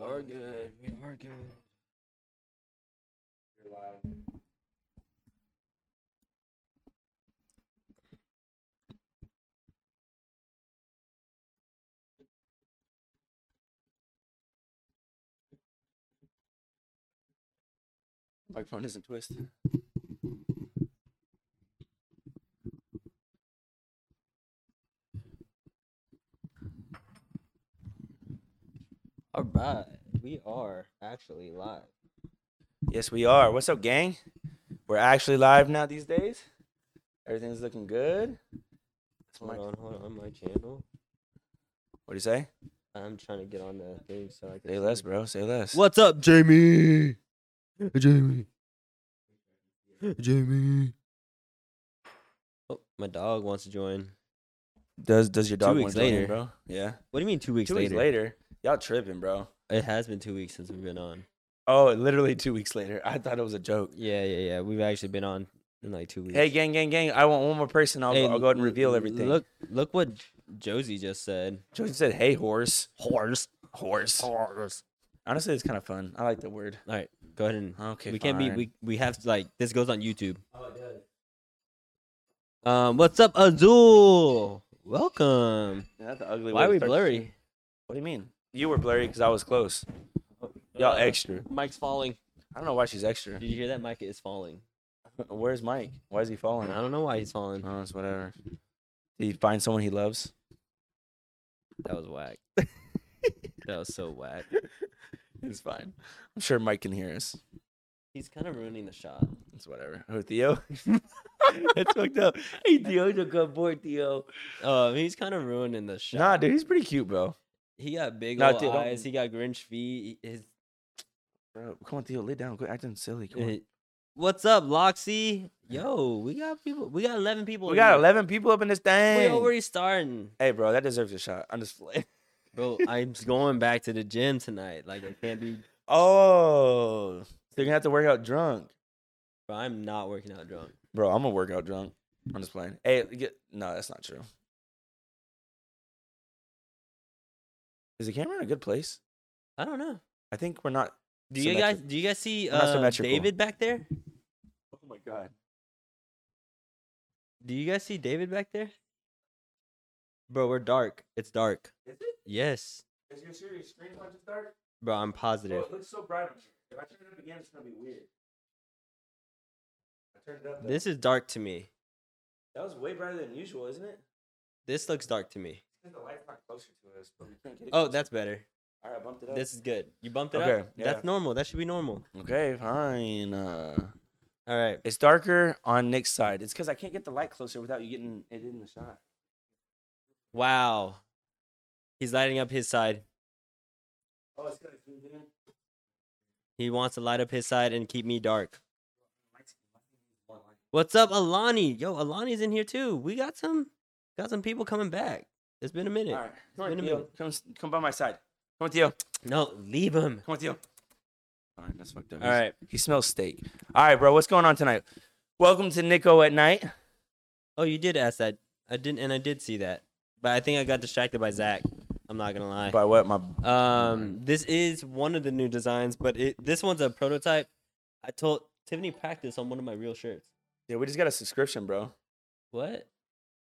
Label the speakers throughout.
Speaker 1: are good. We are good. You're live. Microphone doesn't twist. All right, we are actually live.
Speaker 2: Yes, we are. What's up, gang? We're actually live now these days. Everything's looking good. It's
Speaker 1: Hold
Speaker 2: mic-
Speaker 1: on, hold on. My channel.
Speaker 2: What do you say?
Speaker 1: I'm trying to get on the thing so I can.
Speaker 2: Say less, bro. Say less.
Speaker 1: What's up, Jamie? Jamie. Jamie. Oh, my dog wants to join.
Speaker 2: Does does your dog
Speaker 1: Two
Speaker 2: want
Speaker 1: weeks
Speaker 2: to join in,
Speaker 1: later.
Speaker 2: bro? Yeah.
Speaker 1: What do you mean two weeks
Speaker 2: two
Speaker 1: later?
Speaker 2: weeks later. Y'all tripping, bro.
Speaker 1: It has been two weeks since we've been on.
Speaker 2: Oh, literally two weeks later. I thought it was a joke.
Speaker 1: Yeah, yeah, yeah. We've actually been on in like two weeks.
Speaker 2: Hey, gang, gang, gang. I want one more person. I'll,
Speaker 1: Hey,
Speaker 2: go, I'll go ahead and
Speaker 1: l-
Speaker 2: reveal
Speaker 1: l-
Speaker 2: everything.
Speaker 1: Look, look what Josie just said.
Speaker 2: Joseph said, hey, horse.
Speaker 1: Horse.
Speaker 2: Horse.
Speaker 1: Horse.
Speaker 2: Honestly, it's kind of fun. I like the word.
Speaker 1: All right, go ahead and.
Speaker 2: Okay,
Speaker 1: we can't be.
Speaker 2: fine.
Speaker 1: We we have to, like this goes on YouTube.
Speaker 2: Oh, it does.
Speaker 1: Um, what's up, Azul? Welcome.
Speaker 2: Yeah, that's an ugly
Speaker 1: Why
Speaker 2: way
Speaker 1: are
Speaker 2: to
Speaker 1: we
Speaker 2: start-
Speaker 1: blurry?
Speaker 2: What do you mean? You were blurry because I was close. Y'all
Speaker 1: Uh,
Speaker 2: extra.
Speaker 1: Mike's falling.
Speaker 2: I don't know why she's extra.
Speaker 1: Did you hear that? Mike is falling.
Speaker 2: Where's Mike? Why is he falling?
Speaker 1: I don't know why he's falling.
Speaker 2: Oh, it's whatever. Did he find someone he loves?
Speaker 1: That was whack. that was so whack.
Speaker 2: It's fine. I'm sure Mike can hear us.
Speaker 1: He's kind of ruining the shot.
Speaker 2: It's whatever. Oh, Theo? That's fucked up. Hey, Theo's a good boy, Theo.
Speaker 1: Um, he's kind of ruining the shot.
Speaker 2: Nah, dude, he's pretty cute, bro.
Speaker 1: He got big
Speaker 2: Nah,
Speaker 1: old
Speaker 2: dude, don't-
Speaker 1: eyes. He got Grinch feet. he- His,
Speaker 2: Bro, come on, Theo, lay down. Quit acting silly. Come on.
Speaker 1: eh, what's up, Loxy? Yo, we got people. We got eleven people.
Speaker 2: We
Speaker 1: in
Speaker 2: got
Speaker 1: here.
Speaker 2: 11 people up in this
Speaker 1: We
Speaker 2: thing.
Speaker 1: already starting.
Speaker 2: Hey, bro, that deserves a shot. I'm just playing.
Speaker 1: Bro, I'm s- going back to the gym tonight. Like I can't be.
Speaker 2: Oh, so you're gonna have to work out drunk,
Speaker 1: Bro, I'm not working out drunk.
Speaker 2: bro. I'm gonna work out drunk. I'm just playing. Hey, get, no, that's not true. Is the camera in a good place?
Speaker 1: I don't know.
Speaker 2: I think we're not.
Speaker 1: Do you guys? Do you guys see
Speaker 2: I'm not
Speaker 1: uh,
Speaker 2: symmetrical.
Speaker 1: David back there?
Speaker 2: Oh my god!
Speaker 1: Do you guys see David back there? Bro, we're dark. It's dark.
Speaker 2: Is it?
Speaker 1: Yes.
Speaker 2: Is your serious screen about to start?
Speaker 1: Bro, I'm
Speaker 2: Bro,
Speaker 1: positive.
Speaker 2: it looks so bright on here. If I turn it up again, it's gonna be weird. I turned it up. Though.
Speaker 1: This is dark to me.
Speaker 2: that was way brighter than usual, isn't it?
Speaker 1: This looks dark to me.
Speaker 2: Because the light's not closer to us, but we can't get it.
Speaker 1: Oh, that's better.
Speaker 2: all right. I bumped it up.
Speaker 1: This is good. You bumped it
Speaker 2: Okay,
Speaker 1: up. That's
Speaker 2: yeah.
Speaker 1: normal. That should be normal.
Speaker 2: Okay, fine. Uh...
Speaker 1: All right.
Speaker 2: It's darker on Nick's side. It's because I can't get the light closer without you getting it in the shot.
Speaker 1: Wow. He's lighting up his side.
Speaker 2: Oh, it's got a zoomed in.
Speaker 1: He wants to light up his side and keep me dark.
Speaker 2: Lights- more light.
Speaker 1: What's up, Alani? Yo, Alani's in here too. We got some got some people coming back. It's been a minute.
Speaker 2: All right, come on,
Speaker 1: been a
Speaker 2: Theo.
Speaker 1: minute.
Speaker 2: Come, s- come by my side. Come with Theo. Come
Speaker 1: No, leave him.
Speaker 2: with Theo. All right, that's fucked up.
Speaker 1: All right.
Speaker 2: He smells steak. All right, bro. What's going on tonight? Welcome to Nico at night.
Speaker 1: Oh, you did ask that. I didn't and I did see that. But I think I got distracted by Zach. I'm not gonna lie.
Speaker 2: By what? My
Speaker 1: Um this is one of the new designs, but it this one's a prototype. I told Tiffany practice on one of my real shirts.
Speaker 2: yeah, we just got a subscription, bro.
Speaker 1: What?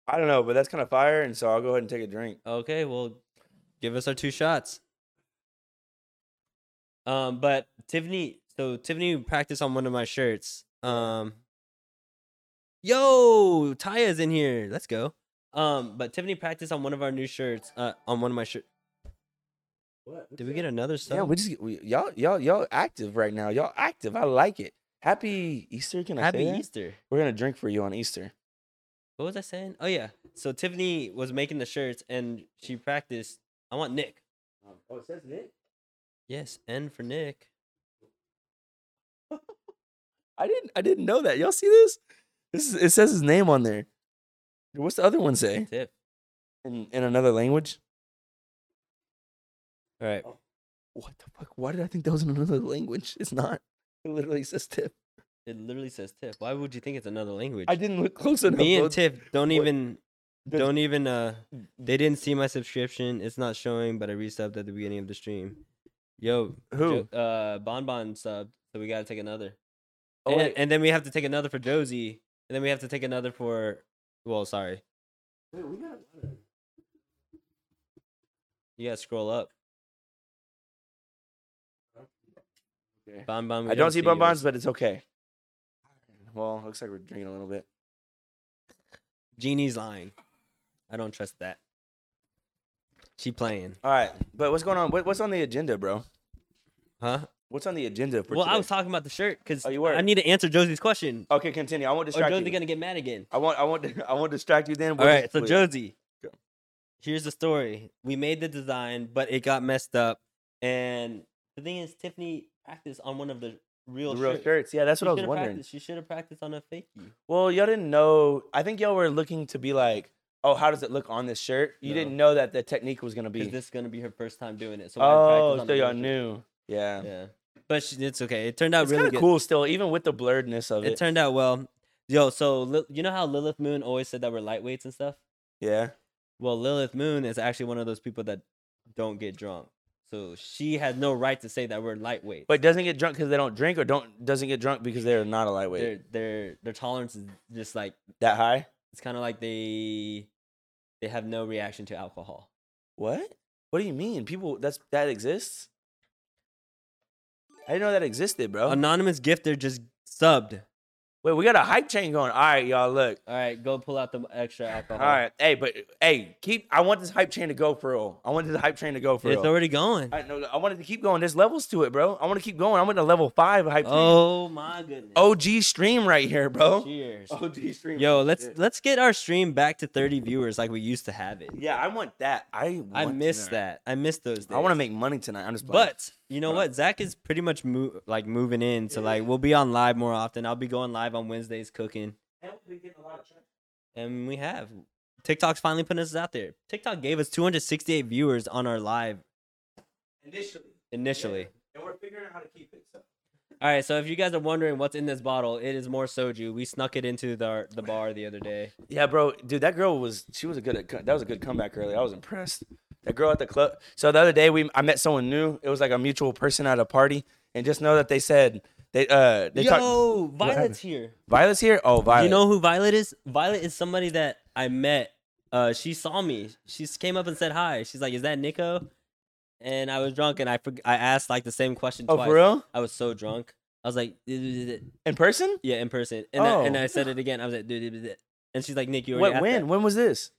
Speaker 2: I don't know, but that's kind of fire, and so I'll go ahead and take a drink.
Speaker 1: Okay, well, give us our two shots. Um, but Tiffany, so Tiffany practiced on one of my shirts. Um, yo, Taya's in here. Let's go. Um, but Tiffany practiced on one of our new shirts. Uh, on one of my shirt.
Speaker 2: What?
Speaker 1: Did we get another sub?
Speaker 2: yeah, we just get, we, y'all y'all y'all active right now. Y'all active. I like it. Happy Easter. Can I
Speaker 1: Happy
Speaker 2: say that?
Speaker 1: Easter.
Speaker 2: We're gonna drink for you on Easter.
Speaker 1: What was I saying? Oh yeah. So Tiffany was making the shirts and she practiced. I want Nick.
Speaker 2: Oh, it says Nick.
Speaker 1: Yes, N for Nick.
Speaker 2: I didn't. I didn't know that. Y'all see this? This is, it says his name on there. What's the other one say?
Speaker 1: Tip.
Speaker 2: In in another language?
Speaker 1: All right.
Speaker 2: What the fuck? Why did I think that was in another language? It's not. It literally says tip.
Speaker 1: It literally says tip. Why would you think it's another language?
Speaker 2: I didn't look close enough.
Speaker 1: me
Speaker 2: bro.
Speaker 1: and Tiff don't
Speaker 2: what-
Speaker 1: even
Speaker 2: Does-
Speaker 1: don't even uh they didn't see my subscription. It's not showing, but I resubbed at the beginning of the stream. Yo,
Speaker 2: Who?
Speaker 1: Jo- uh, Bon Bon subbed, so we gotta take another.
Speaker 2: Oh,
Speaker 1: and,
Speaker 2: wait.
Speaker 1: and then we have to take another for Josie, and then we have to take another for. Well, sorry, you gotta scroll up.
Speaker 2: Okay.
Speaker 1: Bon Bon. we
Speaker 2: I
Speaker 1: gotta
Speaker 2: don't see bonbons,
Speaker 1: yours.
Speaker 2: but it's okay. Well, looks like we're drinking a little bit.
Speaker 1: Jeannie's lying. I don't trust that. She playing,
Speaker 2: All right, but what's going on? What, what's on the agenda, bro?
Speaker 1: huh?
Speaker 2: What's on the agenda for
Speaker 1: Well, I
Speaker 2: today?
Speaker 1: was talking about the shirt because
Speaker 2: Oh, you were.
Speaker 1: I need to answer Josie's question,
Speaker 2: Okay, continue. I won't
Speaker 1: or
Speaker 2: distract
Speaker 1: Josie's
Speaker 2: you.
Speaker 1: gonna get mad again.
Speaker 2: I won't. I won't. I won't distract you. Then.
Speaker 1: All
Speaker 2: We'll
Speaker 1: right,
Speaker 2: just-
Speaker 1: so
Speaker 2: we'll-
Speaker 1: Josie,
Speaker 2: Go.
Speaker 1: here's the story. We made the design, but it got messed up, and the thing is, Tiffany practiced on one of the real,
Speaker 2: the real
Speaker 1: shirts.
Speaker 2: shirts. Yeah, that's
Speaker 1: She
Speaker 2: what I was
Speaker 1: should've
Speaker 2: wondering.
Speaker 1: practiced- She should have practiced on a fakie.
Speaker 2: Well, y'all didn't know. I think y'all were looking to be like, oh, how does it look on this shirt? You
Speaker 1: No.
Speaker 2: didn't know that the technique was gonna be.
Speaker 1: Because this is gonna be her first time doing it. So I
Speaker 2: oh,
Speaker 1: practiced
Speaker 2: so
Speaker 1: on the
Speaker 2: y'all
Speaker 1: real
Speaker 2: knew. Yeah.
Speaker 1: shirt. Yeah, but she, it's okay. It turned out
Speaker 2: It's
Speaker 1: really
Speaker 2: kind
Speaker 1: good.
Speaker 2: of cool still, even with the blurredness of
Speaker 1: It
Speaker 2: it.
Speaker 1: turned out well. Yo, so Lil- you know how Lilith Moon always said that we're lightweights and stuff.
Speaker 2: yeah.
Speaker 1: Well, Lilith Moon is actually one of those people that don't get drunk. So she has no right to say that we're lightweight.
Speaker 2: But doesn't get drunk because they don't drink, or don't doesn't get drunk because they're not a lightweight.
Speaker 1: their their their tolerance is just like
Speaker 2: that high?
Speaker 1: it's kind of like they they have no reaction to alcohol.
Speaker 2: What? What do you mean? People that's that exists? I didn't know that existed, bro.
Speaker 1: Anonymous gifter just subbed.
Speaker 2: Wait, we got a hype chain going. All right, y'all. Look.
Speaker 1: All right, go pull out the extra alcohol.
Speaker 2: All right. Hey, but hey, keep. I want this hype chain to go for real. I want this hype train to go for
Speaker 1: it's
Speaker 2: real.
Speaker 1: already going.
Speaker 2: I know. I wanted to keep going. There's levels to it, bro. I want to keep going. I'm at the level five hype. train.
Speaker 1: Oh my goodness.
Speaker 2: OG stream right Oh. here, bro.
Speaker 1: cheers.
Speaker 2: OG stream.
Speaker 1: Yo, let's
Speaker 2: Yeah.
Speaker 1: let's get our stream back to 30 viewers like we used to have it.
Speaker 2: Yeah, I want that. I want
Speaker 1: I miss
Speaker 2: tonight.
Speaker 1: that. I miss those days.
Speaker 2: I want to make money tonight. I'm just playing.
Speaker 1: But you know what? Zach is pretty much mo- like moving in, so like we'll be on live more often. I'll be going live on Wednesdays cooking, and we have TikTok's finally putting us out there. TikTok gave us 268 viewers on our live
Speaker 2: initially,
Speaker 1: initially.
Speaker 2: and we're figuring out how to keep it. So.
Speaker 1: All right, so if you guys are wondering what's in this bottle, it is more soju. We snuck it into the the bar the other day.
Speaker 2: Yeah, bro, dude, that girl was she was a good that was a good comeback early. I was impressed. That girl at the club. So the other day we I met someone new. It was like a mutual person at a party, and just know that they said they uh they talked.
Speaker 1: Yo,
Speaker 2: happened?
Speaker 1: Violet's here.
Speaker 2: Violet's here. Oh, Violet.
Speaker 1: You know who Violet is? Violet is somebody that I met. Uh, she saw me. She s- came up and said hi. She's like, "Is that Nico?" And I was drunk, and I forg- I asked like the same question
Speaker 2: oh,
Speaker 1: twice.
Speaker 2: for real?
Speaker 1: I was so drunk. I was like, "Duh, duh, duh, duh."
Speaker 2: In person?
Speaker 1: "Yeah, in person." And I, and
Speaker 2: Oh.
Speaker 1: I said it again. I was like, "Duh, duh, duh, duh." and she's like, "Nick, you already
Speaker 2: What? When?
Speaker 1: asked that
Speaker 2: When was this?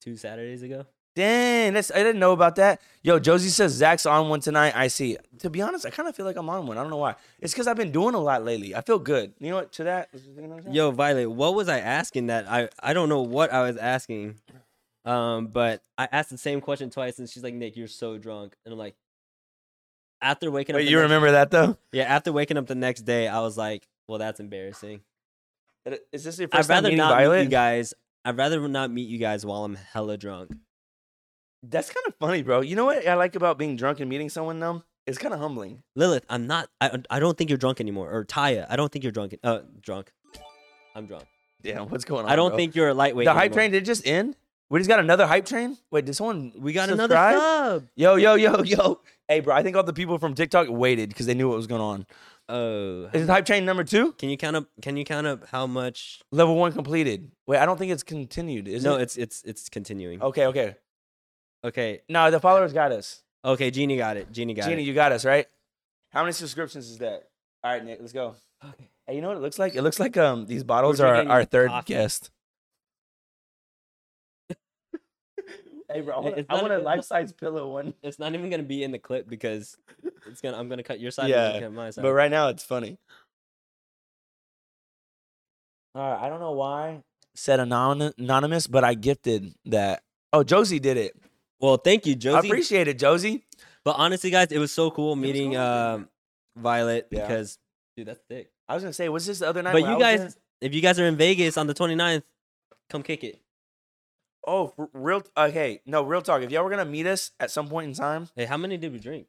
Speaker 1: two Saturdays ago."
Speaker 2: Dang, that's I didn't know about that. Yo, Josie says Zach's on one tonight. I see. To be honest, I kind of feel like I'm on one. I don't know why. It's because I've been doing a lot lately. I feel good. You know what? To that.
Speaker 1: Yo, Violet, what was I asking that? I I don't know what I was asking. Um, but I asked the same question twice, and she's like, "Nick, you're so drunk," and I'm like, after waking up,
Speaker 2: Wait,
Speaker 1: the
Speaker 2: you
Speaker 1: next-
Speaker 2: remember that though?
Speaker 1: Yeah, after waking up the next day, I was like, "Well, that's embarrassing."
Speaker 2: Is this your
Speaker 1: i I'd
Speaker 2: first time
Speaker 1: rather
Speaker 2: meeting
Speaker 1: not meet
Speaker 2: Violet?
Speaker 1: you guys. I'd rather not meet you guys while I'm hella drunk.
Speaker 2: That's kind of funny, bro. You know what I like about being drunk and meeting someone though? It's kind of humbling.
Speaker 1: Lilith, I'm not. I I don't think you're drunk anymore. Or Taya, I don't think you're drunk. Uh, drunk. I'm drunk.
Speaker 2: Damn, what's going on?
Speaker 1: I don't
Speaker 2: bro?
Speaker 1: think you're a lightweight.
Speaker 2: the hype
Speaker 1: anymore.
Speaker 2: train did it just end. We just got another hype train. Wait, did someone?
Speaker 1: We got
Speaker 2: subscribe?
Speaker 1: another sub.
Speaker 2: Yo, yo, yo, yo. Hey, bro, I think all the people from TikTok waited because they knew what was going on.
Speaker 1: Oh,
Speaker 2: Is this hype train number two?
Speaker 1: can you count up? Can you count up how much?
Speaker 2: Level one completed. Wait, I don't think it's continued. Is
Speaker 1: no,
Speaker 2: it? Oh.
Speaker 1: it's it's it's continuing.
Speaker 2: Okay, okay.
Speaker 1: Okay,
Speaker 2: No, the followers got us.
Speaker 1: okay. Jeannie got it. Jeannie got
Speaker 2: Genie,
Speaker 1: it.
Speaker 2: you got us right. How many subscriptions is that? All right, Nick, let's go. Hey, you know what it looks like? It looks like um these bottles
Speaker 1: We're
Speaker 2: are
Speaker 1: drinking
Speaker 2: our third
Speaker 1: coffee.
Speaker 2: guest. hey, bro, I want,
Speaker 1: It's
Speaker 2: I
Speaker 1: not
Speaker 2: want a
Speaker 1: even-
Speaker 2: life size pillow one.
Speaker 1: It's not even gonna be in the clip because it's gonna. I'm gonna cut your side.
Speaker 2: Yeah,
Speaker 1: and you cut my side.
Speaker 2: But right now, it's funny. All right, I don't know why said anonymous, anonymous, but I gifted that. Oh, Josie did it.
Speaker 1: well, thank you, Josie.
Speaker 2: I appreciate it, Josie.
Speaker 1: But honestly, guys, it was so cool meeting
Speaker 2: cool.
Speaker 1: um, Violet
Speaker 2: Yeah.
Speaker 1: because dude, that's thick.
Speaker 2: I was gonna say, was this the other night?
Speaker 1: But
Speaker 2: when
Speaker 1: you
Speaker 2: I was
Speaker 1: guys, if you guys are in Vegas on the 29th, come kick it.
Speaker 2: there? oh, for real? Okay, no, real talk. If y'all were gonna meet us at some point in time,
Speaker 1: Hey, how many did we drink?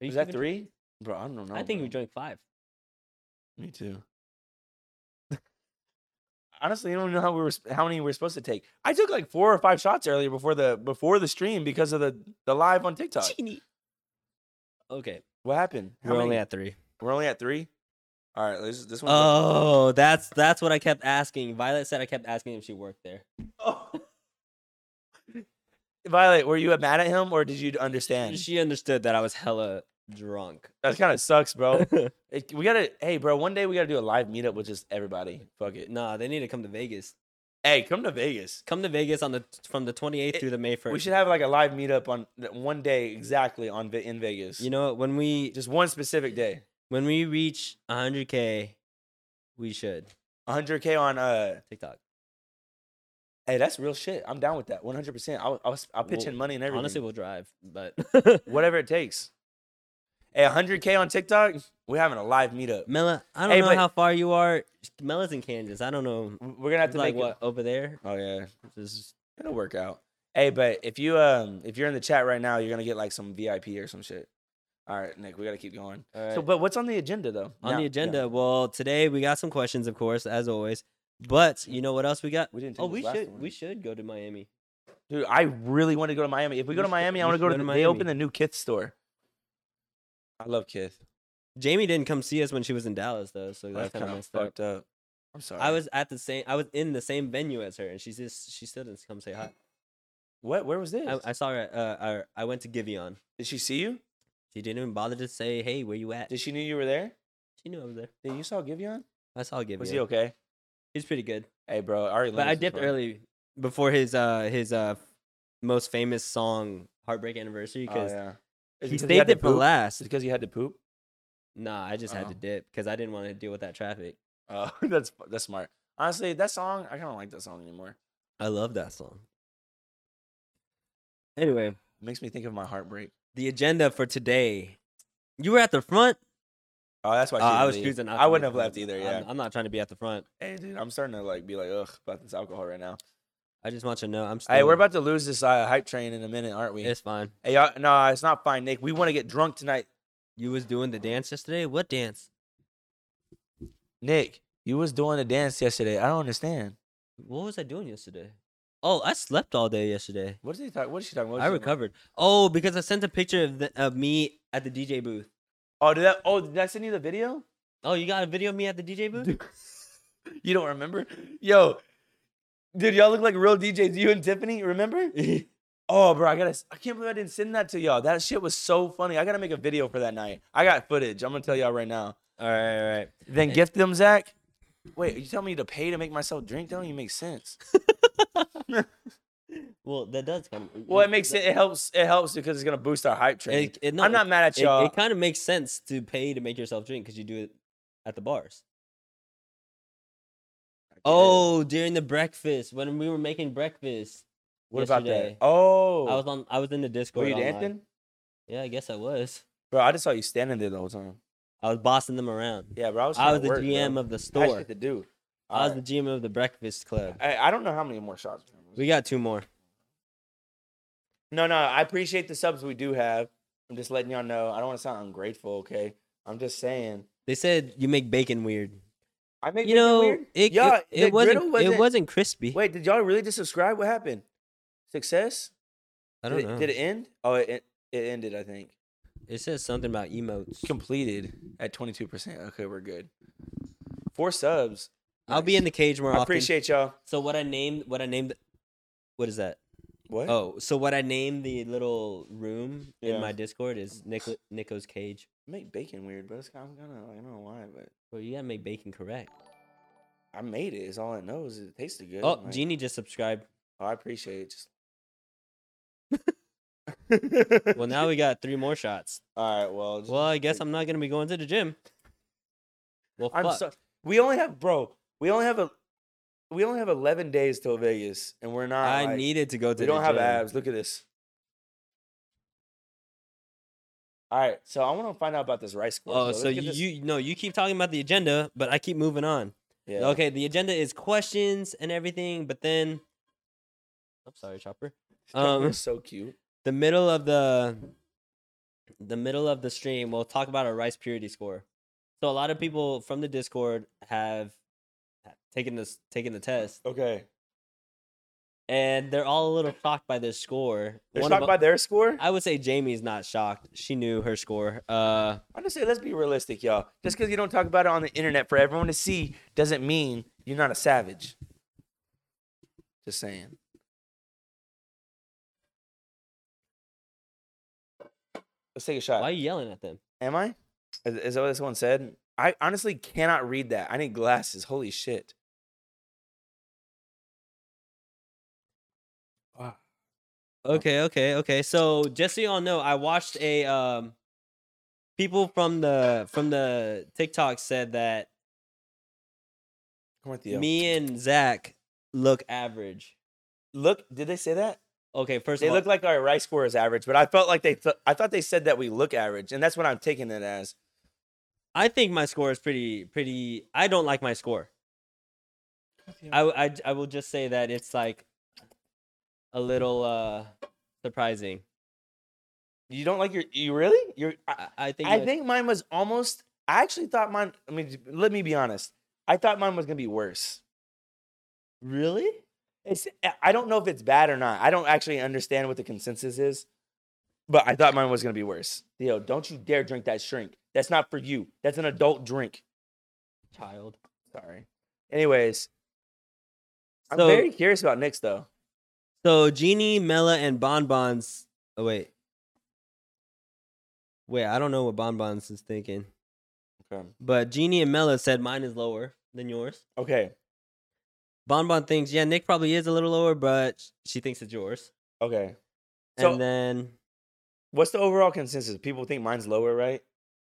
Speaker 1: Are you
Speaker 2: was that
Speaker 1: keeping-
Speaker 2: three? Bro, I don't know.
Speaker 1: I think
Speaker 2: bro.
Speaker 1: we drank five.
Speaker 2: Me too. Honestly, I don't know how we were sp- how many we are supposed to take. I took like four or five shots earlier before the before the stream because of the the live on TikTok.
Speaker 1: Genie. Okay,
Speaker 2: What happened? How
Speaker 1: we're
Speaker 2: many?
Speaker 1: only at three.
Speaker 2: we're only at three. All right, this this one.
Speaker 1: Oh, that's that's what I kept asking. Violet said I kept asking if she worked there.
Speaker 2: Violet, were you mad at him or did you understand?
Speaker 1: She understood that I was hella drunk.
Speaker 2: That kind of sucks, bro.
Speaker 1: Oh.
Speaker 2: It- we gotta, hey, bro. One day we gotta do a live meetup with just everybody. Fuck it.
Speaker 1: nah, they need to come to Vegas.
Speaker 2: Hey, come to Vegas.
Speaker 1: Come to Vegas on the from the 28th
Speaker 2: It-
Speaker 1: through the May 1st.
Speaker 2: We should have like a live meetup on th- one day exactly on Ve- in Vegas.
Speaker 1: you know what, when we
Speaker 2: just one specific day.
Speaker 1: when we reach 100k, we should
Speaker 2: 100k on uh.
Speaker 1: TikTok.
Speaker 2: Hey, that's real shit. I'm down with that. 100. percent I'll I'll, I'll pitch
Speaker 1: Well,
Speaker 2: in money and everything.
Speaker 1: Honestly, we'll drive, but
Speaker 2: whatever it takes. Hey, 100k on TikTok. We're having a live meetup.
Speaker 1: Mela, I don't
Speaker 2: Hey,
Speaker 1: know
Speaker 2: but-
Speaker 1: how far you are. Mela's in Kansas. I don't know.
Speaker 2: We're gonna have
Speaker 1: It's
Speaker 2: to
Speaker 1: like
Speaker 2: make it-
Speaker 1: what over there.
Speaker 2: Oh yeah.
Speaker 1: Just-
Speaker 2: It'll work out. Hey, but if you um if you're in the chat right now, you're gonna get like some VIP or some shit. All right, Nick, we gotta keep going. So,
Speaker 1: Alright.
Speaker 2: but what's on the agenda though?
Speaker 1: on
Speaker 2: Now-
Speaker 1: the
Speaker 2: yeah,
Speaker 1: agenda. Well, today we got some questions, of course, as always. But you know what else we got?
Speaker 2: we didn't. Take
Speaker 1: Oh, we
Speaker 2: this last
Speaker 1: should
Speaker 2: one.
Speaker 1: we should go to Miami.
Speaker 2: Dude, I really want to go to Miami. If we
Speaker 1: We
Speaker 2: go to
Speaker 1: should-
Speaker 2: Miami, I
Speaker 1: we
Speaker 2: want to
Speaker 1: should
Speaker 2: go
Speaker 1: go
Speaker 2: to.
Speaker 1: to
Speaker 2: the- They opened
Speaker 1: Miami.
Speaker 2: a new Kith store. I love Kith.
Speaker 1: Jamie didn't come see us when she was in Dallas though, so that's
Speaker 2: That's
Speaker 1: kind
Speaker 2: kind
Speaker 1: of
Speaker 2: of
Speaker 1: messed up.
Speaker 2: fucked up. I'm sorry.
Speaker 1: I was at the same. I was in the same venue as her, and she just she still didn't come say hi.
Speaker 2: what? Where was this?
Speaker 1: I, I saw her. At, uh, our, I went to Giveon.
Speaker 2: Did she see you?
Speaker 1: She didn't even bother to say, "Hey, where you at?"
Speaker 2: Did she knew you were there?
Speaker 1: She knew I was there.
Speaker 2: Did you saw Giveon?
Speaker 1: I saw Giveon.
Speaker 2: Was he okay?
Speaker 1: He's pretty good.
Speaker 2: Hey, bro, I already.
Speaker 1: But
Speaker 2: learned
Speaker 1: I
Speaker 2: this Oh,
Speaker 1: dipped
Speaker 2: bro.
Speaker 1: early before his uh his uh most famous song, "Heartbreak Anniversary,"
Speaker 2: Oh,
Speaker 1: because
Speaker 2: yeah. Is it
Speaker 1: he
Speaker 2: because
Speaker 1: saved
Speaker 2: had to
Speaker 1: it for
Speaker 2: poop? Is
Speaker 1: last.
Speaker 2: it because you had to poop?
Speaker 1: Nah, I just had
Speaker 2: Oh.
Speaker 1: to dip because I didn't want to deal with that traffic.
Speaker 2: Oh, that's that's smart. Honestly, that song I kind of like that song anymore.
Speaker 1: I love that song. Anyway,
Speaker 2: It makes me think of my heartbreak.
Speaker 1: the agenda for today. You were at the front.
Speaker 2: Oh, that's why she
Speaker 1: Uh,
Speaker 2: didn't
Speaker 1: I was
Speaker 2: leave.
Speaker 1: choosing. not to
Speaker 2: I
Speaker 1: be
Speaker 2: wouldn't
Speaker 1: at
Speaker 2: have
Speaker 1: the
Speaker 2: left
Speaker 1: front.
Speaker 2: either.
Speaker 1: I'm-
Speaker 2: Yeah.
Speaker 1: I'm, not trying to be at the front.
Speaker 2: hey, dude, I'm starting to like be like, ugh, about this alcohol right now.
Speaker 1: I just want you to know I'm. Still,
Speaker 2: Hey, we're about to lose this uh, hype train in a minute, aren't we?
Speaker 1: It's fine.
Speaker 2: Hey, y'all, no, it's not fine, Nick. We want to get drunk tonight,
Speaker 1: You was doing the dance yesterday. What dance?
Speaker 2: Nick. You was doing a dance yesterday. I don't understand.
Speaker 1: What was I doing yesterday? Oh, I slept all day yesterday.
Speaker 2: What did he talk? What is she talking about? What
Speaker 1: I
Speaker 2: is she talking
Speaker 1: recovered. Oh, because I sent a picture of, the, of me at the DJ booth.
Speaker 2: about? Oh, did that? Oh, did I send you the video?
Speaker 1: Oh, you got a video of me at the DJ booth?
Speaker 2: Dude, you don't remember? Yo, dude, y'all look like real DJs. You and Tiffany, remember? Oh, bro, I gotta. I can't believe I didn't send that to y'all. That shit was so funny. I gotta make a video for that night. I got footage. I'm gonna tell y'all right now.
Speaker 1: all right, all right.
Speaker 2: Then gift them, Zach. Wait, you tell me to pay to make myself drink? That don't even make sense.
Speaker 1: Well, that does kind of.
Speaker 2: Well, it makes it. It helps. It helps because it's gonna boost our hype train.
Speaker 1: It, it- no,
Speaker 2: I'm not
Speaker 1: it-
Speaker 2: mad at
Speaker 1: It,
Speaker 2: y'all.
Speaker 1: it kind of makes sense to pay to make yourself drink because you do it at the bars. Oh, during the breakfast when we were making breakfast,
Speaker 2: what about that?
Speaker 1: yesterday,
Speaker 2: Oh,
Speaker 1: I was on. I was in the Discord.
Speaker 2: were you
Speaker 1: online.
Speaker 2: dancing,
Speaker 1: Yeah, I guess I was.
Speaker 2: bro? I just saw you standing there the whole time.
Speaker 1: I was bossing them around.
Speaker 2: Yeah, bro. I was.
Speaker 1: I
Speaker 2: trying
Speaker 1: was
Speaker 2: to
Speaker 1: the
Speaker 2: work,
Speaker 1: GM
Speaker 2: bro.
Speaker 1: of the
Speaker 2: I had
Speaker 1: store.
Speaker 2: shit to do.
Speaker 1: I was
Speaker 2: Alright.
Speaker 1: the GM of the breakfast club.
Speaker 2: I, I don't know how many more shots.
Speaker 1: We got two more.
Speaker 2: No, no, I appreciate the subs we do have. I'm just letting y'all know. I don't want to sound ungrateful, okay? I'm just saying.
Speaker 1: They said you make bacon weird.
Speaker 2: I make
Speaker 1: You know,
Speaker 2: weird.
Speaker 1: it,
Speaker 2: Yeah,
Speaker 1: it,
Speaker 2: the
Speaker 1: it wasn't,
Speaker 2: griddle wasn't-
Speaker 1: it wasn't crispy.
Speaker 2: Wait, did y'all really just subscribe? What happened? Success?
Speaker 1: I don't
Speaker 2: did, it-
Speaker 1: know.
Speaker 2: Did it end? Oh, it en- it ended. I think
Speaker 1: It says something about emotes.
Speaker 2: completed at 22. percent Okay, we're good. Four subs.
Speaker 1: I'll be in the cage more
Speaker 2: I
Speaker 1: often.
Speaker 2: appreciate y'all.
Speaker 1: So what I named, what I named, what is that?
Speaker 2: What?
Speaker 1: Oh, so what I named the little room
Speaker 2: Yeah.
Speaker 1: in my Discord is Nico, Nico's cage.
Speaker 2: Make bacon weird, but it's, I'm gonna. I don't know why, but
Speaker 1: Well, you gotta make bacon correct.
Speaker 2: I made it. Is all it knows. It tasted good.
Speaker 1: Oh,
Speaker 2: like-
Speaker 1: Genie just subscribed.
Speaker 2: Oh, I appreciate it. Just.
Speaker 1: Well, now we got three more shots.
Speaker 2: All right. Well. just-
Speaker 1: Well, I guess I'm not gonna be going to the gym. Well,
Speaker 2: I'm
Speaker 1: fuck.
Speaker 2: so. We only have, bro. We only have a. We only have 11 days till Vegas, and we're not.
Speaker 1: I
Speaker 2: like-
Speaker 1: needed to go to.
Speaker 2: We
Speaker 1: the
Speaker 2: don't have
Speaker 1: gym.
Speaker 2: abs. Look at this. All right, so I want to find out about this rice squash.
Speaker 1: Oh,
Speaker 2: so
Speaker 1: so
Speaker 2: let's get
Speaker 1: you,
Speaker 2: this-
Speaker 1: you no, you keep talking about the agenda, but I keep moving on.
Speaker 2: yeah.
Speaker 1: Okay, the agenda is questions and everything, but then I'm sorry, Chopper.
Speaker 2: Um,
Speaker 1: um,
Speaker 2: so cute.
Speaker 1: The middle of the the middle of the stream, we'll talk about our rice purity score. So a lot of people from the Discord have ha- taken this taken the test,
Speaker 2: Okay,
Speaker 1: and they're all a little shocked by this score.
Speaker 2: They're
Speaker 1: One of
Speaker 2: shocked
Speaker 1: them-
Speaker 2: by their score.
Speaker 1: I would say Jamie's not shocked. She knew her score. Uh,
Speaker 2: I'm just saying, let's be realistic, y'all. Just because you don't talk about it on the internet for everyone to see doesn't mean you're not a savage. Just saying. Let's take a shot.
Speaker 1: why are you yelling at them?
Speaker 2: Am I? Is, is that what this one said? I honestly cannot read that. I need glasses. Holy shit. Oh.
Speaker 1: Okay, okay, okay. So just so y'all know, I watched a um people from the from the TikTok said that
Speaker 2: I'm with you.
Speaker 1: me and Zach look average.
Speaker 2: Look, did they say that?
Speaker 1: Okay, first
Speaker 2: They
Speaker 1: of all,
Speaker 2: look like our rice score is average, but I felt like they. Th- I thought they said that we look average, and that's what I'm taking it as.
Speaker 1: I think my score is pretty pretty I don't like my score.
Speaker 2: you.
Speaker 1: I, w- I j- I will just say that it's like a little uh surprising.
Speaker 2: You don't like your. You really? You're. I,
Speaker 1: I, I think
Speaker 2: I
Speaker 1: my-
Speaker 2: think mine was almost. I actually thought mine. I mean, let me be honest. I thought mine was gonna be worse.
Speaker 1: really?
Speaker 2: It's. eh, I don't know if it's bad or not. I don't actually understand what the consensus is, but I thought mine was gonna be worse. Theo, don't you dare drink that shrink. That's not for you. That's an adult drink.
Speaker 1: Child.
Speaker 2: Sorry. Anyways, I'm
Speaker 1: So-
Speaker 2: very curious about Nick's though.
Speaker 1: So Genie, Mela, and Bon Bon's. Oh wait, wait. I don't know what Bon Bon's is thinking,
Speaker 2: Okay.
Speaker 1: but Genie and Mela said mine is lower than yours.
Speaker 2: Okay.
Speaker 1: Bon Bon thinks yeah, Nick probably is a little lower, but sh- she thinks it's yours.
Speaker 2: Okay. So
Speaker 1: and then
Speaker 2: what's the overall consensus? People think mine's lower, right?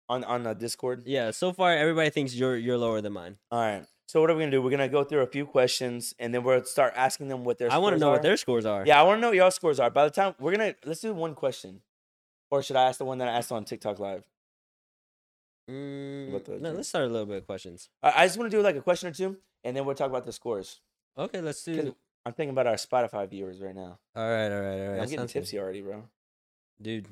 Speaker 2: On on the Discord.
Speaker 1: yeah, so far everybody thinks you're you're lower than mine.
Speaker 2: All right. So what are we gonna do? We're gonna go through a few questions, and then we'll start asking them what their.
Speaker 1: I want to
Speaker 2: scores
Speaker 1: know
Speaker 2: are.
Speaker 1: what their scores are.
Speaker 2: Yeah, I want to know what y'all scores are. By the time we're gonna let's do one question, or should I ask the one that I asked on TikTok Live?
Speaker 1: Mm,
Speaker 2: What the-
Speaker 1: no, let's start a little bit of questions.
Speaker 2: I, I just want to do like a question or two, and then we'll talk about the scores.
Speaker 1: Okay, let's
Speaker 2: 'Cause
Speaker 1: do.
Speaker 2: I'm thinking about our Spotify viewers right now.
Speaker 1: All right, all right, all right.
Speaker 2: I'm
Speaker 1: that
Speaker 2: getting
Speaker 1: sounds good.
Speaker 2: tipsy already, bro.
Speaker 1: dude.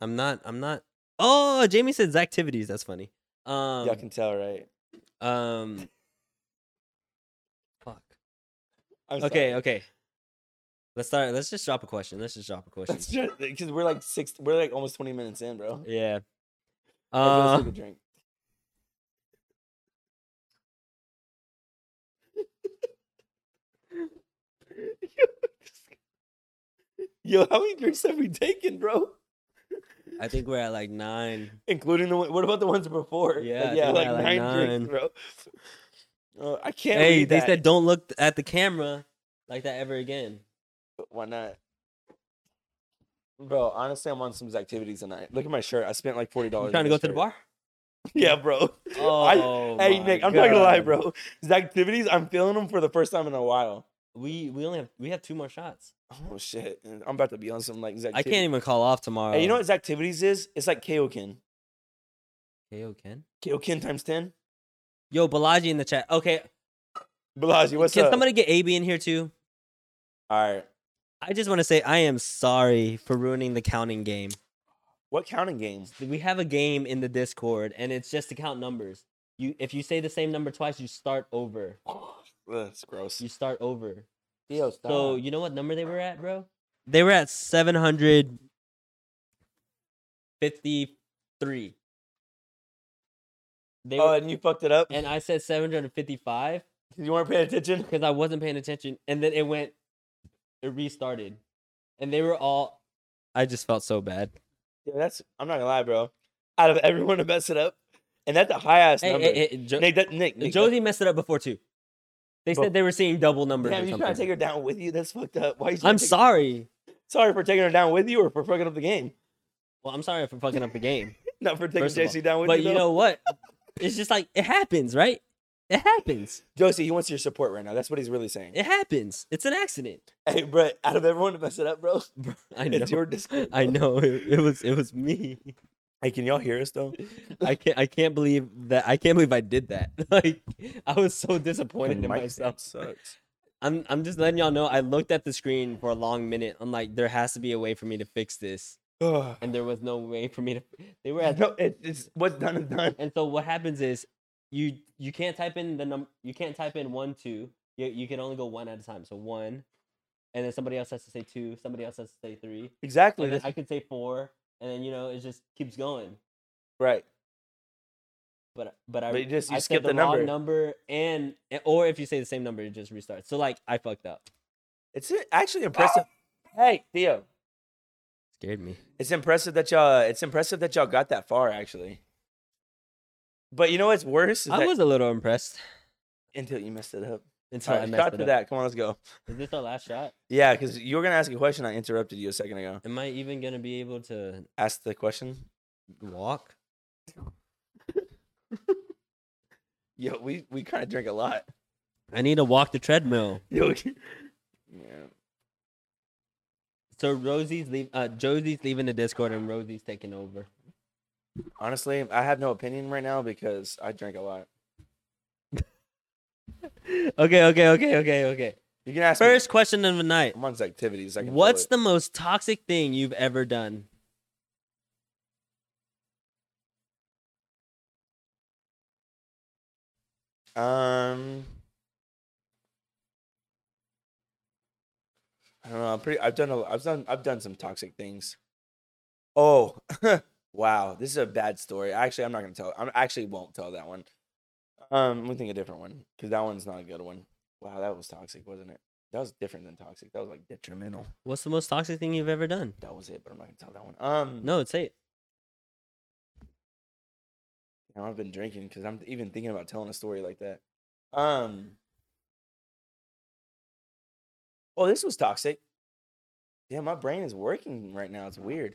Speaker 1: I'm not. I'm not. Oh, Jamie says activities. That's funny. Um,
Speaker 2: y'all can tell, right?
Speaker 1: Um. Fuck.
Speaker 2: I'm sorry.
Speaker 1: Okay. Okay. Let's start. Let's just drop a question. Let's just drop a question.
Speaker 2: That's just because we're like six, we're like almost 20 minutes in, bro.
Speaker 1: yeah.
Speaker 2: Okay,
Speaker 1: Uh,
Speaker 2: let's take a drink. Yo, how many drinks have we taken, bro?
Speaker 1: I think we're at like nine.
Speaker 2: Including the one, what about the ones before? Like,
Speaker 1: Yeah, I
Speaker 2: yeah,
Speaker 1: think
Speaker 2: like,
Speaker 1: I had,
Speaker 2: nine,
Speaker 1: like,
Speaker 2: drinks, bro. Oh, I can't.
Speaker 1: Hey,
Speaker 2: read
Speaker 1: they
Speaker 2: that.
Speaker 1: said don't look th- at the camera like that ever again.
Speaker 2: why not? Bro, honestly, I'm on some activities tonight. Look at my shirt. I spent like forty
Speaker 1: You
Speaker 2: dollars.
Speaker 1: trying to go to the bar?
Speaker 2: Yeah, bro. I-
Speaker 1: Oh,
Speaker 2: Hey
Speaker 1: my
Speaker 2: Nick, I'm not gonna lie,
Speaker 1: God.
Speaker 2: bro. These activities, I'm feeling them for the first time in a while.
Speaker 1: We we only have we have two more shots.
Speaker 2: Oh shit, I'm about to be on some like. Zactivi-
Speaker 1: I can't even uh call off tomorrow.
Speaker 2: Hey, you know what activities is? It's like Kaokin.
Speaker 1: KO Ken.
Speaker 2: Kaokin times ten.
Speaker 1: Yo, Balaji in the chat. Okay,
Speaker 2: Balaji, what's
Speaker 1: can
Speaker 2: up?
Speaker 1: somebody get AB in here too?
Speaker 2: All right,
Speaker 1: I just want to say I am sorry for ruining the counting game.
Speaker 2: what counting games?
Speaker 1: we have a game in the Discord, and it's just to count numbers. You, if you say the same number twice, you start over.
Speaker 2: That's gross.
Speaker 1: You start over.
Speaker 2: Theo, stop.
Speaker 1: So you know what number they were at, bro? They were at seven hundred fifty-three. They
Speaker 2: oh,
Speaker 1: were,
Speaker 2: and you fucked it up.
Speaker 1: and I said seven hundred fifty-five
Speaker 2: you weren't paying attention.
Speaker 1: because I wasn't paying attention, and then it went, it restarted, and they were all. I just felt so bad.
Speaker 2: Yeah, that's. I'm not gonna lie, bro. Out of everyone to mess it up, and that's a high ass
Speaker 1: Hey,
Speaker 2: number.
Speaker 1: hey, hey, Jo-
Speaker 2: Nick, that, Nick, Nick,
Speaker 1: Josie messed it up before too. They
Speaker 2: Bro.
Speaker 1: said they were seeing double
Speaker 2: that-
Speaker 1: numbers. or
Speaker 2: Damn, you trying to
Speaker 1: something.
Speaker 2: take her down with you? That's fucked up. Why? You trying
Speaker 1: I'm
Speaker 2: to take-
Speaker 1: sorry.
Speaker 2: Sorry for taking her down with you, or for fucking up the game.
Speaker 1: Well, I'm sorry for fucking up the game.
Speaker 2: Not for taking
Speaker 1: First of all.
Speaker 2: JC down with
Speaker 1: but
Speaker 2: you.
Speaker 1: you
Speaker 2: though.
Speaker 1: know what? It's just like it happens, right? It happens.
Speaker 2: Josie, he wants your support right now. That's what he's really saying.
Speaker 1: It happens. It's an accident.
Speaker 2: Hey, bro, out of everyone to mess it up, bro,
Speaker 1: I know.
Speaker 2: it's your Discord.
Speaker 1: I
Speaker 2: bro.
Speaker 1: know. It, it was it was me.
Speaker 2: Hey, can y'all hear us though?
Speaker 1: I can't I can't believe that I can't believe I did that. Like I was so disappointed
Speaker 2: Fucking
Speaker 1: in
Speaker 2: mic
Speaker 1: myself.
Speaker 2: sound Sucks.
Speaker 1: I'm I'm just letting y'all know I looked at the screen for a long minute. I'm like, there has to be a way for me to fix this.
Speaker 2: Ugh.
Speaker 1: And there was no way for me to they were at
Speaker 2: no, it, it's what's done is done.
Speaker 1: And so what happens is you you can't type in the num you can't type in one two. You you can only go one at a time. So one, and then somebody else has to say two, somebody else has to say three,
Speaker 2: Exactly.
Speaker 1: and then
Speaker 2: that's-
Speaker 1: I could say four, and then you know it just keeps going.
Speaker 2: right.
Speaker 1: But but I
Speaker 2: But you just- you
Speaker 1: I
Speaker 2: skip
Speaker 1: said the,
Speaker 2: the
Speaker 1: wrong
Speaker 2: number.
Speaker 1: number and or if you say the same number, it just restarts. So like I fucked up.
Speaker 2: It's actually impressive. Hey, Theo.
Speaker 1: Scared me.
Speaker 2: It's impressive that y'all. uh, It's impressive that y'all got that far, actually. But you know what's worse? Is
Speaker 1: I
Speaker 2: that-
Speaker 1: was a little impressed
Speaker 2: until you messed it up.
Speaker 1: until
Speaker 2: All
Speaker 1: I
Speaker 2: right,
Speaker 1: messed
Speaker 2: shot
Speaker 1: it
Speaker 2: to
Speaker 1: up.
Speaker 2: that. Come on, let's go.
Speaker 1: Is this our last shot?
Speaker 2: Yeah, because you were gonna ask a question. I interrupted you a second ago.
Speaker 1: Am I even gonna be able to
Speaker 2: Ask the question.
Speaker 1: walk?
Speaker 2: Yo, we we kind of drink a lot.
Speaker 1: I need to walk the treadmill.
Speaker 2: Yo, we- yeah.
Speaker 1: So Rosie's leave. Uh, Josie's leaving the Discord, and Rosie's taking over.
Speaker 2: Honestly, I have no opinion right now because I drink a lot.
Speaker 1: okay, okay, okay, okay, okay.
Speaker 2: You can ask me-
Speaker 1: First question of the night:
Speaker 2: I'm on his activities. I can feel
Speaker 1: What's
Speaker 2: it.
Speaker 1: the most toxic thing you've ever done?
Speaker 2: Um, I don't know. I'm pretty. I've done. A, I've done. I've done some toxic things. Oh, wow! This is a bad story. Actually, I'm not gonna tell. I actually won't tell that one. Um, we think a different one because that one's not a good one. Wow, that was toxic, wasn't it? That was different than toxic. That was like detrimental.
Speaker 1: What's the most toxic thing you've ever done?
Speaker 2: That was it, but I'm not gonna tell that one. Um,
Speaker 1: No, say it.
Speaker 2: Now I've been drinking because I'm even thinking about telling a story like that. Um. Oh, this was toxic. Yeah, my brain is working right now. It's weird.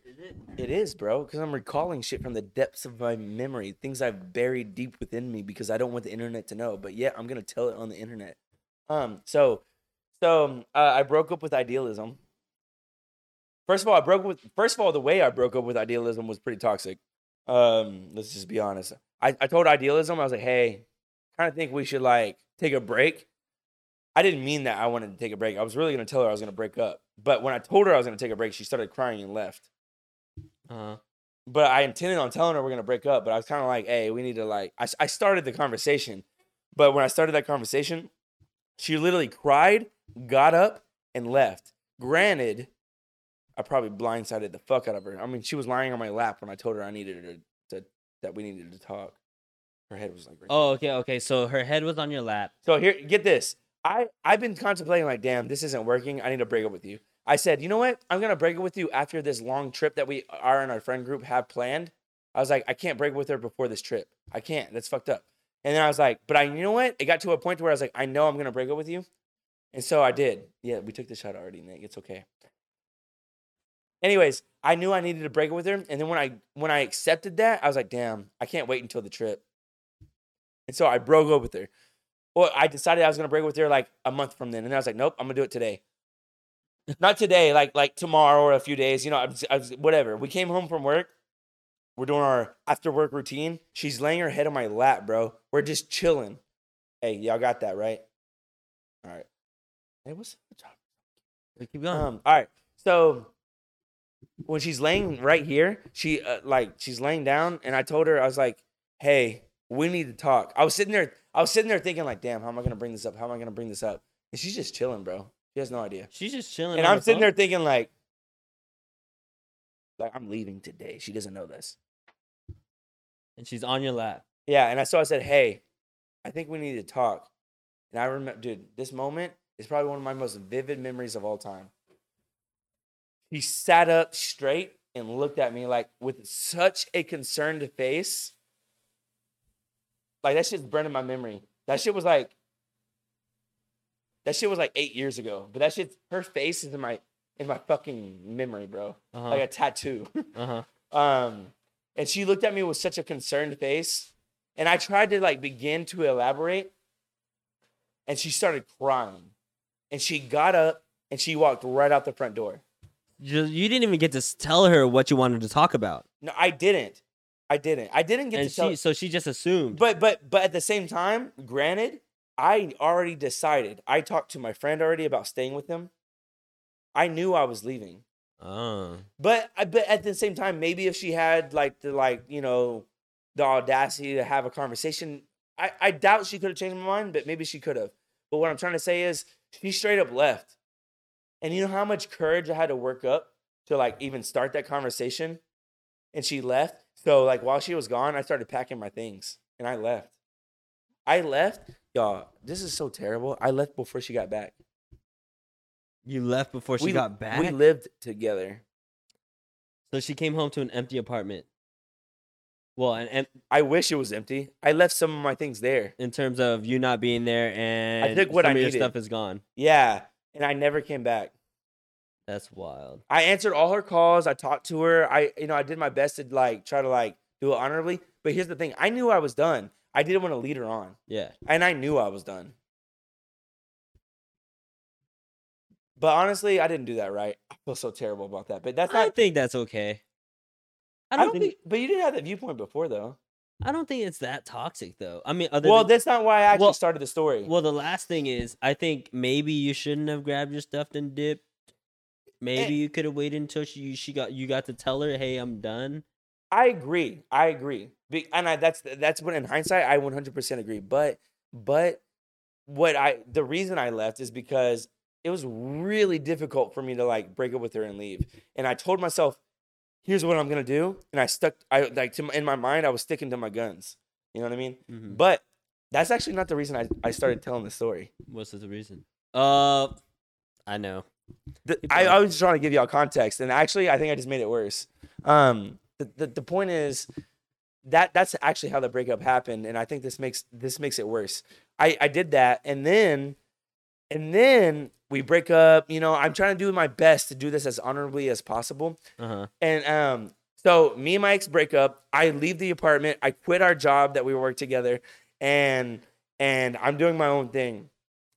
Speaker 2: It is, bro, because I'm recalling shit from the depths of my memory, things I've buried deep within me because I don't want the internet to know. But yeah, I'm gonna tell it on the internet. Um. So, so um, uh, I broke up with idealism. First of all, I broke with. First of all, the way I broke up with idealism was pretty toxic um let's just be honest i, I told idealism i was like hey kind of think we should like take a break i didn't mean that i wanted to take a break i was really going to tell her i was going to break up but when i told her i was going to take a break she started crying and left
Speaker 1: Uh,
Speaker 2: but i intended on telling her we're going to break up but i was kind of like hey we need to like I, s- I started the conversation but when i started that conversation she literally cried got up and left granted i probably blindsided the fuck out of her i mean she was lying on my lap when i told her i needed her to, to that we needed to talk her head was like right
Speaker 1: oh, okay, okay. So her head was on your lap.
Speaker 2: so here, get this. I I've been contemplating like, damn, this isn't working. I need to break up with you. I said, you know what? I'm gonna break up with you after this long trip that we are and our friend group have planned. I was like, I can't break up with her before this trip. I can't. That's fucked up. And then I was like, but I, you know what? It got to a point where I was like, I know I'm gonna break up with you, and so I did. Yeah, we took the shot already, Nick. It's okay. Anyways, I knew I needed to break up with her, and then when I when I accepted that, I was like, damn, I can't wait until the trip. And so I broke up with her. Well, I decided I was gonna break with her like a month from then, and I was like, nope, I'm gonna do it today. Not today, like like tomorrow or a few days. You know, I was, I was, whatever. We came home from work. We're doing our after work routine. She's laying her head on my lap, bro. We're just chilling. Hey, y'all got that right? All right. Hey, what's up?
Speaker 1: Keep going.
Speaker 2: Um, all right. So when she's laying right here, she uh, like she's laying down, and I told her I was like, "Hey, we need to talk." I was sitting there, I was sitting there thinking like, "Damn, how am I gonna bring this up? How am I gonna bring this up?" And she's just chilling, bro. She has no idea.
Speaker 1: She's just chilling.
Speaker 2: And
Speaker 1: on
Speaker 2: I'm
Speaker 1: the
Speaker 2: sitting there
Speaker 1: phone.
Speaker 2: thinking like, like I'm leaving today. She doesn't know this.
Speaker 1: and she's on your lap.
Speaker 2: Yeah, and I so I said, "Hey, I think we need to talk." And I remember, dude, this moment is probably one of my most vivid memories of all time. He sat up straight and looked at me like with such a concerned face. Like that shit's burned in my memory. That shit was like, that shit was like eight years ago. But that shit, her face is in my in my fucking memory, bro.
Speaker 1: Uh
Speaker 2: Like
Speaker 1: huh.
Speaker 2: a tattoo.
Speaker 1: Uh huh.
Speaker 2: Um, and she looked at me with such a concerned face. And I tried to like begin to elaborate. And she started crying. And she got up and she walked right out the front door.
Speaker 1: You, you didn't even get to s- tell her what you wanted to talk about,
Speaker 2: No, I didn't. I didn't. I didn't get
Speaker 1: and
Speaker 2: to
Speaker 1: she
Speaker 2: tell.
Speaker 1: so she just assumed.
Speaker 2: But but but at the same time, granted, I already decided. I talked to my friend already about staying with him. I knew I was leaving.
Speaker 1: Oh.
Speaker 2: But I but at the same time, maybe if she had like the like you know the audacity to have a conversation, I I doubt she could have changed my mind, but maybe she could have. But what I'm trying to say is she straight up left. And you know how much courage I had to work up to like even start that conversation? And she left. So like while she was gone, I started packing my things and I left. I left. Y'all, this is so terrible. I left before she got back.
Speaker 1: You left before she
Speaker 2: we,
Speaker 1: got back.
Speaker 2: We lived together.
Speaker 1: so she came home to an empty apartment. Well, and, and
Speaker 2: I wish it was empty. I left some of my things there.
Speaker 1: in terms of you not being there, and
Speaker 2: took what
Speaker 1: some
Speaker 2: I
Speaker 1: of your
Speaker 2: needed.
Speaker 1: stuff is gone.
Speaker 2: Yeah. And I never came back.
Speaker 1: That's wild.
Speaker 2: I answered all her calls. I talked to her. I, you know, I did my best to like try to like do it honorably. But here's the thing: I knew I was done. I didn't want to lead her on,
Speaker 1: Yeah.
Speaker 2: and I knew I was done. But honestly, I didn't do that right. I feel so terrible about that. But that's
Speaker 1: I
Speaker 2: not.
Speaker 1: think that's okay.
Speaker 2: I don't, think, But you didn't have that viewpoint before, though.
Speaker 1: I don't think it's that toxic though. I mean, other
Speaker 2: Well,
Speaker 1: than,
Speaker 2: that's not why I actually
Speaker 1: Well-
Speaker 2: started the story.
Speaker 1: well, the last thing is, I think maybe you shouldn't have grabbed your stuff and dipped.
Speaker 2: Eh
Speaker 1: Maybe you could have waited until she she got you got to tell her, hey, I'm done.
Speaker 2: I agree. I agree. Be, and I, that's that's when in hindsight I 100% agree. But but what I the reason I left is because it was really difficult for me to like break up with her and leave. And I told myself, here's what I'm gonna do. And I stuck. I like to, my- in my mind I was sticking to my guns. You know what I mean?
Speaker 1: Mhm.
Speaker 2: But that's actually not the reason I, I started telling the story.
Speaker 1: What's the reason? Uh, I know.
Speaker 2: The-
Speaker 1: Keep
Speaker 2: I,
Speaker 1: going.
Speaker 2: I was just trying to give y'all context, and actually, I think I just made it worse. Um, the, the, the point is that that's actually how the breakup happened, and I think this makes this makes it worse. I, I did that, and then and then we break up. You know, I'm trying to do my best to do this as honorably as possible,
Speaker 1: Uh huh.
Speaker 2: and um, so me and my ex break up. I leave the apartment. I quit our job that we worked together, and and I'm doing my own thing.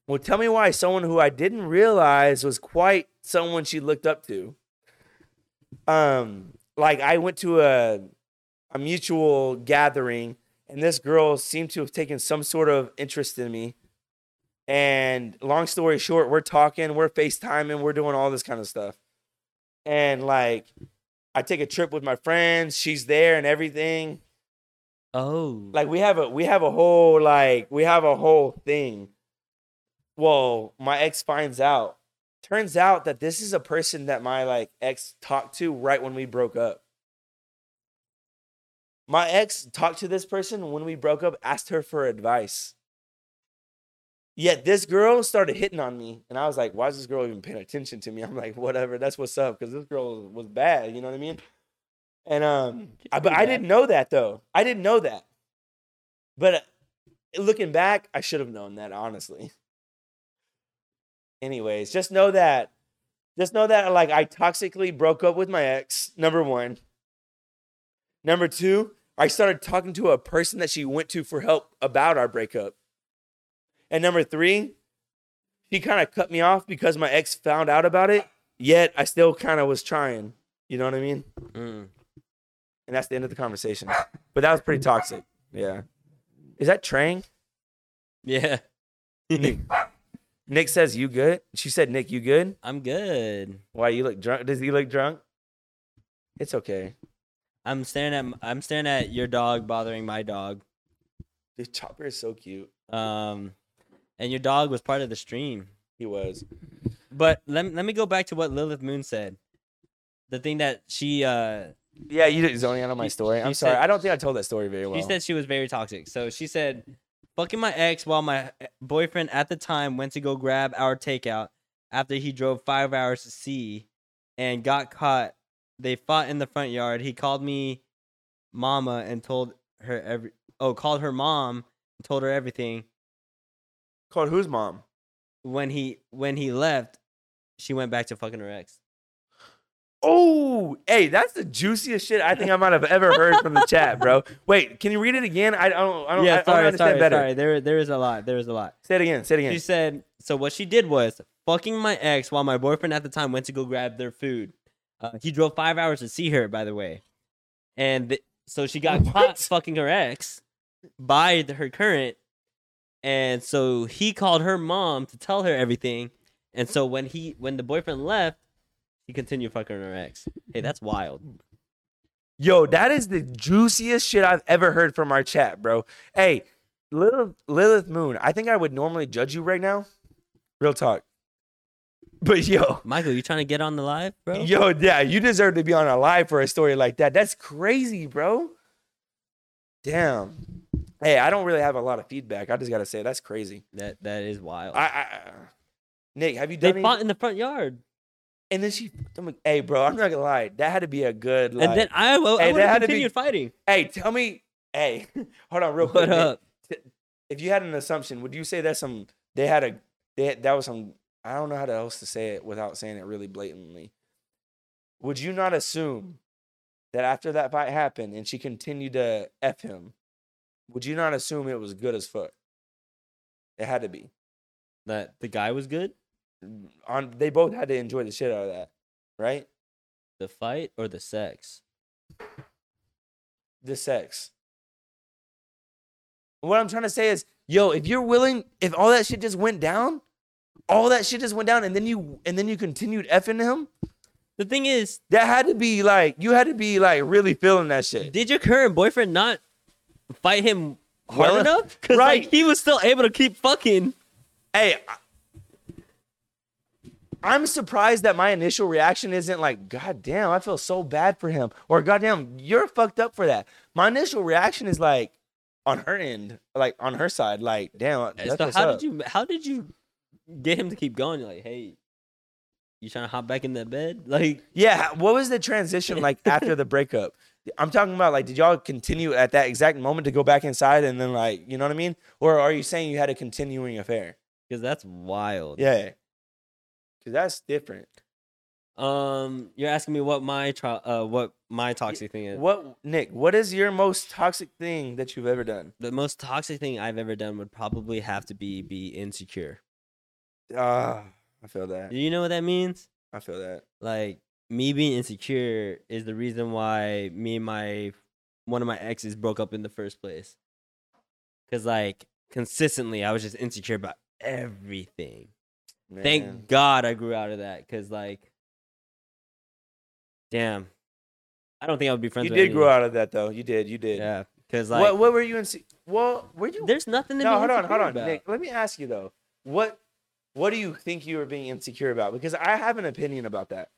Speaker 2: Well, tell me why someone who I didn't realize was quite someone she looked up to. Um, like I went to a a mutual gathering, and this girl seemed to have taken some sort of interest in me. And long story short, we're talking, we're FaceTiming, we're doing all this kind of stuff. And like I take a trip with my friends. She's there and everything.
Speaker 1: Oh,
Speaker 2: Like we have a we have a whole like we have a whole thing. Well, my ex finds out. Turns out that this is a person that my like ex talked to right when we broke up. My ex talked to this person when we broke up, asked her for advice. Yet this girl started hitting on me, and I was like, "Why is this girl even paying attention to me?" I'm like, "Whatever, that's what's up," because this girl was, was bad. You know what I mean? And um,
Speaker 1: Mm, She
Speaker 2: I,
Speaker 1: could
Speaker 2: but
Speaker 1: be
Speaker 2: I
Speaker 1: bad.
Speaker 2: didn't know that though. I didn't know that. But uh, looking back, I should have known that honestly. Anyways, just know that, just know that like I toxically broke up with my ex. Number one. Number two, I started talking to a person that she went to for help about our breakup. And number three, she kind of cut me off because my ex found out about it, yet I still kind of was trying. You know what I mean?
Speaker 1: mm.
Speaker 2: And that's the end of the conversation. But that was pretty toxic. Yeah. Is that Trang?
Speaker 1: yeah.
Speaker 2: Nick says, You good? She said, Nick, you good?
Speaker 1: I'm good.
Speaker 2: Why you look drunk? Does he look drunk? It's okay.
Speaker 1: I'm staring at m- I'm staring at your dog bothering my dog.
Speaker 2: Dude, Chopper is so cute.
Speaker 1: Um, and your dog was part of the stream.
Speaker 2: He was.
Speaker 1: But let me, let me go back to what Lilith Moon said. The thing that she uh
Speaker 2: Yeah, you didn't zone out on my
Speaker 1: She-
Speaker 2: story.
Speaker 1: she
Speaker 2: I'm sorry.
Speaker 1: said-
Speaker 2: I don't think I told that story very well.
Speaker 1: she said she was very toxic. So she said fucking my ex while my e- boyfriend at the time went to go grab our takeout after he drove 5 hours to sea and got caught. They fought in the front yard. He called me mama and told her every oh, called her mom and told her everything.
Speaker 2: Called whose mom?
Speaker 1: when he when he left, she went back to fucking her ex.
Speaker 2: Oh, hey, that's the juiciest shit I think I might have ever heard from the chat, bro. Wait, can you read it again? I don't. I don't. I
Speaker 1: yeah,
Speaker 2: don't
Speaker 1: sorry,
Speaker 2: understand
Speaker 1: sorry,
Speaker 2: better.
Speaker 1: sorry. There there is a lot. There is a lot.
Speaker 2: Say it again. Say it
Speaker 1: She
Speaker 2: again.
Speaker 1: said, so what she did was fucking my ex while my boyfriend at the time went to go grab their food. Uh, he drove five hours to see her, by the way, and th- so she got
Speaker 2: What?
Speaker 1: caught fucking her ex by the, her current, and so he called her mom to tell her everything, and so when he when the boyfriend left, he continued fucking her ex. Hey, that's wild.
Speaker 2: Yo, that is the juiciest shit I've ever heard from our chat, bro. Hey, Lilith, Lilith Moon, I think I would normally judge you right now. Real talk. But yo,
Speaker 1: Michael, you trying to get on the live, bro?
Speaker 2: yo, yeah, you deserve to be on a live for a story like that. That's crazy, bro. Damn. Hey, I don't really have a lot of feedback. I just gotta say that's crazy.
Speaker 1: That that is wild.
Speaker 2: I, I Nick, have you done?
Speaker 1: they
Speaker 2: any-
Speaker 1: fought in the front yard,
Speaker 2: and then she, I'm like, hey, bro, I'm not gonna lie. That had to be a good. Like,
Speaker 1: and then I, I,
Speaker 2: Hey,
Speaker 1: would
Speaker 2: that
Speaker 1: have
Speaker 2: had to be-
Speaker 1: continued fighting.
Speaker 2: hey, tell me, hey, hold on, real quick.
Speaker 1: What
Speaker 2: Nick.
Speaker 1: up?
Speaker 2: if you had an assumption, would you say that's some they had a they had, that was some I don't know how to else to say it without saying it really blatantly. Would you not assume that after that fight happened and she continued to f him, would you not assume it was good as fuck? It had to be.
Speaker 1: That the guy was good.
Speaker 2: On they both had to enjoy the shit out of that, right?
Speaker 1: The fight or the sex?
Speaker 2: the sex. What I'm trying to say is, yo, if you're willing, if all that shit just went down, all that shit just went down, and then you and then you continued effing him,
Speaker 1: The thing is,
Speaker 2: that had to be like you had to be like really feeling that shit.
Speaker 1: did your current boyfriend not fight him hard
Speaker 2: Well,
Speaker 1: enough? Because
Speaker 2: right.
Speaker 1: like, he was still able to keep fucking.
Speaker 2: Hey, I, I'm surprised that my initial reaction isn't like, God damn, I feel so bad for him, or God damn, you're fucked up for that. My initial reaction is like, on her end, like on her side, like, damn. that's
Speaker 1: so
Speaker 2: what's
Speaker 1: how
Speaker 2: up.
Speaker 1: did you how did you get him to keep going? You're like, hey, you trying to hop back in that bed? Like,
Speaker 2: Yeah, what was the transition like after the breakup? I'm talking about like, did y'all continue at that exact moment to go back inside and then like, you know what I mean? Or are you saying you had a continuing affair?
Speaker 1: because that's wild.
Speaker 2: Yeah, because that's different.
Speaker 1: Um, you're asking me what my tro- uh what my toxic thing is.
Speaker 2: What Nick? What is your most toxic thing that you've ever done?
Speaker 1: the most toxic thing I've ever done would probably have to be be insecure.
Speaker 2: Ah, I feel that.
Speaker 1: Do you know what that means?
Speaker 2: I feel that.
Speaker 1: Like me being insecure is the reason why me and my one of my exes broke up in the first place. Cause like consistently I was just insecure about everything.
Speaker 2: Man.
Speaker 1: Thank God I grew out of that. Cause like damn. I don't think I would be friends
Speaker 2: you
Speaker 1: with
Speaker 2: did grow out of that though. You did. You did.
Speaker 1: Yeah. Cause like
Speaker 2: what? What were you in? se- Well, were you?
Speaker 1: there's nothing to be
Speaker 2: No, hold on,
Speaker 1: insecure
Speaker 2: hold on,
Speaker 1: about.
Speaker 2: Nick. Let me ask you though. What what do you think you were being insecure about? Because I have an opinion about that.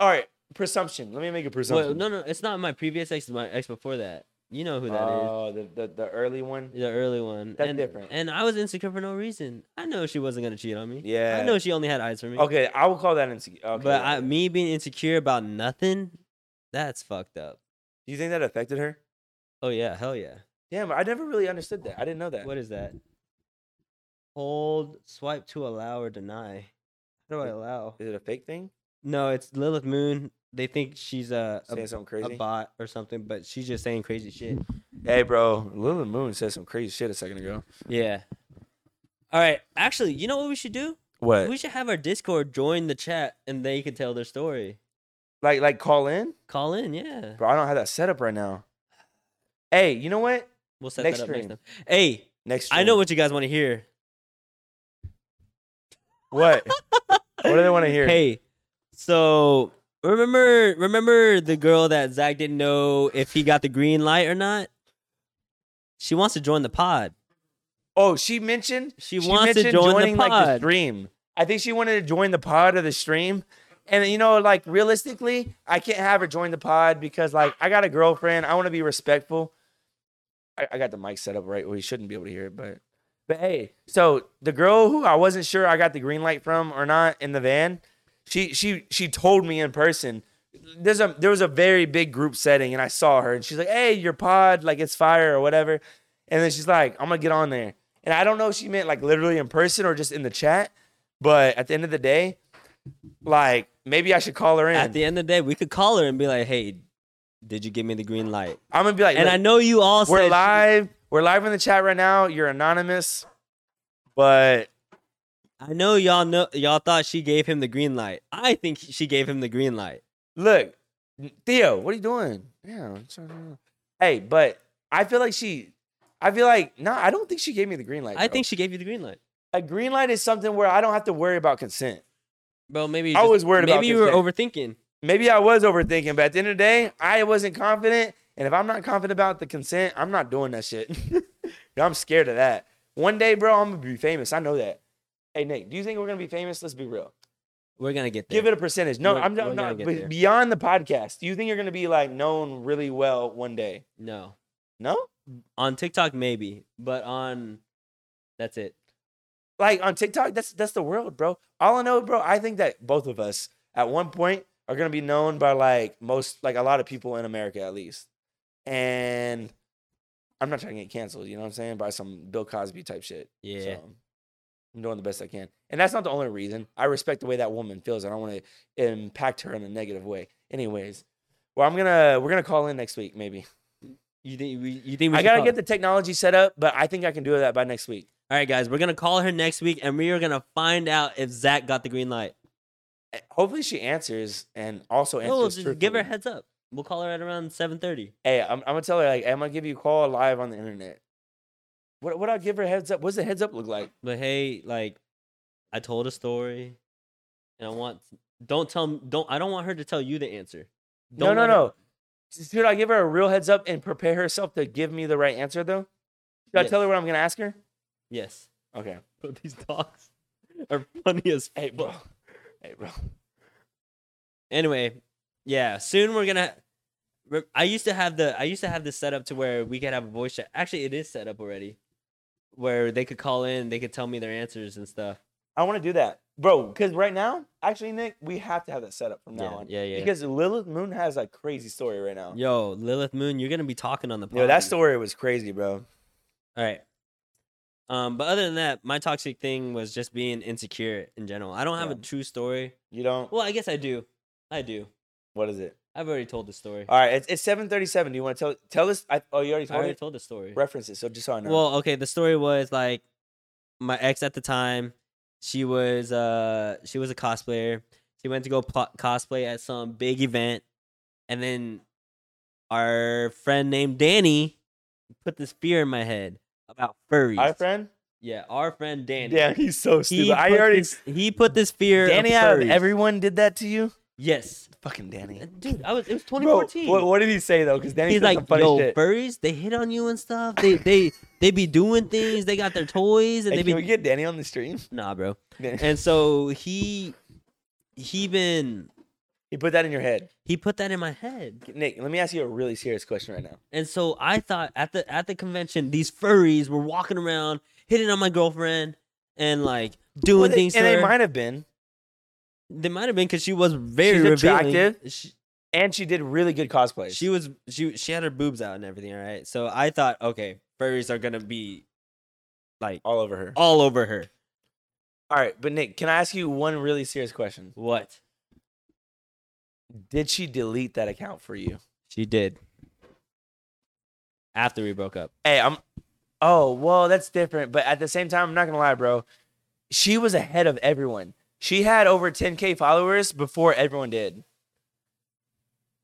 Speaker 2: All right, presumption. Let me make a presumption.
Speaker 1: Well, no, no, it's not my previous ex. It's my ex before that. You know who that is.
Speaker 2: oh, the, the the early one.
Speaker 1: The early one.
Speaker 2: That's
Speaker 1: and,
Speaker 2: different.
Speaker 1: And I was insecure for no reason. I know she wasn't gonna cheat on me.
Speaker 2: Yeah.
Speaker 1: I know she only had eyes for me.
Speaker 2: Okay, I will call that insecure. Okay,
Speaker 1: but
Speaker 2: yeah, yeah.
Speaker 1: I, me being insecure about nothing, that's fucked up.
Speaker 2: do you think that affected her?
Speaker 1: Oh yeah, hell yeah.
Speaker 2: Damn, I never really understood that. I didn't know that.
Speaker 1: What is that? Hold, swipe to allow or deny. How do I
Speaker 2: Wait,
Speaker 1: allow?
Speaker 2: Is it a fake thing?
Speaker 1: No, it's Lilith Moon. They think she's a
Speaker 2: Saying
Speaker 1: a,
Speaker 2: something
Speaker 1: a
Speaker 2: crazy.
Speaker 1: bot or something, but she's just saying crazy shit.
Speaker 2: Hey, bro, Lil Moon said some crazy shit a second ago.
Speaker 1: Yeah. All right. Actually, you know what we should do?
Speaker 2: What?
Speaker 1: We should have our Discord join the chat and they can tell their story.
Speaker 2: Like like call in?
Speaker 1: Call in, yeah.
Speaker 2: Bro, I don't have that set up right now. Hey, you know what?
Speaker 1: We'll set
Speaker 2: Next
Speaker 1: that up next
Speaker 2: stream.
Speaker 1: time. Hey,
Speaker 2: Next.
Speaker 1: I know
Speaker 2: stream.
Speaker 1: what you guys want to hear.
Speaker 2: What? What do they wanna hear?
Speaker 1: Hey, so remember remember the girl that Zach didn't know if he got the green light or not? She wants to join the pod.
Speaker 2: Oh, she mentioned
Speaker 1: She wants to join the
Speaker 2: like
Speaker 1: pod.
Speaker 2: the stream. I think she wanted to join the pod or the stream. And you know, like realistically, I can't have her join the pod because like I got a girlfriend. I want to be respectful. I, I got the mic set up right where you shouldn't be able to hear it, but but hey, so the girl who I wasn't sure I got the green light from or not in the van, she she she told me in person. There's a there was a very big group setting, and I saw her, and she's like, "Hey, your pod, like it's fire or whatever." And then she's like, I'm gonna get on there. And I don't know if she meant like literally in person or just in the chat, but at the end of the day, like maybe I should call her in.
Speaker 1: At the end of the day, we could call her and be like, "Hey, did you give me the green light?"
Speaker 2: I'm gonna be like,
Speaker 1: And I know you all
Speaker 2: we're
Speaker 1: said
Speaker 2: live, we're live in the chat right now. You're anonymous, but
Speaker 1: I know y'all know y'all thought she gave him the green light. I think she gave him the green light.
Speaker 2: look, Theo, what are you doing? Yeah, I'm trying to- hey, but I feel like she, I feel like no, I don't think she gave me the green light.
Speaker 1: I
Speaker 2: bro.
Speaker 1: think she gave you the green light.
Speaker 2: a green light is something where I don't have to worry about consent.
Speaker 1: Bro, maybe you
Speaker 2: I
Speaker 1: just-
Speaker 2: was worried
Speaker 1: maybe
Speaker 2: about
Speaker 1: you
Speaker 2: this
Speaker 1: were
Speaker 2: thing.
Speaker 1: overthinking.
Speaker 2: maybe I was overthinking, but at the end of the day, I wasn't confident. And if I'm not confident about the consent, I'm not doing that shit. Yo, I'm scared of that. One day, bro, I'm gonna be famous. I know that. Hey Nate, do you think we're gonna be famous? Let's be real.
Speaker 1: We're gonna get there.
Speaker 2: Give it a percentage. No,
Speaker 1: We're-
Speaker 2: I'm
Speaker 1: we're
Speaker 2: not,
Speaker 1: gonna
Speaker 2: not
Speaker 1: get
Speaker 2: but
Speaker 1: there.
Speaker 2: beyond the podcast. Do you think you're gonna be like known really well one day?
Speaker 1: no
Speaker 2: No,
Speaker 1: on TikTok maybe, but on that's it.
Speaker 2: like on TikTok, that's that's the world, bro. All I know, bro, I think that both of us at one point are gonna be known by like most, like a lot of people in America at least. And I'm not trying to get canceled, you know what I'm saying, by some Bill Cosby type shit.
Speaker 1: Yeah.
Speaker 2: So, I'm doing the best I can, and that's not the only reason. I respect the way that woman feels. I don't want to impact her in a negative way. Anyways, well, I'm gonna we're gonna call in next week maybe.
Speaker 1: You think we? You think we?
Speaker 2: I
Speaker 1: should
Speaker 2: gotta
Speaker 1: call
Speaker 2: get
Speaker 1: it?
Speaker 2: the technology set up, but I think I can do that by next week.
Speaker 1: All right, guys, we're gonna call her next week, and we are gonna find out if Zach got the green light.
Speaker 2: Eh, Hopefully, she answers and also answers.
Speaker 1: Oh, just give her a
Speaker 2: truthfully.
Speaker 1: heads up. We'll call her at around seven thirty.
Speaker 2: Hey, I'm, I'm gonna tell her like I'm gonna give you a call live on the internet. What what I give her a heads up? What's the heads up look like?
Speaker 1: But hey, like, I told a story, and I want don't tell m- don't I don't want her to tell you the answer. Don't
Speaker 2: no,
Speaker 1: let
Speaker 2: no, no. Should I give her a real heads up and prepare herself to give me the right answer though? Should I
Speaker 1: Yes.
Speaker 2: tell her what I'm gonna ask her?
Speaker 1: Yes,
Speaker 2: Okay.
Speaker 1: bro, these dogs are funny as.
Speaker 2: Hey,
Speaker 1: fuck.
Speaker 2: bro. Hey, bro.
Speaker 1: Anyway, yeah, soon we're gonna. re- I used to have the I used to have this set up to where we could have a voice chat. Actually, it is set up already, where they could call in, they could tell me their answers and stuff.
Speaker 2: I want to do that, bro. Because right now, actually, Nick, we have to have that set up from now
Speaker 1: Yeah,
Speaker 2: on.
Speaker 1: yeah, yeah.
Speaker 2: Because Lilith Moon has a crazy story right now.
Speaker 1: Yo, Lilith Moon, you're gonna be talking on the podcast.
Speaker 2: Yo, that story was crazy, bro.
Speaker 1: All right. Um, but other than that, my toxic thing was just being insecure in general. I don't have a
Speaker 2: Yeah.
Speaker 1: true story.
Speaker 2: You don't.
Speaker 1: Well, I guess I do. I do.
Speaker 2: What is it?
Speaker 1: I've already told the story.
Speaker 2: All right, it's, it's seven thirty-seven. Do you want to tell tell us? I, oh, you already
Speaker 1: I
Speaker 2: told
Speaker 1: already
Speaker 2: it.
Speaker 1: told the story.
Speaker 2: Reference it, so just so I know.
Speaker 1: Well, okay, the story was like my ex at the time, she was uh she was a cosplayer. She went to go pl- cosplay at some big event and then our friend named Danny put this fear in my head about furries.
Speaker 2: our friend.
Speaker 1: yeah, our friend Danny.
Speaker 2: Damn, he's so stupid. I
Speaker 1: put
Speaker 2: already.
Speaker 1: this- he put this fear.
Speaker 2: Danny,
Speaker 1: of
Speaker 2: out of
Speaker 1: furries.
Speaker 2: everyone did that to you.
Speaker 1: yes,
Speaker 2: Fucking Danny.
Speaker 1: dude. I was. It was
Speaker 2: Bro,
Speaker 1: 2014.
Speaker 2: what, what did he say though? Because Danny
Speaker 1: He's
Speaker 2: said
Speaker 1: like,
Speaker 2: some funny
Speaker 1: yo,
Speaker 2: shit.
Speaker 1: furries. They hit on you and stuff. They they they be doing things. They got their toys and
Speaker 2: Hey,
Speaker 1: they
Speaker 2: can
Speaker 1: be
Speaker 2: we get Danny on the stream?
Speaker 1: nah, bro.
Speaker 2: he
Speaker 1: And so he he been
Speaker 2: put that in your head,
Speaker 1: he put that in my head.
Speaker 2: Nick. Let me ask you a really serious question right now.
Speaker 1: And so I thought at the at the convention these furries were walking around hitting on my girlfriend and like doing
Speaker 2: Well, they-
Speaker 1: things.
Speaker 2: and
Speaker 1: to
Speaker 2: they
Speaker 1: her.
Speaker 2: might have been.
Speaker 1: They might have been because she was very
Speaker 2: She's
Speaker 1: revealing.
Speaker 2: attractive.
Speaker 1: She-
Speaker 2: and she did really good cosplays.
Speaker 1: she was she she had her boobs out and everything, all right. So I thought, okay, furries are gonna be like
Speaker 2: all over her.
Speaker 1: all over her.
Speaker 2: All right, but Nick, can I ask you one really serious question?
Speaker 1: What
Speaker 2: Did she delete that account for you?
Speaker 1: she did after we broke up.
Speaker 2: Hey, I'm. Oh well, that's different. But at the same time, I'm not gonna lie, bro. She was ahead of everyone. She had over 10k followers before everyone did.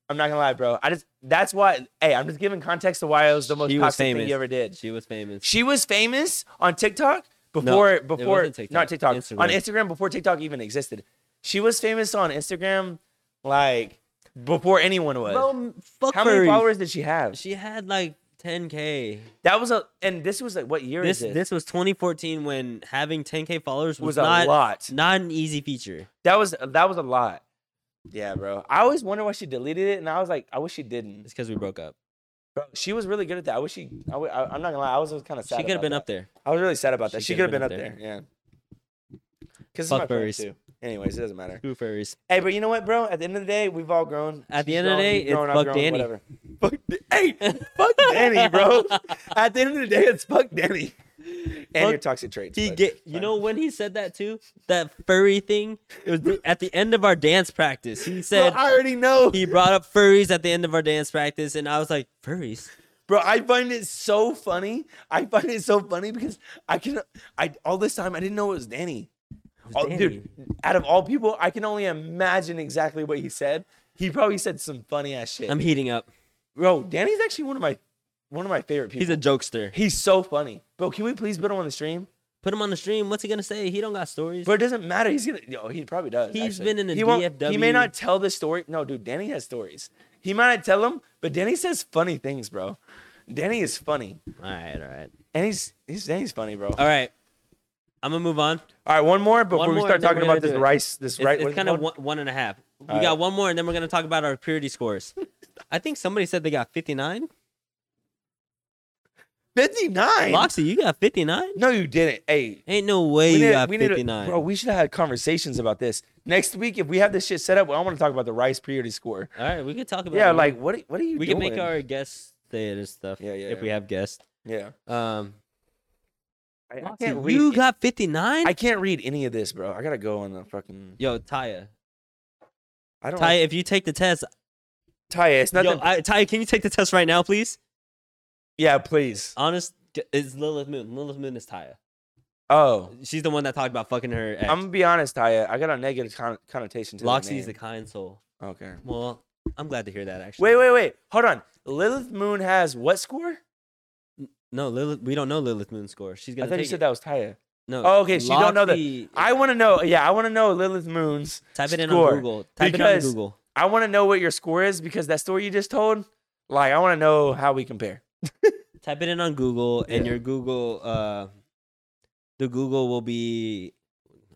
Speaker 2: I'm not gonna lie, bro. I just that's why. Hey, I'm just giving context to why it was the most
Speaker 1: She was
Speaker 2: toxic
Speaker 1: famous.
Speaker 2: thing you ever did.
Speaker 1: She was famous.
Speaker 2: She was famous on TikTok before
Speaker 1: it
Speaker 2: before
Speaker 1: wasn't TikTok.
Speaker 2: not TikTok on
Speaker 1: Instagram.
Speaker 2: Instagram before TikTok even existed. She was famous on Instagram like before anyone was.
Speaker 1: Bro, m- fuck
Speaker 2: How
Speaker 1: furries.
Speaker 2: many followers did she have?
Speaker 1: She had like 10k.
Speaker 2: That was a and this was like what year
Speaker 1: This
Speaker 2: is
Speaker 1: this
Speaker 2: this?
Speaker 1: was 2014 when having 10k followers was,
Speaker 2: was a
Speaker 1: not
Speaker 2: lot.
Speaker 1: not an easy feature.
Speaker 2: That was that was a lot. Yeah, bro. I always wonder why she deleted it, and I was like, I wish she didn't.
Speaker 1: It's because we broke up.
Speaker 2: Bro, she was really good at that. I wish she. I, w- I, am not gonna lie. I was kind of sad.
Speaker 1: she could have
Speaker 2: about
Speaker 1: been
Speaker 2: that.
Speaker 1: up there.
Speaker 2: I was really sad about that.
Speaker 1: She
Speaker 2: She, could
Speaker 1: could've
Speaker 2: have been up
Speaker 1: been
Speaker 2: there.
Speaker 1: up
Speaker 2: Yeah. Because
Speaker 1: Fuck
Speaker 2: my friend
Speaker 1: furries.
Speaker 2: too. Anyways, it doesn't matter.
Speaker 1: Who furries?
Speaker 2: Hey, but you know what, bro? At the end of the day, we've all grown.
Speaker 1: At the
Speaker 2: She's
Speaker 1: end of the
Speaker 2: grown,
Speaker 1: day,
Speaker 2: you've
Speaker 1: it's
Speaker 2: I've
Speaker 1: fuck Danny.
Speaker 2: Whatever. Fuck, Da- hey, fuck Danny, bro. At the end of the day, it's fuck Danny. And your
Speaker 1: Fuck-
Speaker 2: toxic traits.
Speaker 1: He
Speaker 2: but
Speaker 1: get
Speaker 2: it's
Speaker 1: you
Speaker 2: fine.
Speaker 1: know when he said that too that furry thing it was the- at the end of our dance practice he
Speaker 2: Bro,
Speaker 1: said
Speaker 2: I already know,
Speaker 1: he brought up furries at the end of our dance practice and I was like furries
Speaker 2: bro. I find it so funny. I find it so funny because I can. I all this time I didn't know it was Danny. Oh, dude, out of all people, I can only imagine exactly what he said. He probably said some funny ass shit.
Speaker 1: I'm heating up
Speaker 2: bro, Danny's actually one of my one of my favorite people.
Speaker 1: he's a jokester
Speaker 2: He's so funny. Bro, can we please put him on the stream?
Speaker 1: put him on the stream what's he gonna say he don't got stories
Speaker 2: But it doesn't matter. He's gonna. Yo, he probably does.
Speaker 1: He's
Speaker 2: He's
Speaker 1: been in a
Speaker 2: he won't- He
Speaker 1: DFW.
Speaker 2: may not tell the story. No, dude. Danny has stories. He might not tell them, but Danny says funny things, bro. Danny is funny,
Speaker 1: all right all right
Speaker 2: and he's he's Danny's funny, bro.
Speaker 1: all right I'm gonna move on.
Speaker 2: All right, one more before
Speaker 1: One
Speaker 2: we
Speaker 1: more,
Speaker 2: start
Speaker 1: then we're
Speaker 2: talking
Speaker 1: gonna
Speaker 2: about this
Speaker 1: do it.
Speaker 2: rice. This
Speaker 1: It's,
Speaker 2: rice.
Speaker 1: it's kind of one, one and a half. We
Speaker 2: All
Speaker 1: got
Speaker 2: right.
Speaker 1: one more, and then we're gonna talk about our purity scores. I think somebody said they got 59.
Speaker 2: fifty nine.
Speaker 1: Loxy, you got 59?
Speaker 2: No, you didn't. Hey, uh,
Speaker 1: Ain't no way you got
Speaker 2: we need to-
Speaker 1: 59.
Speaker 2: bro. We should have had conversations about this next week if we have this shit set up. I want to talk about the rice priority score.
Speaker 1: All right, we could talk about.
Speaker 2: Yeah,
Speaker 1: it.
Speaker 2: like what? are- What are you
Speaker 1: we
Speaker 2: doing?
Speaker 1: can make our guests say it and stuff.
Speaker 2: Yeah, yeah,
Speaker 1: If
Speaker 2: yeah.
Speaker 1: we have guests,
Speaker 2: yeah.
Speaker 1: um,
Speaker 2: I, I
Speaker 1: Loxy,
Speaker 2: can't read.
Speaker 1: you got 59.
Speaker 2: I can't read any of this, bro. I gotta go on the fucking.
Speaker 1: Yo, Taya,
Speaker 2: I don't.
Speaker 1: Taya, if you take the test,
Speaker 2: Taya, it's nothing.
Speaker 1: yo, I, Taya, can you take the test right now, please?
Speaker 2: yeah, please.
Speaker 1: Honest, it's Lilith Moon. Lilith Moon is Taya.
Speaker 2: Oh,
Speaker 1: She's the one that talked about fucking her ex.
Speaker 2: I'm gonna be honest, Taya. I got a negative con- connotation to that
Speaker 1: Loxy's the
Speaker 2: name.
Speaker 1: kind soul.
Speaker 2: okay.
Speaker 1: Well, I'm glad to hear that. Actually,
Speaker 2: Wait, wait, wait. Hold on. Lilith Moon has what score?
Speaker 1: no, Lilith. We don't know Lilith Moon's score. She's
Speaker 2: I
Speaker 1: gonna.
Speaker 2: thought you
Speaker 1: take
Speaker 2: said
Speaker 1: it.
Speaker 2: that was Taya.
Speaker 1: No.
Speaker 2: Oh, okay, she don't know that.
Speaker 1: Loxy-
Speaker 2: I want to know. Yeah, I want to know Lilith Moon's.
Speaker 1: Type it in
Speaker 2: score.
Speaker 1: on Google. Type it
Speaker 2: Because-
Speaker 1: on Google.
Speaker 2: I want to know what your score is because that story you just told. Like, I want to know how we compare.
Speaker 1: Type it in on Google, and
Speaker 2: Yeah.
Speaker 1: your Google, uh, the Google will be.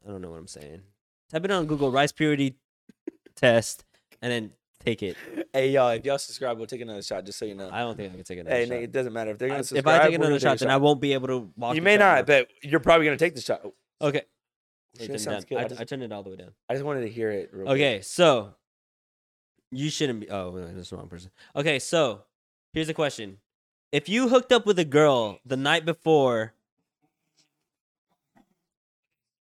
Speaker 1: I don't know what I'm saying. Type it on Google rice purity test, and then take it.
Speaker 2: Hey, y'all, if y'all subscribe, we'll take another shot. Just so you know.
Speaker 1: I don't think I can take another
Speaker 2: hey, nigga,
Speaker 1: shot.
Speaker 2: it doesn't matter if they're
Speaker 1: I-
Speaker 2: gonna
Speaker 1: if
Speaker 2: subscribe.
Speaker 1: I take
Speaker 2: we're gonna
Speaker 1: another shot, then I
Speaker 2: a
Speaker 1: won't be able to walk.
Speaker 2: You
Speaker 1: the
Speaker 2: may
Speaker 1: shot.
Speaker 2: not, but you're probably gonna take the shot. Oh,
Speaker 1: Okay. It
Speaker 2: shit,
Speaker 1: turned
Speaker 2: sounds
Speaker 1: down.
Speaker 2: good. I,
Speaker 1: I,
Speaker 2: just,
Speaker 1: I turned it all the way down.
Speaker 2: I just wanted to hear it. Real quick.
Speaker 1: Okay, so you shouldn't be. Oh, wait, that's the wrong person. Okay, so here's a question: If you hooked up with a girl the night before,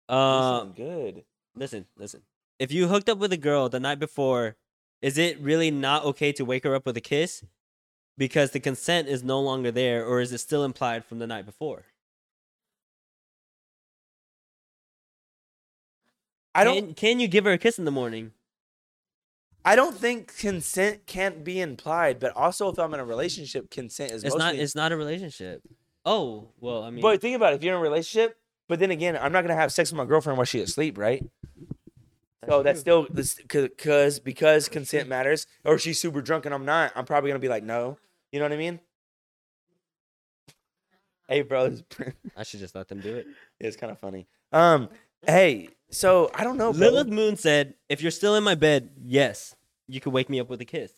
Speaker 2: This
Speaker 1: um,
Speaker 2: sounds good.
Speaker 1: listen, listen. If you hooked up with a girl the night before, is it really not okay to wake her up with a kiss? Because the consent is no longer there, or is it still implied from the night before?
Speaker 2: I don't.
Speaker 1: Can, can you give her a kiss in the morning?
Speaker 2: I don't think consent can't be implied, but also if I'm in a relationship, consent is
Speaker 1: It's
Speaker 2: mostly.
Speaker 1: not. It's not a relationship. Oh well, I mean,
Speaker 2: but think about it. If you're in a relationship, but then again, I'm not gonna have sex with my girlfriend while she's asleep, right? so that's
Speaker 1: true.
Speaker 2: still this because because consent matters. Or if she's super drunk and I'm not, I'm probably gonna be like, no. You know what I mean? Hey, bro, it's,
Speaker 1: I should just let them do it.
Speaker 2: it's kind of funny. Um, hey, so I don't know. Bro.
Speaker 1: Lilith Moon said, "If you're still in my bed, yes, you could wake me up with a kiss."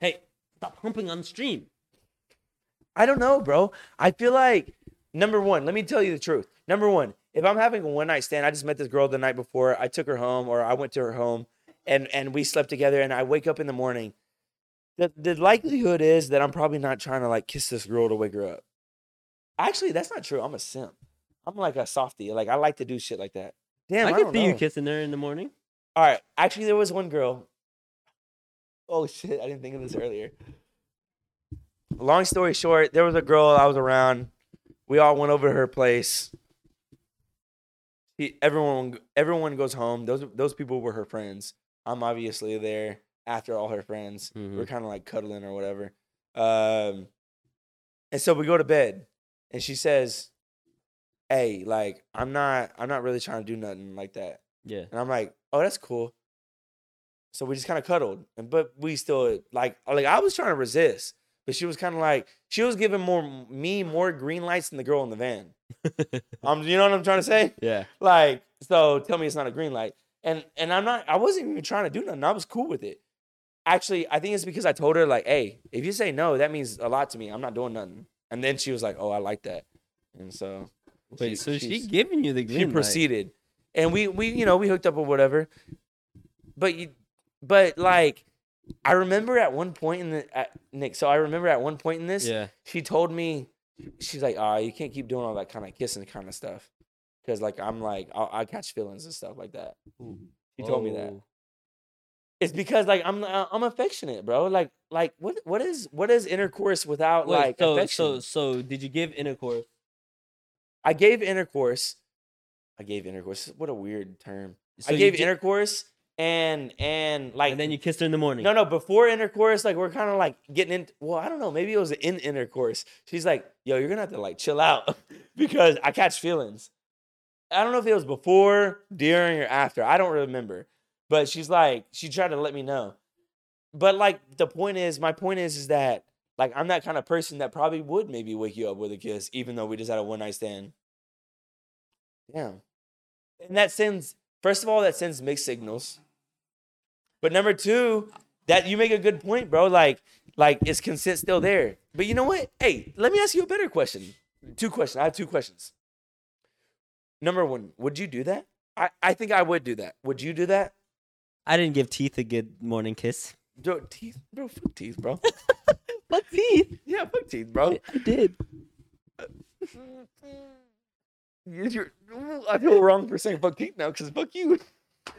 Speaker 1: Hey, stop humping on stream.
Speaker 2: I don't know, bro. I feel like number one, let me tell you the truth. Number one, if I'm having a one night stand, I just met this girl the night before. I took her home or I went to her home and and we slept together and I wake up in the morning. The the likelihood is that I'm probably not trying to like kiss this girl to wake her up. Actually, that's not true. I'm a simp. I'm like a softie. Like I like to do shit like that. Damn, I,
Speaker 1: I could
Speaker 2: don't
Speaker 1: see you
Speaker 2: know.
Speaker 1: kissing her in the morning.
Speaker 2: All right. Actually, there was one girl. Oh shit! I didn't think of this earlier. Long story short, there was a girl I was around. We all went over to her place. He, everyone, everyone goes home. Those those people were her friends. I'm obviously there after all her friends. We're
Speaker 1: Mhm.
Speaker 2: kind of like cuddling or whatever. Um, and so we go to bed, and she says, "Hey, like I'm not, I'm not really trying to do nothing like that."
Speaker 1: Yeah.
Speaker 2: And I'm like, oh, that's cool. So we just kind of cuddled, and but we still like uh, like I was trying to resist, but she was kind of like she was giving more me more green lights than the girl in the van. um, you know what I'm trying to say?
Speaker 1: Yeah.
Speaker 2: Like, so tell me it's not a green light. And and I'm not I wasn't even trying to do nothing. I was cool with it. Actually, I think it's because I told her like, hey, if you say no, that means a lot to me. I'm not doing nothing. And then she was like, oh, I like that. And so
Speaker 1: Wait, so she
Speaker 2: she's-
Speaker 1: giving you the green
Speaker 2: she
Speaker 1: light.
Speaker 2: proceeded, and we we you know we hooked up or whatever, but you, but like I remember at one point in the at, Nick, so I remember at one point in this,
Speaker 1: Yeah.
Speaker 2: she told me she's like, ah, you can't keep doing all that kind of kissing kind of stuff, because like I'm like I'll, I catch feelings and stuff like that. She told me that
Speaker 1: Oh.
Speaker 2: it's because like I'm uh, I'm affectionate, bro. Like like what what is what is intercourse without
Speaker 1: Wait,
Speaker 2: like
Speaker 1: so so
Speaker 2: affection?
Speaker 1: so did you give intercourse?
Speaker 2: I gave intercourse. I gave intercourse. What a weird term.
Speaker 1: So
Speaker 2: I
Speaker 1: you
Speaker 2: gave
Speaker 1: di-
Speaker 2: intercourse and and like
Speaker 1: and then you kissed her in the morning.
Speaker 2: no no before intercourse like we're kind of like getting in well I don't know maybe it was in intercourse she's like yo you're gonna have to like chill out because I catch feelings I don't know if it was before during or after I don't remember but she's like she tried to let me know but like the point is my point is is that Like I'm that kind of person that probably would maybe wake you up with a kiss, even though we just had a one night stand. Damn. And that sends first of all, that sends mixed signals. But number two, that you make a good point, bro. Like, like is consent still there? But you know what? Hey, let me ask you a better question. Two questions. I have two questions. Number one, would you do that? I, I think I would do that. Would you do that?
Speaker 1: I didn't give teeth a good morning kiss.
Speaker 2: Bro, teeth, bro, fuck teeth, bro.
Speaker 1: Fuck teeth.
Speaker 2: yeah, fuck teeth, bro.
Speaker 1: I did.
Speaker 2: Is your- Ooh, I feel wrong for saying fuck teeth now because fuck you.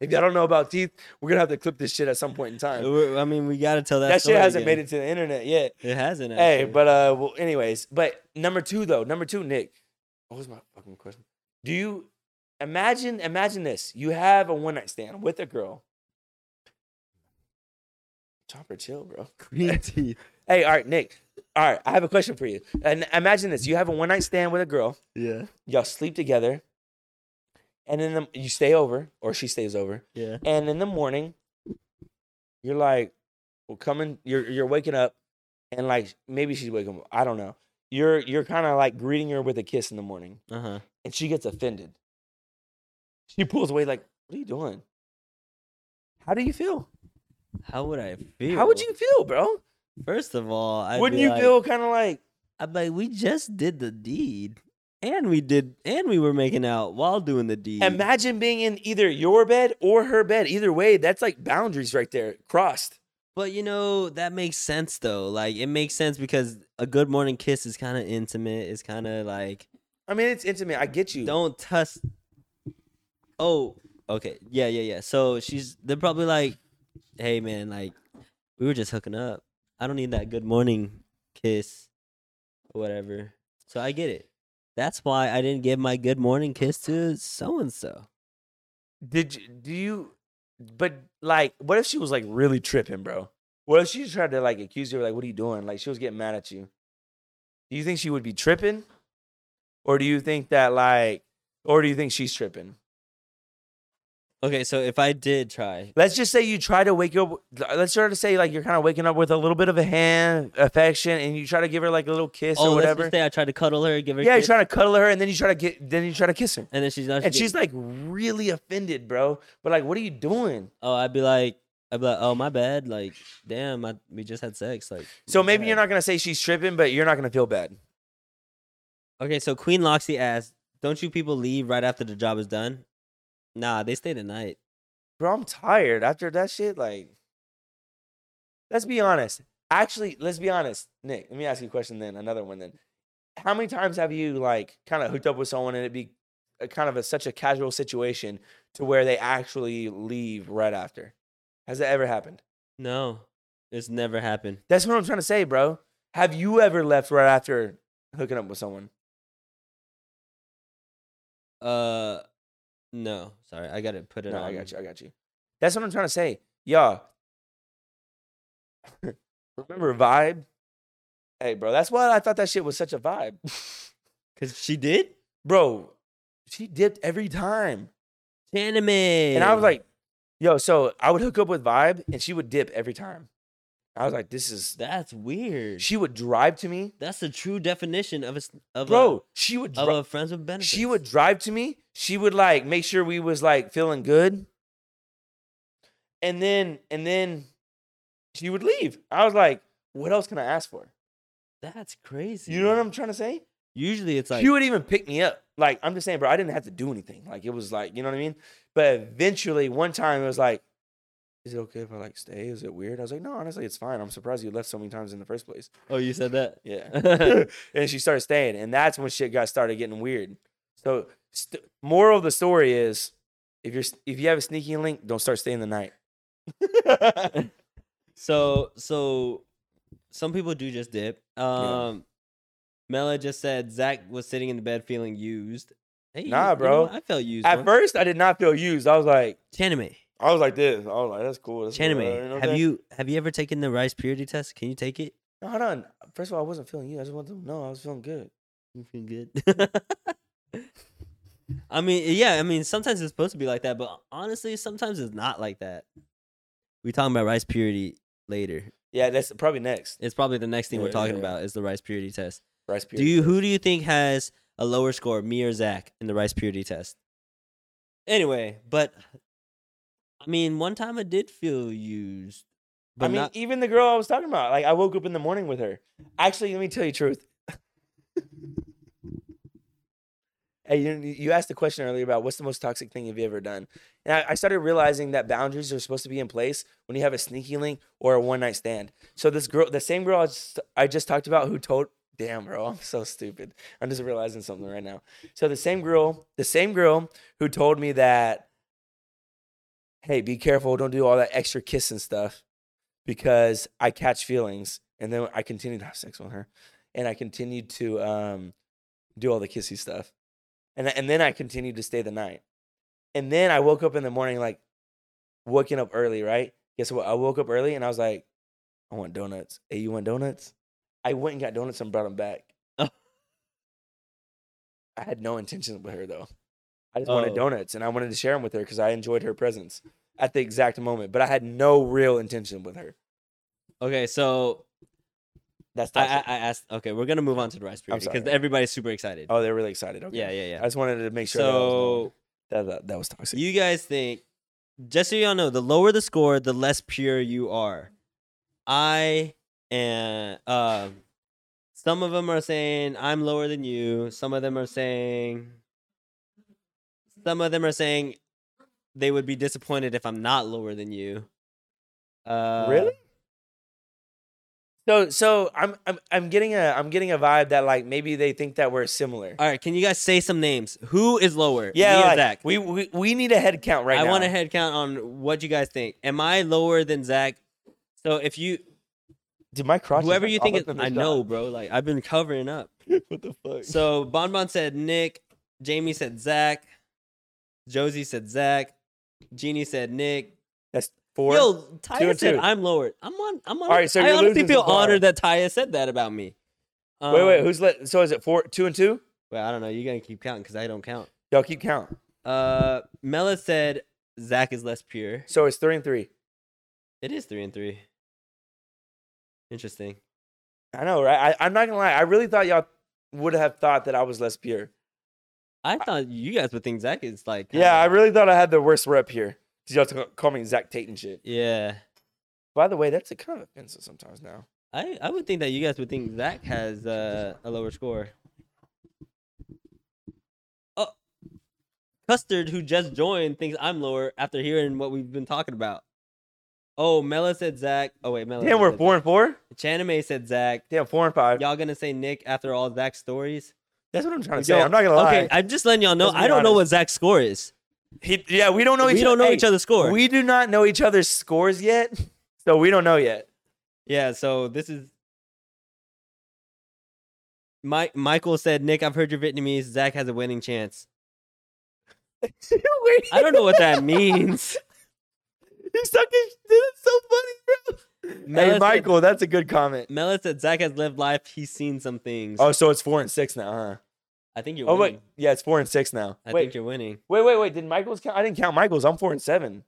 Speaker 2: if y'all don't know about teeth, we're gonna have to clip this shit at some point in time.
Speaker 1: Uh, I mean, we gotta tell that.
Speaker 2: That shit
Speaker 1: story
Speaker 2: hasn't
Speaker 1: again.
Speaker 2: made it to the internet yet.
Speaker 1: It hasn't.
Speaker 2: Hey,
Speaker 1: actually.
Speaker 2: but uh, well, anyways, but number two though, number two, Nick, what was my fucking question? Do you imagine? Imagine this: you have a one night stand with a girl. Chopper, chill, bro.
Speaker 1: green teeth.
Speaker 2: Hey, all right, Nick. All right, I have a question for you. And imagine this: you have a one night stand with a girl.
Speaker 1: Yeah.
Speaker 2: Y'all sleep together, and then the, you stay over, or she stays over,
Speaker 1: Yeah.
Speaker 2: and in the morning, you're like, well, coming, you're you're waking up, and like maybe she's waking up. I don't know. You're you're kind of like greeting her with a kiss in the morning,
Speaker 1: Uh huh.
Speaker 2: and she gets offended. She pulls away, like, "What are you doing? How do you feel?
Speaker 1: How would I feel?
Speaker 2: How would you feel, bro?
Speaker 1: First of all, I'd
Speaker 2: Wouldn't
Speaker 1: be
Speaker 2: you
Speaker 1: like-
Speaker 2: feel kind of like?"
Speaker 1: I'm like, we just did the deed, and we did, and we were making out while doing the deed.
Speaker 2: Imagine being in either your bed or her bed. Either way, that's like boundaries right there crossed.
Speaker 1: But you know that makes sense though. Like it makes sense because a good morning kiss is kind of intimate. It's kind of like
Speaker 2: I mean, it's intimate. I get you.
Speaker 1: don't touch. Oh, okay, yeah, yeah, yeah. So she's they're probably like, hey man, like we were just hooking up. I don't need that good morning kiss, or whatever. So I get it. That's why I didn't give my good morning kiss to so and so.
Speaker 2: Did you, do you? But like, what if she was like really tripping, bro? What if she tried to like accuse you, like, what are you doing? Like, she was getting mad at you. Do you think she would be tripping, or do you think that like, or do you think she's tripping?
Speaker 1: Okay, so if I did try,
Speaker 2: Let's just say you try to wake you up. Let's try to say like you're kind of waking up with a little bit of a hand affection, and you try to give her like a little kiss
Speaker 1: oh,
Speaker 2: or
Speaker 1: let's
Speaker 2: whatever.
Speaker 1: just say I tried to cuddle her, give her, a
Speaker 2: Yeah, you
Speaker 1: kiss,
Speaker 2: try to cuddle her, and then you try to get, then you try to kiss her,
Speaker 1: and then she's not.
Speaker 2: and she's like really offended, bro. But like, what are you doing?
Speaker 1: oh, I'd be like, I'd be like, oh, my bad. Like, damn, I, we just had sex. Like,
Speaker 2: So
Speaker 1: my
Speaker 2: maybe you're
Speaker 1: bad.
Speaker 2: not gonna say she's tripping, but you're not gonna feel bad.
Speaker 1: Okay, so Queen Loxy asked, "Don't you people leave right after the job is done?" Nah, they stay the night.
Speaker 2: bro, I'm tired after that shit. Like, let's be honest. Actually, let's be honest, Nick. Let me ask you a question then. Another one then. How many times have you like kind of hooked up with someone and it be a, kind of a, such a casual situation to where they actually leave right after? Has that ever happened?
Speaker 1: No, it's never happened.
Speaker 2: That's what I'm trying to say, bro. Have you ever left right after hooking up with someone?
Speaker 1: Uh, no, sorry, I gotta put it
Speaker 2: No,
Speaker 1: on.
Speaker 2: I got you. I got you. That's what I'm trying to say. Y'all. Remember vibe? Hey, bro, that's why I thought that shit was such a vibe.
Speaker 1: Cause she did
Speaker 2: bro, she dipped every time.
Speaker 1: anime,
Speaker 2: And I was like, yo, so I would hook up with vibe and she would dip every time. I was like, this is
Speaker 1: "That's weird."
Speaker 2: she would drive to me.
Speaker 1: That's the true definition of a s- of
Speaker 2: Bro, she would
Speaker 1: a, of
Speaker 2: dri-
Speaker 1: a friends with benefits.
Speaker 2: she would drive to me. She would like make sure we was like feeling good. And then and then she would leave. I was like, what else can I ask for?
Speaker 1: That's crazy.
Speaker 2: You know what I'm trying to say?
Speaker 1: Usually it's like
Speaker 2: she would even pick me up. Like I'm just saying, bro, I didn't have to do anything. Like it was like, you know what I mean? But eventually one time it was like, is it okay if I like stay? Is it weird? I was like, no, honestly, it's fine. I'm surprised you left so many times in the first place.
Speaker 1: Oh, you said that?
Speaker 2: Yeah. and she started staying. And that's when shit got started getting weird. So, st- moral of the story is if you're s- if you have a sneaky link, don't start staying the night.
Speaker 1: So so some people do just dip. Um Mela just said Zach was sitting in the bed feeling used. Hey, you-
Speaker 2: Nah,
Speaker 1: you know
Speaker 2: bro.
Speaker 1: what? I felt used.
Speaker 2: At first, I did not feel used. I was like,
Speaker 1: Chanime.
Speaker 2: I was like this. I was like, that's cool. That's cool,
Speaker 1: Chanime.
Speaker 2: uh, know what I'm
Speaker 1: have
Speaker 2: saying?
Speaker 1: you have you ever taken the rice purity test? Can you take it?
Speaker 2: No, hold on. First of all, I wasn't feeling you. I just wanted to know I was feeling good.
Speaker 1: You feel good. I mean, yeah, I mean sometimes it's supposed to be like that, but honestly, sometimes it's not like that. We talking about rice purity later.
Speaker 2: Yeah, that's probably next.
Speaker 1: It's probably the next thing we're
Speaker 2: Yeah,
Speaker 1: talking
Speaker 2: yeah.
Speaker 1: about is the rice purity test.
Speaker 2: Rice
Speaker 1: Do you who do you think has a lower score, me or Zach, in the rice purity test? Anyway, but I mean, one time I did feel used, but
Speaker 2: I mean,
Speaker 1: not,
Speaker 2: even the girl I was talking about, like I woke up in the morning with her. Actually, let me tell you the truth. hey, you, you asked the question earlier about what's the most toxic thing you've ever done, and I, I started realizing that boundaries are supposed to be in place when you have a sneaky link or a one night stand. So this girl, the same girl I just, I just talked about, who told, damn, bro, I'm so stupid. I'm just realizing something right now. So the same girl, the same girl who told me that, hey, be careful, don't do all that extra kissing stuff because I catch feelings. And then I continued to have sex with her. And I continued to um, do all the kissy stuff. And, and then I continued to stay the night. And then I woke up in the morning, like, waking up early, right? Guess what? I woke up early and I was like, I want donuts. Hey, you want donuts? I went and got donuts and brought them back.
Speaker 1: Oh.
Speaker 2: I had no intention with her, though. I just wanted
Speaker 1: Oh.
Speaker 2: donuts and I wanted to share them with her because I enjoyed her presence at the exact moment, but I had no real intention with her.
Speaker 1: okay. So
Speaker 2: That's
Speaker 1: I,
Speaker 2: toxic.
Speaker 1: I, I asked. Okay, we're gonna move on to the rice purity
Speaker 2: sorry.
Speaker 1: because everybody's super excited.
Speaker 2: oh, they're really excited. Okay.
Speaker 1: Yeah, yeah, yeah.
Speaker 2: I just wanted to make sure that, was
Speaker 1: so
Speaker 2: no one- that, that, that was toxic.
Speaker 1: you guys think just so y'all know the lower the score the less pure you are i and um some of them are saying i'm lower than you some of them are saying some of them are saying they would be disappointed if i'm not lower than you uh
Speaker 2: really? So so I'm I'm I'm getting a I'm getting a vibe that like maybe they think that we're similar.
Speaker 1: all right can you guys say some names who is lower
Speaker 2: yeah,
Speaker 1: me or
Speaker 2: like,
Speaker 1: Zach?
Speaker 2: We, we we need a head count right
Speaker 1: I
Speaker 2: now.
Speaker 1: want a head count on what you guys think. Am I lower than Zach? So if you
Speaker 2: Dude, my crotch. is,
Speaker 1: Whoever
Speaker 2: like,
Speaker 1: you
Speaker 2: all
Speaker 1: think
Speaker 2: up
Speaker 1: it,
Speaker 2: in the
Speaker 1: I
Speaker 2: shot.
Speaker 1: know, bro. Like I've been covering up.
Speaker 2: what the fuck?
Speaker 1: So Bonbon said Nick, Jamie said Zach, Josie said Zach, Jeannie said Nick.
Speaker 2: that's four.
Speaker 1: Yo,
Speaker 2: two
Speaker 1: Taya
Speaker 2: and
Speaker 1: said
Speaker 2: two.
Speaker 1: I'm lowered. I'm on. I'm on.
Speaker 2: All right, so
Speaker 1: I
Speaker 2: you're
Speaker 1: honestly
Speaker 2: losing
Speaker 1: feel
Speaker 2: so far.
Speaker 1: honored that Taya said that about me. Um,
Speaker 2: wait wait, who's let? So is it four two and two?
Speaker 1: Well, I don't know. You're gonna keep counting because I don't count.
Speaker 2: Y'all keep count.
Speaker 1: Uh, Mela said Zach is less pure.
Speaker 2: So it's three and three.
Speaker 1: It is three and three. Interesting.
Speaker 2: I know, right? I, I'm not gonna lie. I really thought y'all would have thought that I was less pure.
Speaker 1: I thought you guys would think Zach is like. kinda-
Speaker 2: Yeah, I really thought I had the worst rep here. 'Cause Y'all t- call me Zach Tate and shit.
Speaker 1: yeah.
Speaker 2: By the way, that's a kind of offensive sometimes now.
Speaker 1: I, I would think that you guys would think Zach has uh, a lower score. Oh, Custard, who just joined, thinks I'm lower after hearing what we've been talking about. Oh, Mela said Zach. Oh wait, Mela.
Speaker 2: Damn, we're four and four.
Speaker 1: Chaname said Zach.
Speaker 2: Damn, four and five.
Speaker 1: Y'all gonna say Nick after all Zach's stories?
Speaker 2: That's what I'm trying
Speaker 1: We
Speaker 2: to say.
Speaker 1: don't-
Speaker 2: I'm not gonna lie.
Speaker 1: Okay, I'm just letting y'all know.
Speaker 2: Let's be
Speaker 1: I don't know
Speaker 2: honest.
Speaker 1: what Zach's score is.
Speaker 2: He- yeah, we don't know.
Speaker 1: we
Speaker 2: each,
Speaker 1: don't know
Speaker 2: hey,
Speaker 1: each other's score.
Speaker 2: We do not know each other's scores yet, so we don't know yet.
Speaker 1: Yeah, so this is Mike Michael said, Nick, I've heard your Vietnamese. Zach has a winning chance. I don't know what that means.
Speaker 2: He's talking. That's so funny, bro.
Speaker 1: Mela
Speaker 2: Hey,
Speaker 1: said-
Speaker 2: Michael, that's a good comment.
Speaker 1: Mela said Zach has lived life. He's seen some things.
Speaker 2: Oh, so it's four and six now, huh?
Speaker 1: I think you're
Speaker 2: Oh
Speaker 1: winning.
Speaker 2: wait, yeah, it's four and six now.
Speaker 1: I
Speaker 2: wait,
Speaker 1: think you're winning.
Speaker 2: wait, wait, wait. Did Michael's count? I didn't count Michael's. I'm four and seven.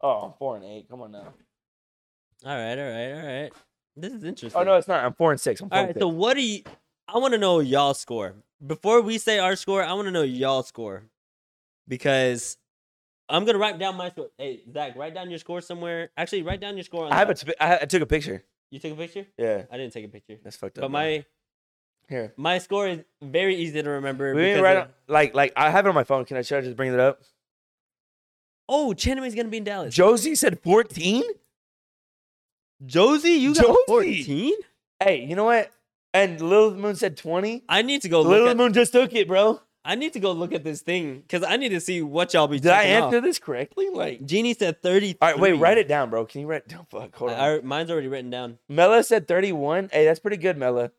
Speaker 2: Oh, I'm four and eight. Come on now.
Speaker 1: All right, all right, all right. This is interesting.
Speaker 2: Oh no, it's not. I'm four and six. I'm four
Speaker 1: all
Speaker 2: and
Speaker 1: right,
Speaker 2: six.
Speaker 1: so what do you I want to know y'all score. Before we say our score, I want to know y'all score. Because I'm gonna write down my score. Hey, Zach, write down your score somewhere. Actually, write down your score on
Speaker 2: I have
Speaker 1: the-
Speaker 2: a. T- I, ha- I took a picture.
Speaker 1: You took a picture?
Speaker 2: Yeah,
Speaker 1: I didn't take a picture.
Speaker 2: that's fucked up.
Speaker 1: But
Speaker 2: bro.
Speaker 1: my
Speaker 2: here,
Speaker 1: my score is very easy to remember.
Speaker 2: we ain't
Speaker 1: because
Speaker 2: right
Speaker 1: of-
Speaker 2: on, like like I have it on my phone. Can I should I just bring it up?
Speaker 1: oh, Chaname's gonna be in Dallas.
Speaker 2: Josie said fourteen.
Speaker 1: Josie, you
Speaker 2: got
Speaker 1: got
Speaker 2: 14?
Speaker 1: fourteen.
Speaker 2: Hey, you know what? And Lil Moon said twenty.
Speaker 1: I need to go
Speaker 2: Lil
Speaker 1: Oh, look. At,
Speaker 2: Moon just took it, bro.
Speaker 1: I need to go look at this thing because I need to see what y'all be.
Speaker 2: Did I
Speaker 1: checking
Speaker 2: answer
Speaker 1: off.
Speaker 2: this correctly? Like,
Speaker 1: Jeannie said thirty.
Speaker 2: all right, wait, write it down, bro. Can you write? Don't fuck. Hold on.
Speaker 1: I, I- mine's already written down.
Speaker 2: Mela said 31. Hey, that's pretty good, Mela.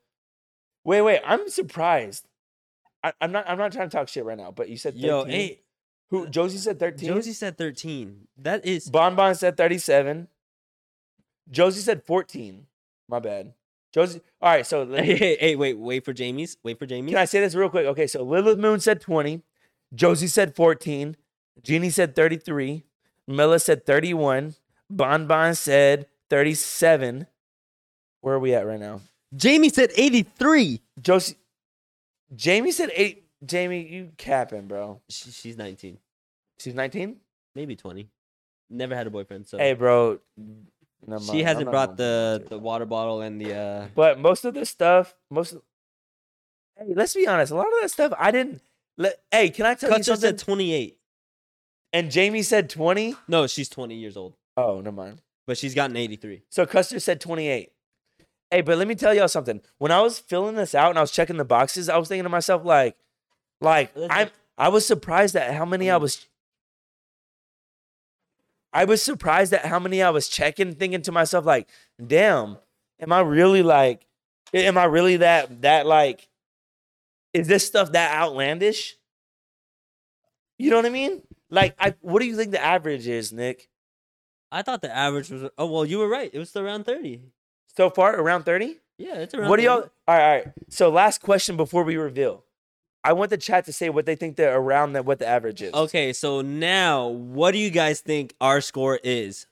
Speaker 2: Wait, wait, I'm surprised. I, I'm not. I'm not trying to talk shit right now, but you said 13.
Speaker 1: Yo, hey, uh,
Speaker 2: who? Josie said 13.
Speaker 1: Josie said thirteen. That is
Speaker 2: Bonbon said 37. Josie said 14. My bad. Josie. All right, so let
Speaker 1: hey,
Speaker 2: me-
Speaker 1: hey, hey, wait, wait for Jamie's. Wait for Jamie.
Speaker 2: can I say this real quick? Okay, so Lilith Moon said 20. Josie said 14. Jeannie said 33. Mela said 31. Bon Bon said 37. Where are we at right now?
Speaker 1: Jamie said 83.
Speaker 2: Josie, Jamie said eight. Jamie, you capping, bro?
Speaker 1: She, she's 19,
Speaker 2: She's 19.
Speaker 1: maybe 20. Never had a boyfriend, so
Speaker 2: Hey, bro. never mind.
Speaker 1: she
Speaker 2: I'm
Speaker 1: hasn't
Speaker 2: not
Speaker 1: brought
Speaker 2: gonna-
Speaker 1: the the water bottle and the uh
Speaker 2: But most of the stuff, most. Of, hey, let's be honest. A lot of that stuff I didn't. Let, hey, can I tell you
Speaker 1: Kutcher
Speaker 2: something?
Speaker 1: said 28.
Speaker 2: and Jamie said 20.
Speaker 1: No, she's 20 years old,
Speaker 2: Oh, never mind.
Speaker 1: but she's gotten 83.
Speaker 2: So Custer said 28. Hey, but let me tell y'all something. When I was filling this out and I was checking the boxes, I was thinking to myself, like, like
Speaker 1: Listen.
Speaker 2: I'm I was surprised at how many I was I was surprised at how many I was checking, thinking to myself, like, damn, am I really like am I really that that like is this stuff that outlandish? You know what I mean? Like I what do you think the average is, Nick?
Speaker 1: I thought the average was oh well, you were right. It was still around 30.
Speaker 2: So far around 30?
Speaker 1: Yeah, it's around.
Speaker 2: What do y'all?
Speaker 1: 30.
Speaker 2: All right, all right. So last question before we reveal, I want the chat to say what they think they're around that what the average is.
Speaker 1: Okay, so now what do you guys think our score is?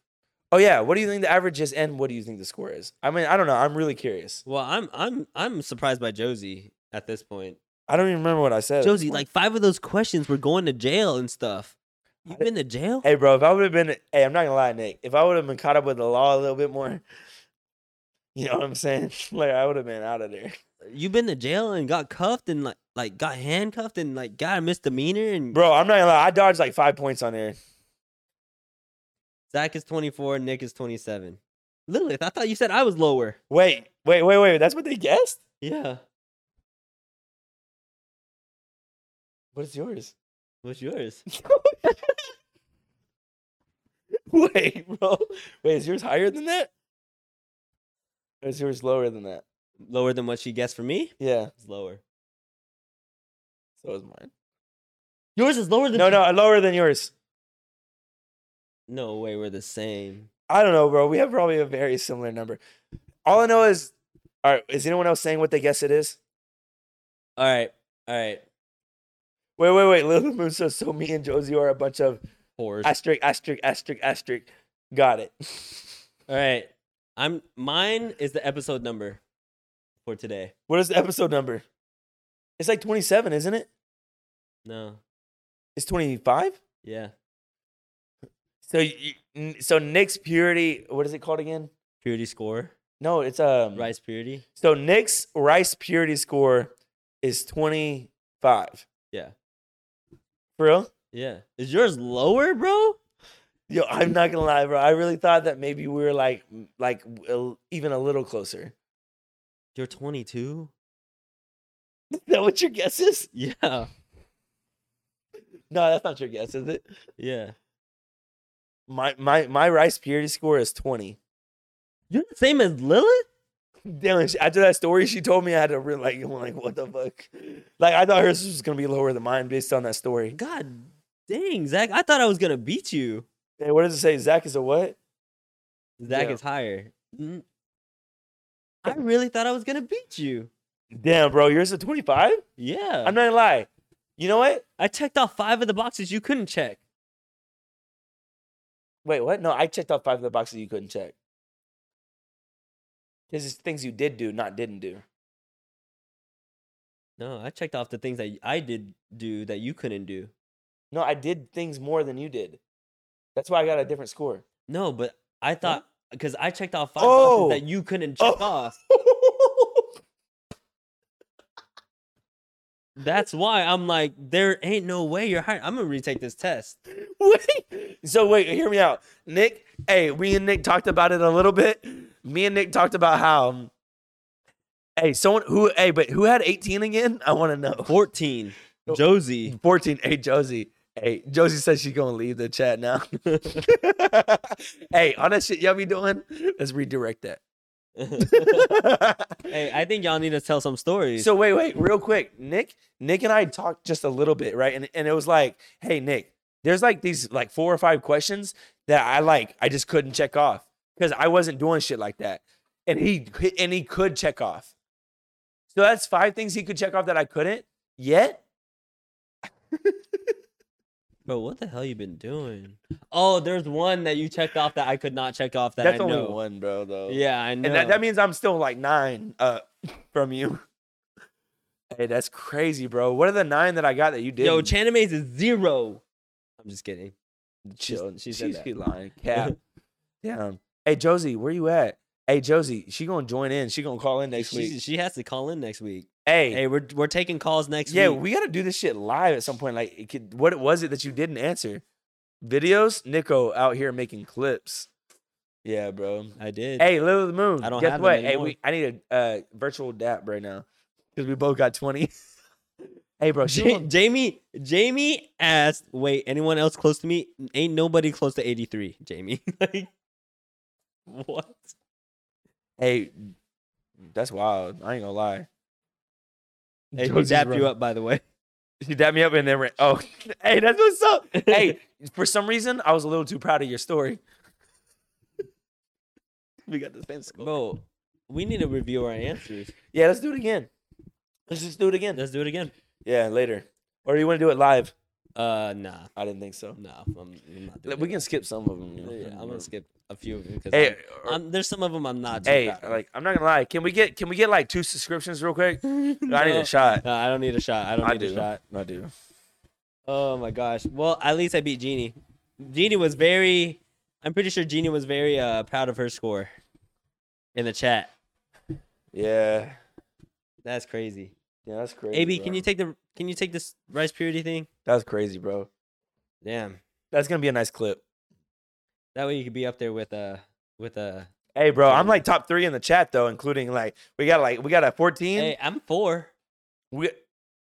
Speaker 2: Oh yeah. What do you think the average is, and what do you think the score is? I mean, I don't know. I'm really curious.
Speaker 1: Well, I'm I'm I'm surprised by Josie at this point.
Speaker 2: I don't even remember Oh, what I said.
Speaker 1: Josie, like five of those questions were going to jail and stuff. You've been to jail?
Speaker 2: hey, bro. If I would have been, hey, I'm not gonna lie, Nick. If I would have been caught up with the law a little bit more, you know what I'm saying? Like I would have been out of there.
Speaker 1: You've been to jail and got cuffed and like like got handcuffed and like got a misdemeanor and
Speaker 2: Bro, I'm not gonna lie. I dodged like five points on there.
Speaker 1: Zach is 24, Nick is 27. Lilith, I thought you said I was lower.
Speaker 2: Wait, wait, wait, wait. That's what they guessed.
Speaker 1: Yeah.
Speaker 2: What is yours?
Speaker 1: What's yours?
Speaker 2: Wait, bro. Wait, is yours higher than that? Or is yours lower than that?
Speaker 1: lower than what she guessed for me?
Speaker 2: Yeah,
Speaker 1: It's lower.
Speaker 2: so is mine.
Speaker 1: Yours is lower than
Speaker 2: No, no, lower than yours.
Speaker 1: No way, we're the same.
Speaker 2: I don't know, bro. We have probably a very similar number. All I know is, all right, is anyone else saying what they guess it is?
Speaker 1: All right. All right.
Speaker 2: Wait, wait, wait. Little Moon says, so me and Josie are a bunch of
Speaker 1: Whores.
Speaker 2: asterisk, asterisk, asterisk, asterisk. Got it.
Speaker 1: All right. I'm mine is the episode number for today.
Speaker 2: What is the episode number? It's like 27, isn't it?
Speaker 1: No.
Speaker 2: It's 25?
Speaker 1: Yeah.
Speaker 2: So, you, n- so Nick's purity, what is it called again?
Speaker 1: Purity score.
Speaker 2: No, it's um
Speaker 1: Rice purity.
Speaker 2: So Nick's rice purity score is 25.
Speaker 1: Yeah.
Speaker 2: For real?
Speaker 1: Yeah. Is yours lower, bro?
Speaker 2: Yo, I'm not gonna lie, bro. I really thought that maybe we were like m- like el- even a little closer.
Speaker 1: You're 22?
Speaker 2: Is that what your guess is?
Speaker 1: Yeah.
Speaker 2: No, that's not your guess, is it?
Speaker 1: Yeah.
Speaker 2: My my my rice purity score is 20.
Speaker 1: You're the same as Lilith?
Speaker 2: Damn, it, she- after that story she told me I had to re- like I'm like what the fuck? Like I thought hers was gonna be lower than mine based on that story.
Speaker 1: God dang, Zach. I thought I was going to beat you.
Speaker 2: Hey, what does it say? Zach is a what?
Speaker 1: Zach
Speaker 2: Yeah.
Speaker 1: is higher. Mm. I really thought I was going to beat you.
Speaker 2: Damn, bro, yours a 25?
Speaker 1: Yeah.
Speaker 2: I'm not gonna lie. You know what?
Speaker 1: I checked off five of the boxes you couldn't check.
Speaker 2: Wait, what? No, I checked off five of the boxes you couldn't check. This is things you did do, not didn't do.
Speaker 1: No, I checked off the things that I did do that you couldn't do.
Speaker 2: No, I did things more than you did. That's why I got a different score.
Speaker 1: No, but I thought because I checked off five
Speaker 2: Oh.
Speaker 1: boxes that you couldn't check
Speaker 2: Oh.
Speaker 1: off. That's why I'm like, there ain't no way you're higher. I'm gonna retake this test.
Speaker 2: wait. So wait, hear me out. Nick, hey, we and Nick talked about it a little bit. Me and Nick talked about how Hey, someone who hey, but who had 18 again? I want to know.
Speaker 1: 14.
Speaker 2: No.
Speaker 1: Josie.
Speaker 2: 14. Hey, Josie. Hey, Josie says she's gonna leave the chat now. hey, all that shit y'all be doing, let's redirect
Speaker 1: hey,
Speaker 2: that.
Speaker 1: I think y'all need to tell some stories.
Speaker 2: so wait, wait, real quick. Nick, Nick and I talked just a little bit, right? And and it was like, hey, Nick, there's like these like four or five questions that I like I just couldn't check off because I wasn't doing shit like that. And he could- and he could check off. So that's five things he could check off that I couldn't yet.
Speaker 1: Bro, what the hell you been doing? Oh, there's one that you checked off that I could not check off that
Speaker 2: That's
Speaker 1: I
Speaker 2: only
Speaker 1: know.
Speaker 2: one, bro. Though.
Speaker 1: Yeah, I know.
Speaker 2: And that, that means I'm still like nine uh from you. Hey, that's crazy, bro. What are the nine that I got that you did?
Speaker 1: Yo, Chanimaze is zero. I'm just kidding.
Speaker 2: chill.
Speaker 1: she said that.
Speaker 2: keep lying. Cap. Damn. Hey Josie, where you at? Hey Josie, she gonna join in. She gonna call in next
Speaker 1: she,
Speaker 2: week.
Speaker 1: she has to call in next week.
Speaker 2: Hey,
Speaker 1: Hey, we're we're taking calls next
Speaker 2: yeah,
Speaker 1: week.
Speaker 2: we gotta do this shit live at some point. Like, it could, what was it that you didn't answer? Videos, Nico out here making clips. Yeah, bro.
Speaker 1: I did.
Speaker 2: Hey, Lil of the Moon.
Speaker 1: I don't
Speaker 2: guess
Speaker 1: have them
Speaker 2: what? Hey,
Speaker 1: anymore.
Speaker 2: we, I need a uh, virtual dap right now because we both got twenty. hey, bro. She
Speaker 1: Ja-
Speaker 2: gonna-
Speaker 1: Jamie Jamie asked, "Wait, anyone else close to me? Ain't nobody close to 83, Jamie." like what?
Speaker 2: hey, that's wild. I ain't gonna lie.
Speaker 1: Hey, he
Speaker 2: Josie's
Speaker 1: dapped
Speaker 2: running.
Speaker 1: you up by the way.
Speaker 2: She dapped me up and then ran. Oh, hey, that's what's up. hey, for some reason, I was a little too proud of your story. we got the same score.
Speaker 1: Bro, we need to review our answers.
Speaker 2: Yeah, let's do it again. Let's just do it again.
Speaker 1: Let's do it again.
Speaker 2: Yeah, later. Or do you want to do it live?
Speaker 1: Uh nah.
Speaker 2: I didn't think so.
Speaker 1: Nah, I'm, I'm not doing
Speaker 2: We
Speaker 1: it.
Speaker 2: can skip some of them. you know.
Speaker 1: Yeah, I'm gonna skip a few of them because
Speaker 2: Hey, or-
Speaker 1: I'm, there's some of them I'm not. too
Speaker 2: hey,
Speaker 1: proud of.
Speaker 2: like I'm not gonna lie. Can we get can we get like two subscriptions real quick? I need
Speaker 1: No.
Speaker 2: a shot.
Speaker 1: No, I don't need a shot. I don't
Speaker 2: I
Speaker 1: need
Speaker 2: do.
Speaker 1: a shot.
Speaker 2: I do.
Speaker 1: Oh my gosh. Well, at least I beat Jeannie. Jeannie was very I'm pretty sure Jeannie was very uh, proud of her score in the chat.
Speaker 2: Yeah.
Speaker 1: That's crazy.
Speaker 2: Yeah, that's crazy.
Speaker 1: AB,
Speaker 2: bro.
Speaker 1: can you take the can you take this rice purity thing?
Speaker 2: That's crazy, bro.
Speaker 1: Damn.
Speaker 2: That's gonna be a nice clip.
Speaker 1: That way you could be up there with uh with uh
Speaker 2: Hey, bro, I'm like top three in the chat though, including like we got like we got a 14.
Speaker 1: Hey, I'm four.
Speaker 2: We,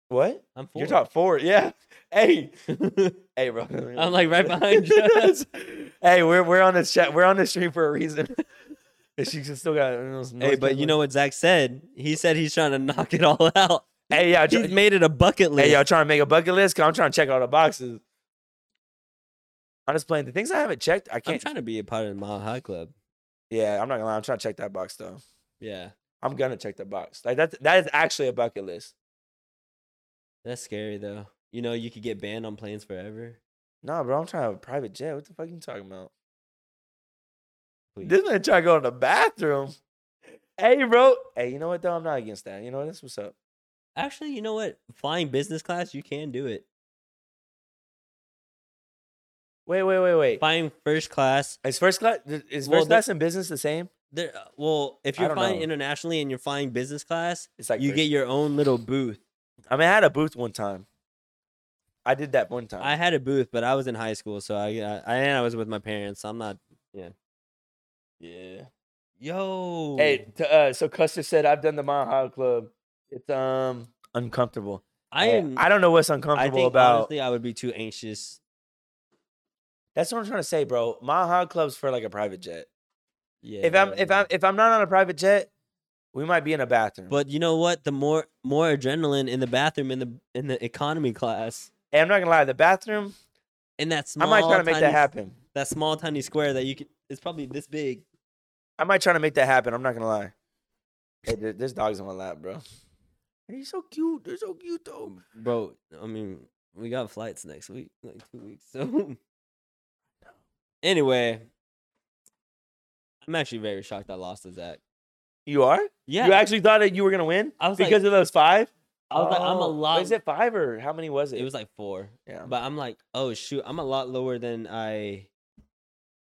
Speaker 2: what?
Speaker 1: I'm
Speaker 2: you
Speaker 1: four.
Speaker 2: You're top four? Yeah. Hey, hey, bro.
Speaker 1: I'm like right behind you.
Speaker 2: hey, we're we're on this chat. We're on this stream for a reason. And she just still got.
Speaker 1: hey, but you know what Zach said? He said he's trying to knock it all out.
Speaker 2: Hey, yeah.
Speaker 1: He's made it a bucket list.
Speaker 2: Hey, y'all trying to make a bucket list? Cause I'm trying to check all the boxes. I'm just playing the things I haven't checked. I
Speaker 1: I'm
Speaker 2: can't.
Speaker 1: trying to be a part of the Mile High Club.
Speaker 2: yeah, I'm not gonna lie. I'm trying to check that box though.
Speaker 1: Yeah.
Speaker 2: I'm gonna check the box. Like that. That is actually a bucket list.
Speaker 1: That's scary though. You know, you could get banned on planes forever.
Speaker 2: Nah, bro. I'm trying to have a private jet. What the fuck you talking about?
Speaker 1: Please.
Speaker 2: This man trying to go in the bathroom. Hey, bro. Hey, you know what though? I'm not against that. You know what? That's what's up.
Speaker 1: Actually, you know what? Flying business class, you can do it.
Speaker 2: Wait, wait, wait, wait.
Speaker 1: Flying first class,
Speaker 2: Is first class is first
Speaker 1: Well, the-
Speaker 2: class in business the same?
Speaker 1: there. uh, Well, if
Speaker 2: I
Speaker 1: you're
Speaker 2: don't
Speaker 1: flying
Speaker 2: know.
Speaker 1: internationally and you're flying business class,
Speaker 2: It's like
Speaker 1: you
Speaker 2: first-
Speaker 1: get your own little booth.
Speaker 2: I mean, I had a booth one time. I did that one time.
Speaker 1: I had a booth, but I was in high school, so I, uh, I and I was with my parents. So I'm not.
Speaker 2: yeah.
Speaker 1: Yo.
Speaker 2: Hey, t- uh, so Custer said I've done the Mile High Club. It's um uncomfortable.
Speaker 1: I
Speaker 2: Hey,
Speaker 1: am.
Speaker 2: I don't know what's
Speaker 1: I
Speaker 2: uncomfortable
Speaker 1: think
Speaker 2: about.
Speaker 1: honestly, I would be too anxious.
Speaker 2: That's what I'm trying to say, bro. Mile High Club's for like a private jet.
Speaker 1: Yeah.
Speaker 2: If I'm if I'm if I'm not on a private jet, we might be in a bathroom.
Speaker 1: But you know what? The more more adrenaline in the bathroom in the in the economy class
Speaker 2: Hey, I'm not gonna lie, the bathroom.
Speaker 1: in that
Speaker 2: I
Speaker 1: small.
Speaker 2: might try to make that
Speaker 1: tiny-
Speaker 2: happen.
Speaker 1: That small tiny square that you can. It's probably this big.
Speaker 2: I might try to make that happen. I'm not gonna lie. Hey, there- there's dogs on my lap, bro. Hey, He's so cute. They're so cute though.
Speaker 1: bro. I mean, we got flights next week, like two weeks. So, anyway, I'm actually very shocked I lost to Zach.
Speaker 2: You are?
Speaker 1: Yeah,
Speaker 2: You actually thought that you were gonna win
Speaker 1: I was like-
Speaker 2: because of those five?
Speaker 1: I was like, I'm a
Speaker 2: Oh,
Speaker 1: lot.
Speaker 2: Is it five or how many was it?
Speaker 1: It was like four,
Speaker 2: yeah.
Speaker 1: but I'm like, oh shoot, I'm a lot lower than I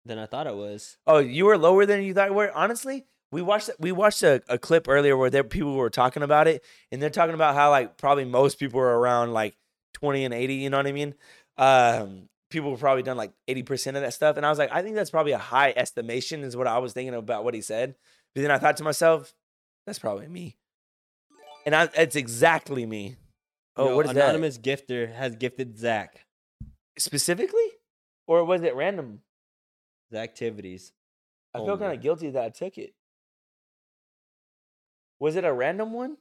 Speaker 1: than I thought I was.
Speaker 2: Oh, you were lower than you thought you were. Honestly, we watched we watched a, a clip earlier where there people were talking about it, and they're talking about how like probably most people are around like twenty and eighty. You know what I mean? Um, people have probably done like eighty percent of that stuff, and I was like, I think that's probably a high estimation, is what I was thinking about what he said. But then I thought to myself, that's probably me, and I, it's exactly me. Oh,
Speaker 1: Yo,
Speaker 2: what is
Speaker 1: anonymous gifter has gifted Zach
Speaker 2: that specifically, or was it random?
Speaker 1: the activities.
Speaker 2: I
Speaker 1: Oh,
Speaker 2: feel kind
Speaker 1: man.
Speaker 2: of guilty that I took it. Was it a random one?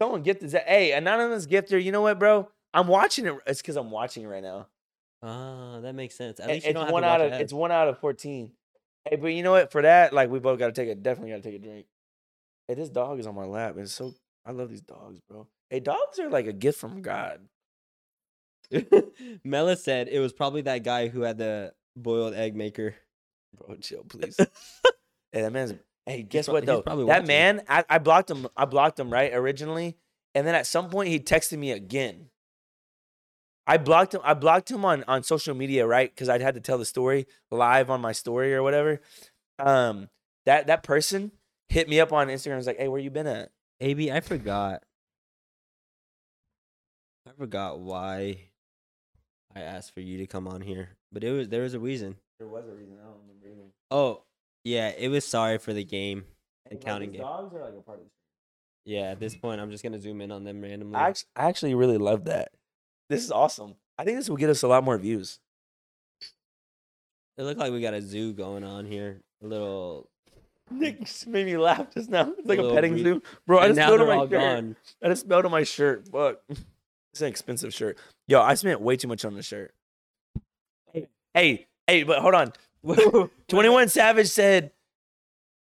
Speaker 2: Someone gifted that. Hey, anonymous gifter, you know what, bro? I'm watching it. It's because I'm watching it right now.
Speaker 1: Ah, that makes sense. At
Speaker 2: And
Speaker 1: least you don't
Speaker 2: It's
Speaker 1: have
Speaker 2: one
Speaker 1: to watch
Speaker 2: out of
Speaker 1: ads.
Speaker 2: it's one out of fourteen. Hey, but you know what? For that, like we both gotta take a definitely gotta take a drink. Hey, this dog is on my lap. It's so I love these dogs, bro. Hey, dogs are like a gift from God.
Speaker 1: Mela said it was probably that guy who had the boiled egg maker.
Speaker 2: Bro, chill, please. hey, that man's. Hey, guess
Speaker 1: prob-
Speaker 2: what
Speaker 1: he's
Speaker 2: though?
Speaker 1: probably
Speaker 2: That
Speaker 1: watching.
Speaker 2: man, I, I blocked him. I blocked him right originally, and then at some point he texted me again. I blocked him. I blocked him on on social media, right? Because I'd had to tell the story live on my story or whatever. Um, that that person hit me up on Instagram. Was like, "Hey, where you been at?"
Speaker 1: AB, I forgot. I forgot why I asked for you to come on here, but it was there was a reason.
Speaker 2: There was a reason. I don't remember. Either.
Speaker 1: Oh, yeah, it was sorry for the game and counting game.
Speaker 2: dogs are like a part of
Speaker 1: Yeah, at this point, I'm just gonna zoom in on them randomly.
Speaker 2: I actually, I actually really love that. This is awesome. I think this will get us a lot more views.
Speaker 1: it looked like we got a zoo going on here. A little.
Speaker 2: Nick just made me laugh just now. It's like a
Speaker 1: Little
Speaker 2: petting
Speaker 1: breed-
Speaker 2: zoo, bro. I
Speaker 1: and
Speaker 2: just
Speaker 1: now
Speaker 2: spilled on
Speaker 1: they're
Speaker 2: my
Speaker 1: all
Speaker 2: shirt.
Speaker 1: gone.
Speaker 2: I just spilled on my shirt. Fuck, it's an expensive shirt. Yo, I spent way too much on this shirt. Hey, hey, hey, but hold on. Twenty One Savage said,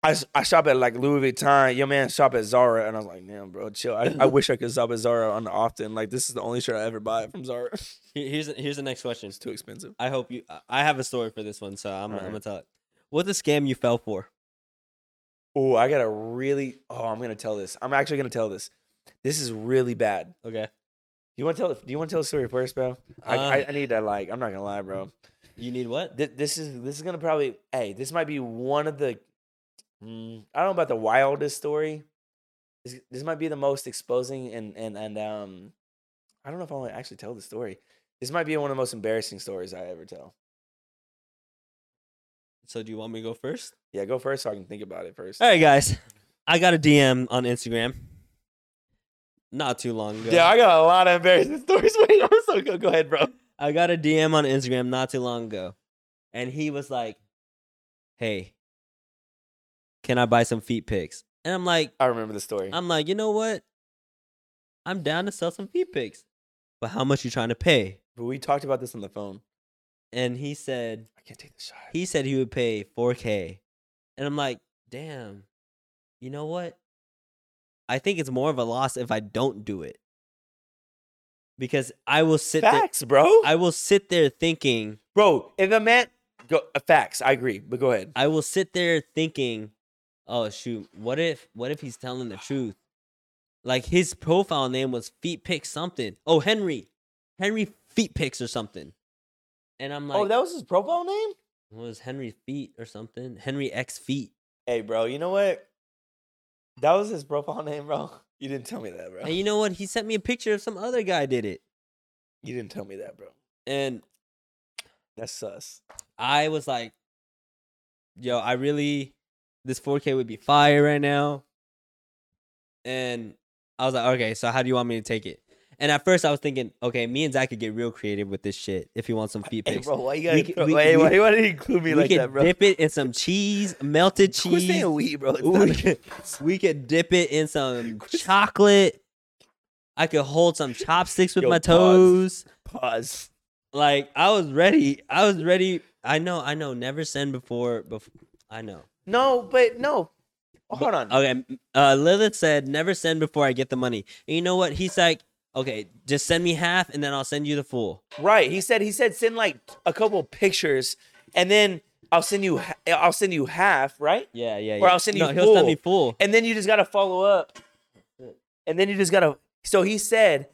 Speaker 2: I, s- "I shop at like Louis Vuitton. Your man shop at Zara." And I was like, "Damn, bro, chill. I, I wish I could shop at Zara on the often. Like this is the only shirt I ever buy from Zara.
Speaker 1: Here- Here's here's the next question.
Speaker 2: It's too expensive."
Speaker 1: I hope you. I- I have a story for this one, so I'm, I'm
Speaker 2: Alright.
Speaker 1: gonna tell it. What's a scam you fell for?
Speaker 2: Oh, I gotta really. Oh, I'm gonna tell this. I'm actually gonna tell this. This is really bad.
Speaker 1: Okay,
Speaker 2: You want to tell? Do you want to tell the story first, bro? I,
Speaker 1: Uh.
Speaker 2: I, I need that. Like, I'm not gonna lie, bro.
Speaker 1: you need what?
Speaker 2: This, this is this is gonna probably. Hey, this might be one of the. Mm, I don't know about the wildest story. This, this might be the most exposing and and and um, I don't know if I want to actually tell the story. This might be one of the most embarrassing stories I ever tell.
Speaker 1: So do you want me to go first?
Speaker 2: Yeah, go first so I can think about it first.
Speaker 1: All right, guys. I got a DM on Instagram not too long ago.
Speaker 2: Yeah, I got a lot of embarrassing stories. Wait, I'm so go, go ahead, bro.
Speaker 1: I got a DM on Instagram not too long ago, and he was like, "Hey, can I buy some feet pics?" And I'm like,
Speaker 2: I remember the story.
Speaker 1: I'm like, you know what? I'm down to sell some feet pics, but how much you trying to pay?
Speaker 2: but we talked about this on the phone.
Speaker 1: And he said
Speaker 2: I can't take the shot.
Speaker 1: he said he would pay 4K, and I'm like, damn, you know what? I think it's more of a loss if I don't do it because I will sit there.
Speaker 2: Facts, bro.
Speaker 1: I will sit there thinking
Speaker 2: Bro, if a man go uh, facts, I agree, but go ahead.
Speaker 1: I will sit there thinking, oh shoot, what if what if he's telling the truth? Like his profile name was Feet Pick something. Oh Henry, Henry Feet Picks or something. And I'm like,
Speaker 2: oh, that was his profile name?
Speaker 1: what was Henry Feet or something? Henry X Feet.
Speaker 2: Hey, bro, you know what? That was his profile name, bro. You didn't tell me that, bro.
Speaker 1: And you know what? He sent me a picture of some other guy did it,
Speaker 2: You didn't tell me that, bro.
Speaker 1: and
Speaker 2: That's sus.
Speaker 1: I was like, yo, I really this 4K would be fire right now. And I was like, okay, so how do you want me to take it? And at first I was thinking, okay, me and Zach could get real creative with this shit if you want some feet
Speaker 2: Hey,
Speaker 1: pics.
Speaker 2: bro, why you
Speaker 1: We
Speaker 2: gotta
Speaker 1: could-
Speaker 2: throw,
Speaker 1: we-
Speaker 2: why,
Speaker 1: we-
Speaker 2: why, why did he include me
Speaker 1: we
Speaker 2: like
Speaker 1: could
Speaker 2: that, bro?
Speaker 1: dip it in some cheese, melted
Speaker 2: Quit
Speaker 1: cheese.
Speaker 2: saying we, bro. It's not
Speaker 1: We
Speaker 2: a-
Speaker 1: could, we could dip it in some
Speaker 2: Quit saying-
Speaker 1: chocolate. I could hold some chopsticks with
Speaker 2: Yo,
Speaker 1: my
Speaker 2: pause.
Speaker 1: toes.
Speaker 2: Pause.
Speaker 1: Like I was ready. I was ready. I know. I know. Never send before. Before I know.
Speaker 2: No, but no. Oh, hold on.
Speaker 1: Okay. m- Uh, Lilith said, "Never send before I get the money." And you know what? He's like, "Okay, just send me half, and then I'll send you the full."
Speaker 2: Right. He said he said send like a couple pictures and then I'll send you ha- I'll send you half, right?
Speaker 1: Yeah, yeah.
Speaker 2: Or I'll send you
Speaker 1: No, he'll send me full.
Speaker 2: And then you just gotta follow up. And then you just gotta. So he said,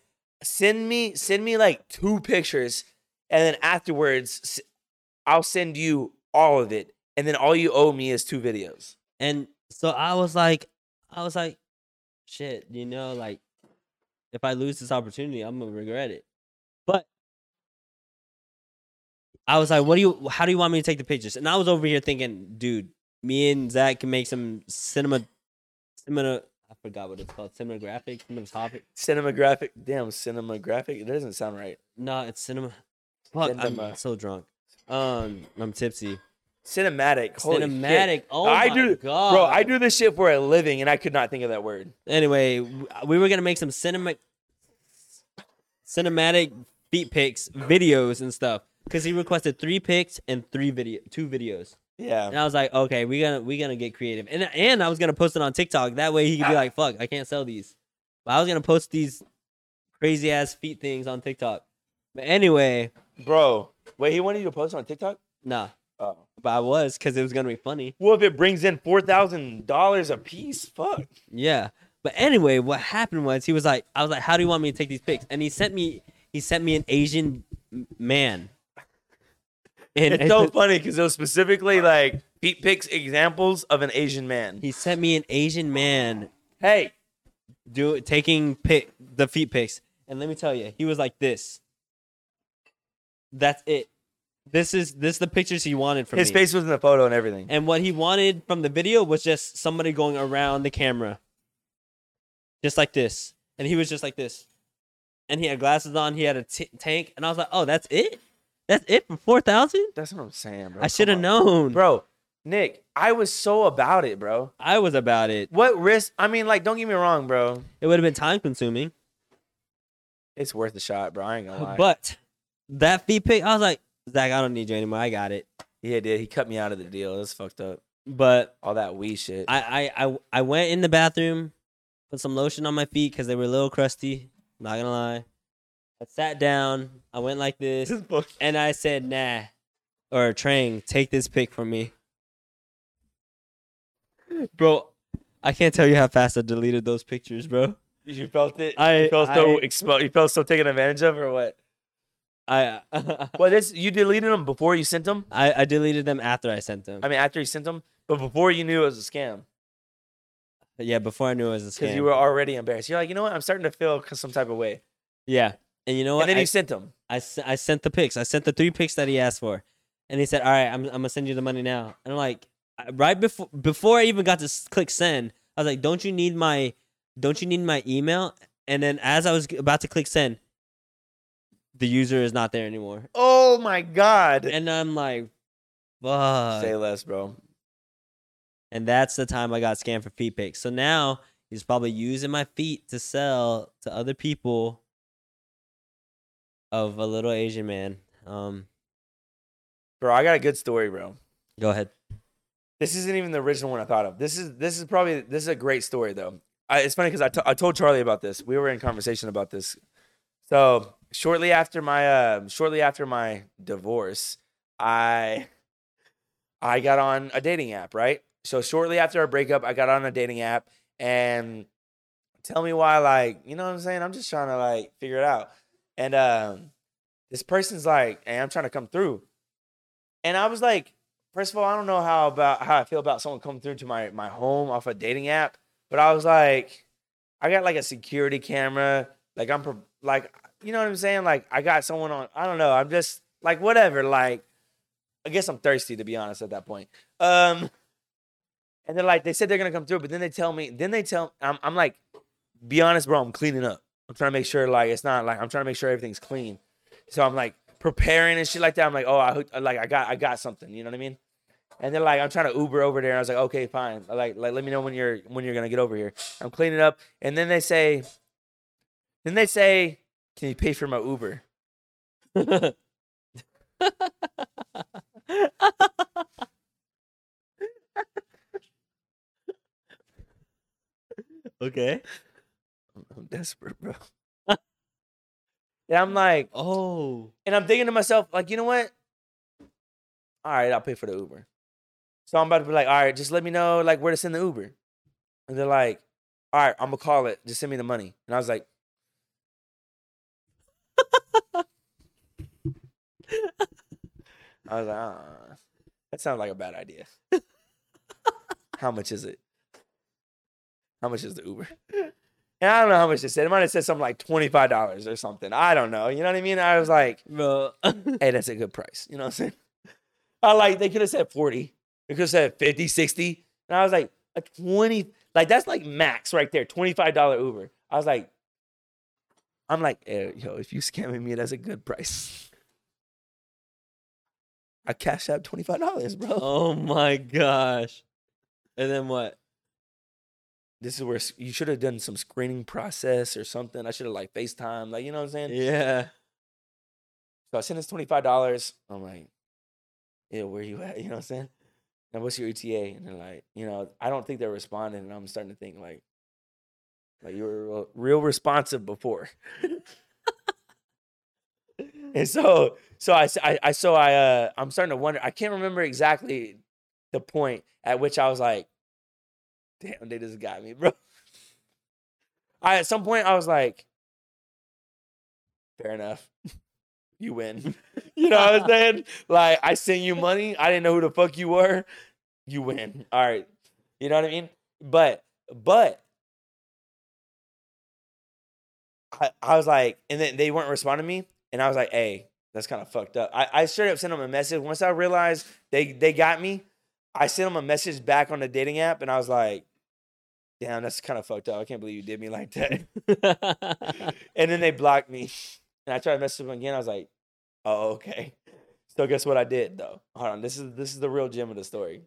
Speaker 2: send me send me like two pictures, and then afterwards s- I'll send you all of it, and then all you owe me is two videos.
Speaker 1: And so I was like, I was like, shit. You know, like, if I lose this opportunity, I'm gonna regret it. But I was like, "What do you? How do you want me to take the pictures?" And I was over here thinking, "Dude, me and Zach can make some cinema, cinema." I forgot what it's called. Cinematographic, cinematographic.
Speaker 2: Cinematographic, damn cinematographic. It doesn't sound right.
Speaker 1: No, it's cinema. Fuck, I'm
Speaker 2: Cinema.
Speaker 1: so drunk. Um, I'm tipsy.
Speaker 2: Cinematic. Holy shit.
Speaker 1: Cinematic. Oh
Speaker 2: I
Speaker 1: my
Speaker 2: do,
Speaker 1: god,
Speaker 2: bro. I do this shit for a living, and I could not think of that word.
Speaker 1: Anyway, w- we were gonna make some cinematic, cinematic feet pics, videos and stuff. Cause he requested three pics and three video, two videos.
Speaker 2: Yeah.
Speaker 1: And I was like, okay, we gonna we gonna get creative. And and I was gonna post it on TikTok. That way he could be like, fuck, I can't sell these. But I was gonna post these crazy ass feet things on TikTok. But anyway,
Speaker 2: Bro, wait, he wanted you to post on TikTok?
Speaker 1: nah.
Speaker 2: Oh.
Speaker 1: But I was because it was gonna be funny.
Speaker 2: Well, if it brings in four thousand dollars a piece, fuck.
Speaker 1: Yeah. But anyway, what happened was he was like, I was like, how do you want me to take these pics? And he sent me, he sent me an Asian m- man. And
Speaker 2: It's so funny because it was specifically like feet pics examples of an Asian man.
Speaker 1: he sent me an Asian man
Speaker 2: Hey,
Speaker 1: do taking pic the feet pics. And let me tell you, he was like this. That's it. This is this is the pictures he wanted from
Speaker 2: his
Speaker 1: me.
Speaker 2: face was in the photo and everything.
Speaker 1: And what he wanted from the video was just somebody going around the camera. Just like this. And he was just like this. And he had glasses on, he had a t- tank, and I was like, "Oh, that's it? That's it for 4000?
Speaker 2: That's what I'm saying, bro.
Speaker 1: I
Speaker 2: Come
Speaker 1: should have
Speaker 2: on.
Speaker 1: known.
Speaker 2: bro. Nick, I was so about it, bro.
Speaker 1: I was about it.
Speaker 2: What risk? I mean, like, don't get me wrong, bro.
Speaker 1: It would have been time consuming.
Speaker 2: It's worth a shot, bro. I ain't gonna lie.
Speaker 1: But that feet pick, I was like, "Zach, I don't need you anymore. I got it."
Speaker 2: yeah, dude, he cut me out of the deal. That's fucked up.
Speaker 1: But
Speaker 2: All that wee shit.
Speaker 1: I I I, I went in the bathroom, put some lotion on my feet cuz they were a little crusty, not going to lie. I sat down. I went like this.
Speaker 2: is fucked.
Speaker 1: And I said, nah. Or Trang, take this pic from me. Bro, I can't tell you how fast I deleted those pictures, bro.
Speaker 2: You felt it.
Speaker 1: I-
Speaker 2: you felt so
Speaker 1: I-
Speaker 2: exposed. You felt so taken advantage of, or what?
Speaker 1: I
Speaker 2: Well, this you deleted them before you sent them.
Speaker 1: I, I deleted them after I sent them.
Speaker 2: I mean, after you sent them, but before you knew it was a scam.
Speaker 1: yeah, before I knew it was a
Speaker 2: because
Speaker 1: scam.
Speaker 2: you were already embarrassed. You're like, you know what? I'm starting to feel c- some type of way.
Speaker 1: yeah. And you know what?
Speaker 2: and then
Speaker 1: I,
Speaker 2: you sent them.
Speaker 1: I, s- I sent the pics. I sent the three pics that he asked for. And he said, all right, I'm, I'm going to send you the money now. And I'm like, I- right before, before I even got to s- click send, I was like, don't you need my, don't you need my email? And then as I was g- about to click send, the user is not there anymore.
Speaker 2: Oh my god.
Speaker 1: And uh, I'm like, fuck.
Speaker 2: Say less, bro.
Speaker 1: And that's the time I got scammed for feet pics. So now he's probably using my feet to sell to other people of a little Asian man. Um,
Speaker 2: Bro, I got a good story, bro.
Speaker 1: go ahead.
Speaker 2: This isn't even the original one I thought of. This is this is probably this is a great story though. I, it's funny because I to- I told Charlie about this. We were in conversation about this. So shortly after my uh, shortly after my divorce, I I got on a dating app, right? So shortly after our breakup, I got on a dating app and tell me why, like, you know what I'm saying? I'm just trying to like figure it out. And um this person's like, hey, I'm trying to come through. And I was like, first of all, I don't know how about how I feel about someone coming through to my my home off a dating app, but I was like, I got like a security camera, like I'm pro- like, you know what I'm saying? Like I got someone on. I don't know. I'm just like whatever. Like I guess I'm thirsty to be honest at that point. Um, and they're like, they said they're gonna come through, but then they tell me, then they tell, I'm, I'm like, be honest, bro, I'm cleaning up. I'm trying to make sure like it's not like I'm trying to make sure everything's clean. So I'm like preparing and shit like that. I'm like, oh, I hooked, like I got I got something. You know what I mean? And they're like, I'm trying to Uber over there. And I was like, okay, fine. Like, like let me know when you're when you're gonna get over here. I'm cleaning up, and then they say, then they say, can you pay for my Uber?
Speaker 1: okay.
Speaker 2: I'm desperate, bro. and I'm like,
Speaker 1: Oh.
Speaker 2: And I'm thinking to myself, like, you know what? All right, I'll pay for the Uber. So I'm about to be like, all right, just let me know like where to send the Uber. And they're like, all right, I'm gonna call it. Just send me the money. And I was like, I was like, uh, that sounds like a bad idea. how much is it? How much is the Uber? And I don't know how much it said. It might have said something like $25 or something. I don't know. You know what I mean? I was like,
Speaker 1: Bro.
Speaker 2: hey, that's a good price. You know what I'm saying? I like, they could have said 40. They could have said 50, 60. And I was like, a 20, like that's like max right there, $25 Uber. I was like, I'm like, eh, yo, if you scamming me, that's a good price. I cashed out $25, bro.
Speaker 1: oh my gosh. And then what?
Speaker 2: This is where s- you should have done some screening process or something. I should have like FaceTime, like, you know what I'm saying?
Speaker 1: Yeah.
Speaker 2: So I sent us twenty five dollars. I'm like, yeah, where you at? You know what I'm saying? And what's your ETA? And they're like, you know, I don't think they're responding. And I'm starting to think like, uh, like you were real, real responsive before. and so so I, s- I I- so I uh I'm starting to wonder. I can't remember exactly the point at which I was like, "Damn, they just got me, bro." I at some point I was like, "Fair enough, you win." you know what I'm saying? Like I sent you money. I didn't know who the fuck you were. You win. All right, you know what I mean? But but I, I was like, and then they weren't responding to me, and I was like, hey, that's kind of fucked up. I, I straight up sent them a message. Once I realized they they got me, I sent them a message back on the dating app, and I was like, damn, that's kind of fucked up. I can't believe you did me like that. and then they blocked me, and I tried to message them again. I was like, oh okay. So guess what I did though? Hold on, this is this is the real gem of the story.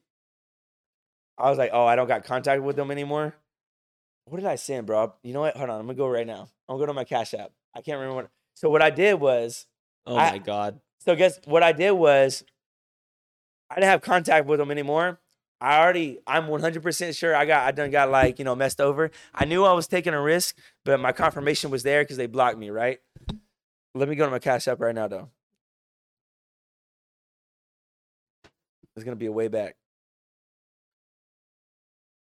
Speaker 2: I was like, oh, I don't got contact with them anymore. What did I send, bro? You know what? Hold on, I'm gonna go right now. I'm gonna go to my Cash App. I can't remember. What, so what I did was,
Speaker 1: oh
Speaker 2: I-
Speaker 1: my god.
Speaker 2: so guess what I did was, I didn't have contact with them anymore. I already, I'm 100% sure I got, I done got like, you know, messed over. I knew I was taking a risk, but my confirmation was there because they blocked me, right? Let me go to my Cash App right now, though. It's gonna be a way back.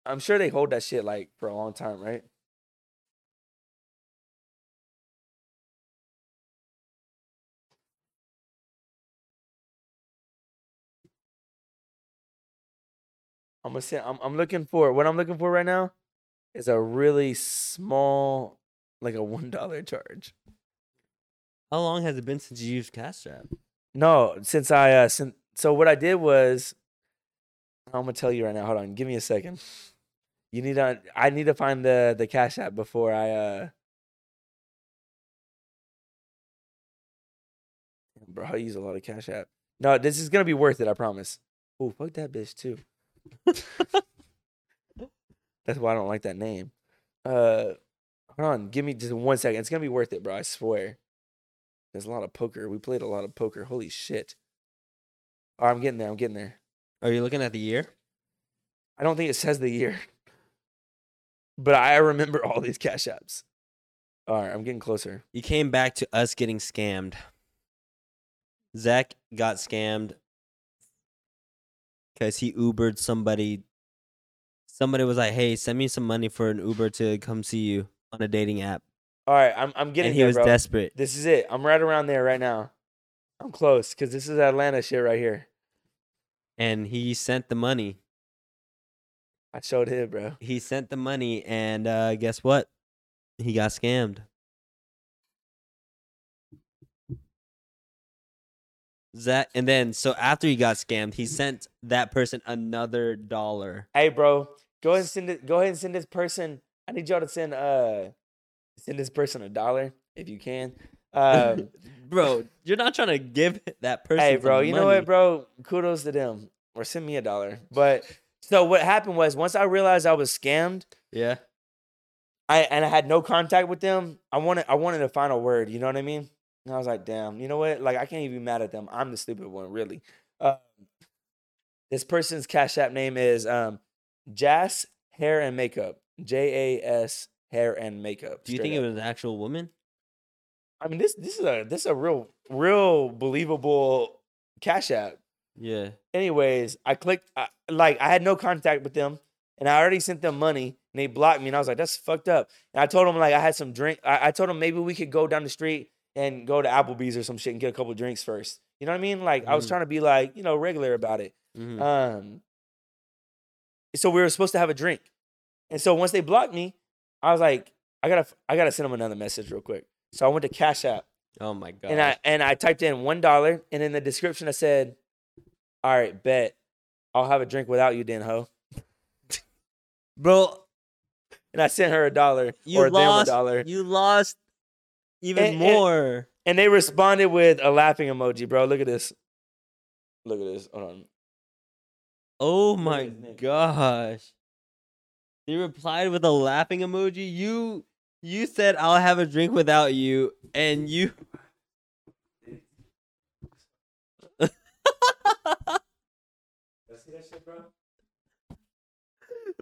Speaker 2: I'm sure they hold that shit like for a long time, right? I'm gonna say I'm, I'm looking for what I'm looking for right now is a really small, like a one dollar charge.
Speaker 1: How long has it been since you used Cash App?
Speaker 2: No, since I uh, since so what I did was, I'm gonna tell you right now. Hold on, give me a second. You need to. I need to find the the cash app before I. uh Bro, I use a lot of cash app. No, this is gonna be worth it. I promise. Oh, fuck that bitch too. That's why I don't like that name. Uh, hold on, give me just one second. It's gonna be worth it, bro. I swear. There's a lot of poker. We played a lot of poker. Holy shit. Oh, I'm getting there. I'm getting there.
Speaker 1: Are you looking at the year?
Speaker 2: I don't think it says the year, but I remember all these cash apps. All right, I'm getting closer.
Speaker 1: You came back to us getting scammed. Zach got scammed because he Ubered somebody. Somebody was like, "Hey, send me some money for an Uber to come see you on a dating app,"
Speaker 2: All right, I'm, I'm getting
Speaker 1: and he
Speaker 2: there,
Speaker 1: was
Speaker 2: bro.
Speaker 1: desperate.
Speaker 2: This is it. I'm right around there right now. I'm close because this is Atlanta shit right here.
Speaker 1: And he sent the money.
Speaker 2: I showed him, bro.
Speaker 1: He sent the money, and uh, guess what? He got scammed. Zach, and then so after he got scammed, he sent that person another dollar.
Speaker 2: Hey, bro, go ahead and send it. Go ahead and send this person. I need y'all to send uh send this person a dollar if you can. Um,
Speaker 1: bro, you're not trying to give that person.
Speaker 2: Hey, bro, you know what, bro? Kudos to them. Or send me a dollar. But so what happened was once I realized I was scammed,
Speaker 1: Yeah,
Speaker 2: I and I had no contact with them. I wanted I wanted a final word. You know what I mean? And I was like, damn, you know what? Like I can't even be mad at them. I'm the stupid one, really. Uh, this person's cash app name is um, Jas Hair and Makeup. J A S Hair and Makeup.
Speaker 1: do you
Speaker 2: straight
Speaker 1: think
Speaker 2: up.
Speaker 1: it was an actual woman?
Speaker 2: I mean, this this is a this is a real real believable cash app.
Speaker 1: Yeah,
Speaker 2: anyways, I clicked, I, like, I had no contact with them, and I already sent them money, and they blocked me, and I was like, that's fucked up. And I told them, like, I had some drink. I, I told them maybe we could go down the street and go to Applebee's or some shit and get a couple drinks first. You know what I mean? Like, I was
Speaker 1: Mhm.
Speaker 2: trying to be, like, you know, regular about it.
Speaker 1: Mhm.
Speaker 2: Um, so we were supposed to have a drink, and so once they blocked me, I was like, I gotta, I gotta send them another message real quick. So I went to Cash App.
Speaker 1: oh my god.
Speaker 2: And I and I typed in one dollar, and in the description I said, "All right, bet I'll have a drink without you, then, ho."
Speaker 1: bro,
Speaker 2: And I sent her a dollar
Speaker 1: you
Speaker 2: or them a
Speaker 1: lost.
Speaker 2: dollar,
Speaker 1: You lost even
Speaker 2: And- and-
Speaker 1: more.
Speaker 2: and they responded with a laughing emoji, bro. Look at this. Look at this. Hold on.
Speaker 1: oh
Speaker 2: at
Speaker 1: my
Speaker 2: his neck.
Speaker 1: gosh. He replied with a laughing emoji. You you said I'll have a drink without you, and you.
Speaker 2: See that shit, bro?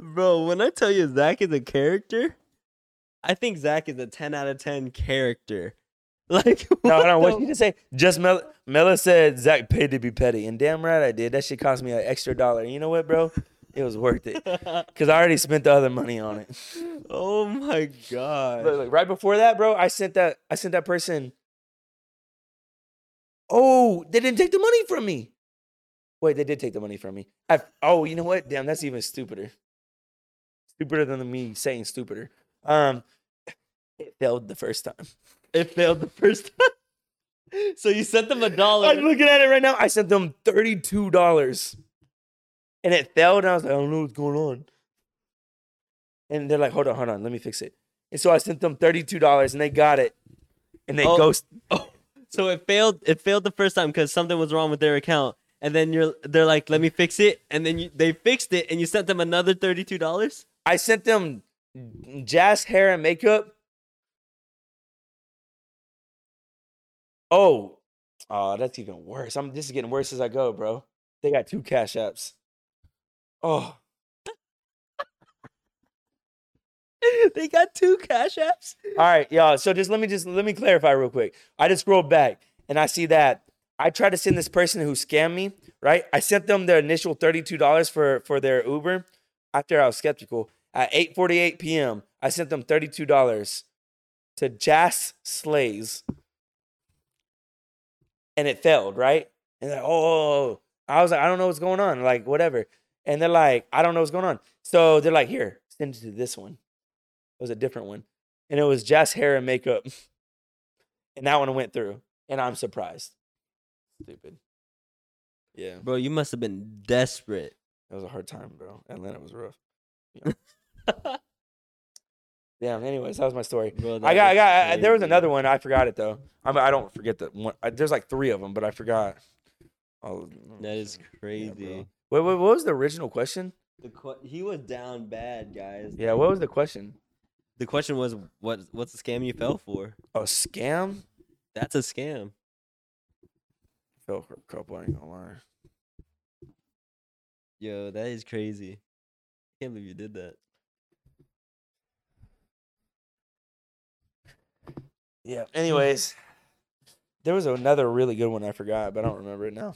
Speaker 1: Bro, when I tell you Zach is a character, I think Zach is a 10 out of 10 character. Like
Speaker 2: No,
Speaker 1: what
Speaker 2: no, what
Speaker 1: the-
Speaker 2: she just say? Just Mel- Mella said Zach paid to be petty, and damn right I did. That shit cost me an extra dollar. You know what, bro? It was worth it because I already spent the other money on it.
Speaker 1: oh my god.
Speaker 2: Look, look, right before that, bro, I sent that. I sent that person. Oh, they didn't take the money from me. Wait, they did take the money from me. I, oh, you know what? Damn, that's even stupider. Stupider than me saying stupider. Um, it failed the first time.
Speaker 1: It failed the first time. so you sent them a dollar.
Speaker 2: I'm looking at it right now. I sent them thirty-two dollars, and it failed. And I was like, I don't know what's going on. And they're like, Hold on, hold on, let me fix it. And so I sent them thirty-two dollars, and they got it, and they
Speaker 1: Oh.
Speaker 2: ghost.
Speaker 1: Oh, so it failed. It failed the first time because something was wrong with their account, and then you're they're like, "Let me fix it," and then you, they fixed it, and you sent them another thirty two dollars.
Speaker 2: I sent them jazz hair and makeup. Oh, oh, that's even worse. I'm this is getting worse as I go, bro. They got two cash apps. Oh,
Speaker 1: they got two cash apps.
Speaker 2: All right, y'all. So just let me just let me clarify real quick. I just scrolled back and I see that I tried to send this person who scammed me, right? I sent them their initial $32 for for their Uber after I was skeptical. At 8:48 p.m., I sent them $32 to Jas Slays. And it failed, right? And they're like, oh, I was like, I don't know what's going on. Like, whatever. And they're like, I don't know what's going on. So they're like, here, send it to this one. It was a different one and it was just hair and makeup. And that one went through, and I'm surprised. Stupid. Yeah,
Speaker 1: Bro, you must have been desperate.
Speaker 2: that was a hard time, bro. Atlanta was rough. Yeah. Damn. Anyways, that was my story.
Speaker 1: Bro,
Speaker 2: I
Speaker 1: that
Speaker 2: got, I
Speaker 1: is
Speaker 2: got. I, there was
Speaker 1: crazy.
Speaker 2: another one. I forgot it though. I'm, I don't forget the one. I, there's like three of them, but I forgot. all of them.
Speaker 1: That is
Speaker 2: Yeah,
Speaker 1: crazy.
Speaker 2: bro. Wait, wait, what was the original question?
Speaker 1: the que- he was down bad, guys.
Speaker 2: Yeah, what was the question?
Speaker 1: The question was, what what's the scam you fell for?
Speaker 2: Oh, scam.
Speaker 1: That's a scam.
Speaker 2: Fell for a couple. I ain't gonna lie.
Speaker 1: Yo, that is crazy. Can't believe you did that.
Speaker 2: Yeah. Anyways, there was another really good one I forgot, but I don't remember it now.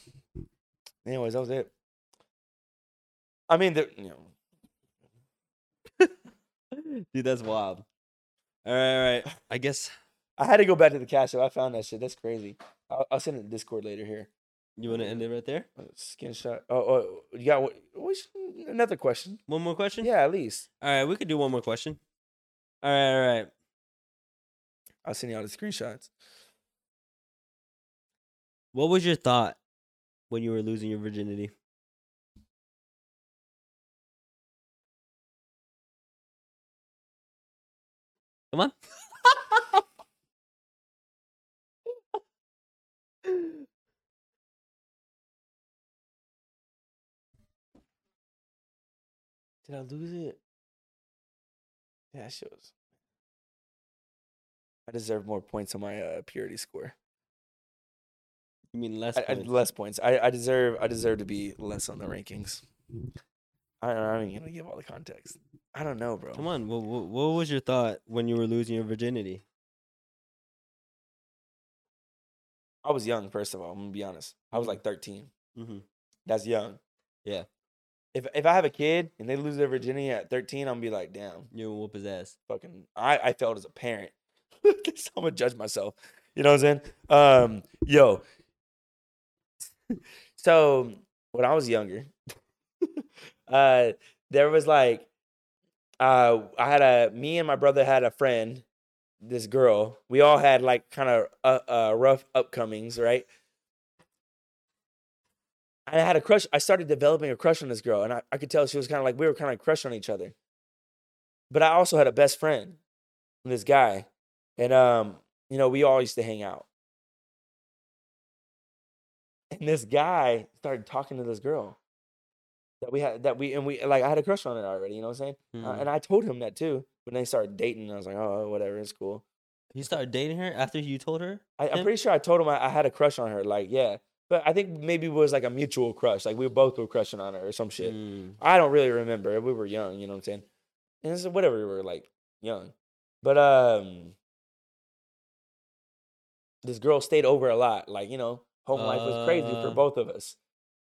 Speaker 2: Anyways, that was it. I mean, the, you know,
Speaker 1: Dude, that's wild. All right, all right. I guess
Speaker 2: I had to go back to the cash app. I found that shit. That's crazy. I'll, I'll send it in Discord later. Here,
Speaker 1: you want to end it right there.
Speaker 2: Uh, skin shot. Oh, oh you got what? Which, another question?
Speaker 1: One more question.
Speaker 2: Yeah, at least
Speaker 1: All right, we could do one more question. All right, all right.
Speaker 2: I'll send you all the screenshots.
Speaker 1: What was your thought when you were losing your virginity? Come on.
Speaker 2: Did I lose it? Yeah, that shit was. I deserve more points on my uh, purity score.
Speaker 1: You mean less?
Speaker 2: I, I,
Speaker 1: points.
Speaker 2: less points. I, I deserve. I deserve to be less on the rankings. I don't know. I'm gonna give all the context. I don't know, bro.
Speaker 1: Come on. What, what, what was your thought when you were losing your virginity?
Speaker 2: I was young. First of all, I'm gonna be honest. I was like 13.
Speaker 1: Mm-hmm.
Speaker 2: That's young.
Speaker 1: Yeah.
Speaker 2: If if I have a kid and they lose their virginity at 13, I'm gonna be like, damn,
Speaker 1: You gonna whoop his ass.
Speaker 2: fucking. I I failed as a parent. so I'm gonna judge myself. You know what I'm saying? Um, yo. so when I was younger, uh, there was like, uh, I had a me and my brother had a friend, this girl. We all had like kind of uh, uh, rough upcomings, right? And I had a crush. I started developing a crush on this girl, and I, I could tell she was kind of like we were kind of crushed on each other. But I also had a best friend, this guy, and um, you know, we all used to hang out. And this guy started talking to this girl that we had that we and we like I had a crush on her already, you know what I'm saying? Uh,
Speaker 1: Mhm.
Speaker 2: and I told him that too. When they started dating, I was like, oh, whatever, it's cool.
Speaker 1: You started dating her after you told her.
Speaker 2: I, I'm
Speaker 1: Yeah.
Speaker 2: pretty sure I told him I, I had a crush on her. Like, yeah. But I think maybe it was like a mutual crush. Like we both were crushing on her or some shit.
Speaker 1: Mm.
Speaker 2: I don't really remember. We were young, you know what I'm saying? And it's whatever we were like young. But um this girl stayed over a lot. Like, you know, home life was crazy for
Speaker 1: Uh.
Speaker 2: both of us.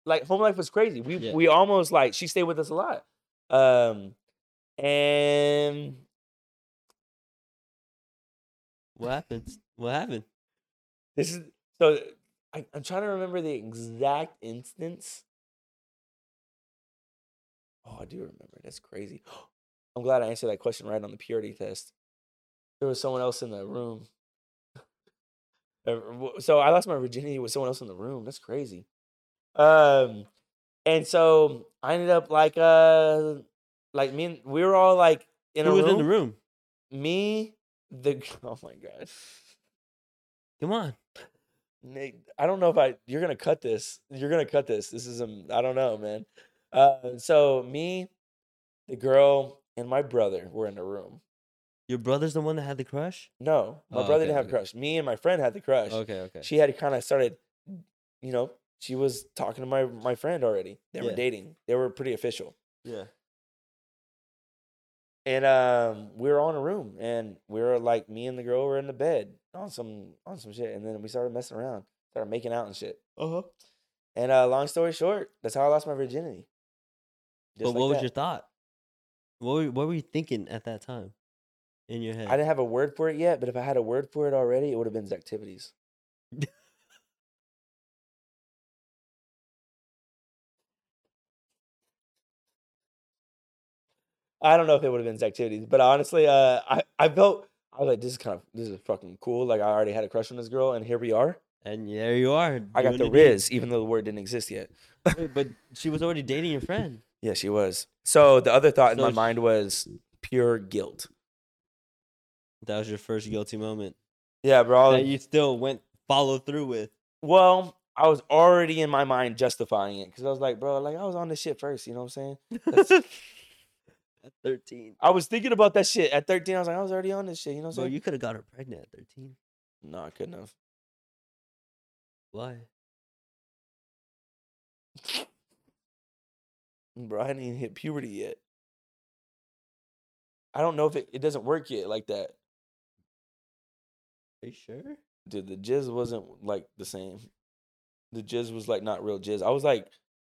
Speaker 2: Like home life was crazy. We
Speaker 1: Yeah.
Speaker 2: we almost like she stayed with us a lot. Um and
Speaker 1: What happened? What happened?
Speaker 2: this is so I, I'm trying to remember the exact instance. Oh, I do remember. That's crazy. I'm glad I answered that question right on the purity test. There was someone else in the room. Uh, w- So I lost my virginity with someone else in the room. That's crazy. Um, and so I ended up like uh, like me and we were all like in
Speaker 1: Who
Speaker 2: a
Speaker 1: was
Speaker 2: room.
Speaker 1: in the room?
Speaker 2: Me, the g- oh my god.
Speaker 1: Come on.
Speaker 2: Nick, I don't know if I you're gonna cut this. You're gonna cut this. This is um I don't know, man. Uh, so me, the girl, and my brother were in the room.
Speaker 1: Your brother's the one that had the crush.
Speaker 2: No, my
Speaker 1: Oh,
Speaker 2: brother
Speaker 1: okay,
Speaker 2: didn't have
Speaker 1: okay.
Speaker 2: a crush. Me and my friend had the crush.
Speaker 1: Okay, okay.
Speaker 2: She had kind of started, you know, she was talking to my my friend already. They were
Speaker 1: Yeah.
Speaker 2: dating. They were pretty official.
Speaker 1: Yeah.
Speaker 2: And um, we were all in a room, and we were like me and the girl were in the bed on some on some shit, and then we started messing around, started making out and shit.
Speaker 1: Uh huh.
Speaker 2: And uh, long story short, that's how I lost my virginity.
Speaker 1: But
Speaker 2: Just
Speaker 1: what was
Speaker 2: like
Speaker 1: your thought? What were, what were you thinking at that time in your head?
Speaker 2: that. I didn't have a word for it yet, but if I had a word for it already, it would have been activities. I don't know if it would have been activities, but honestly, uh, I, I felt I was like, this is kind of this is fucking cool. Like I already had a crush on this girl, and here we are.
Speaker 1: and there you are.
Speaker 2: I got
Speaker 1: doing
Speaker 2: the
Speaker 1: it again.
Speaker 2: Riz, even though the word didn't exist yet.
Speaker 1: Wait, but she was already dating your friend.
Speaker 2: Yeah, she was. So the other thought in
Speaker 1: So
Speaker 2: my
Speaker 1: sh-
Speaker 2: mind was pure guilt.
Speaker 1: That was your first guilty moment
Speaker 2: Yeah, bro.
Speaker 1: that you still went follow through with.
Speaker 2: Well, I was already in my mind justifying it because I was like, bro, like I was on this shit first. You know what I'm saying?
Speaker 1: at thirteen,
Speaker 2: I was thinking about that shit at 13. I was like, I was already on this shit. You know what I'm
Speaker 1: bro,
Speaker 2: saying?
Speaker 1: you could have got her pregnant at thirteen.
Speaker 2: no, I couldn't have.
Speaker 1: Why?
Speaker 2: Bro, I hadn't even hit puberty yet. I don't know if it, it doesn't work yet like that.
Speaker 1: Are you sure?
Speaker 2: Dude, the jizz wasn't like the same. The jizz was like not real jizz. I was like,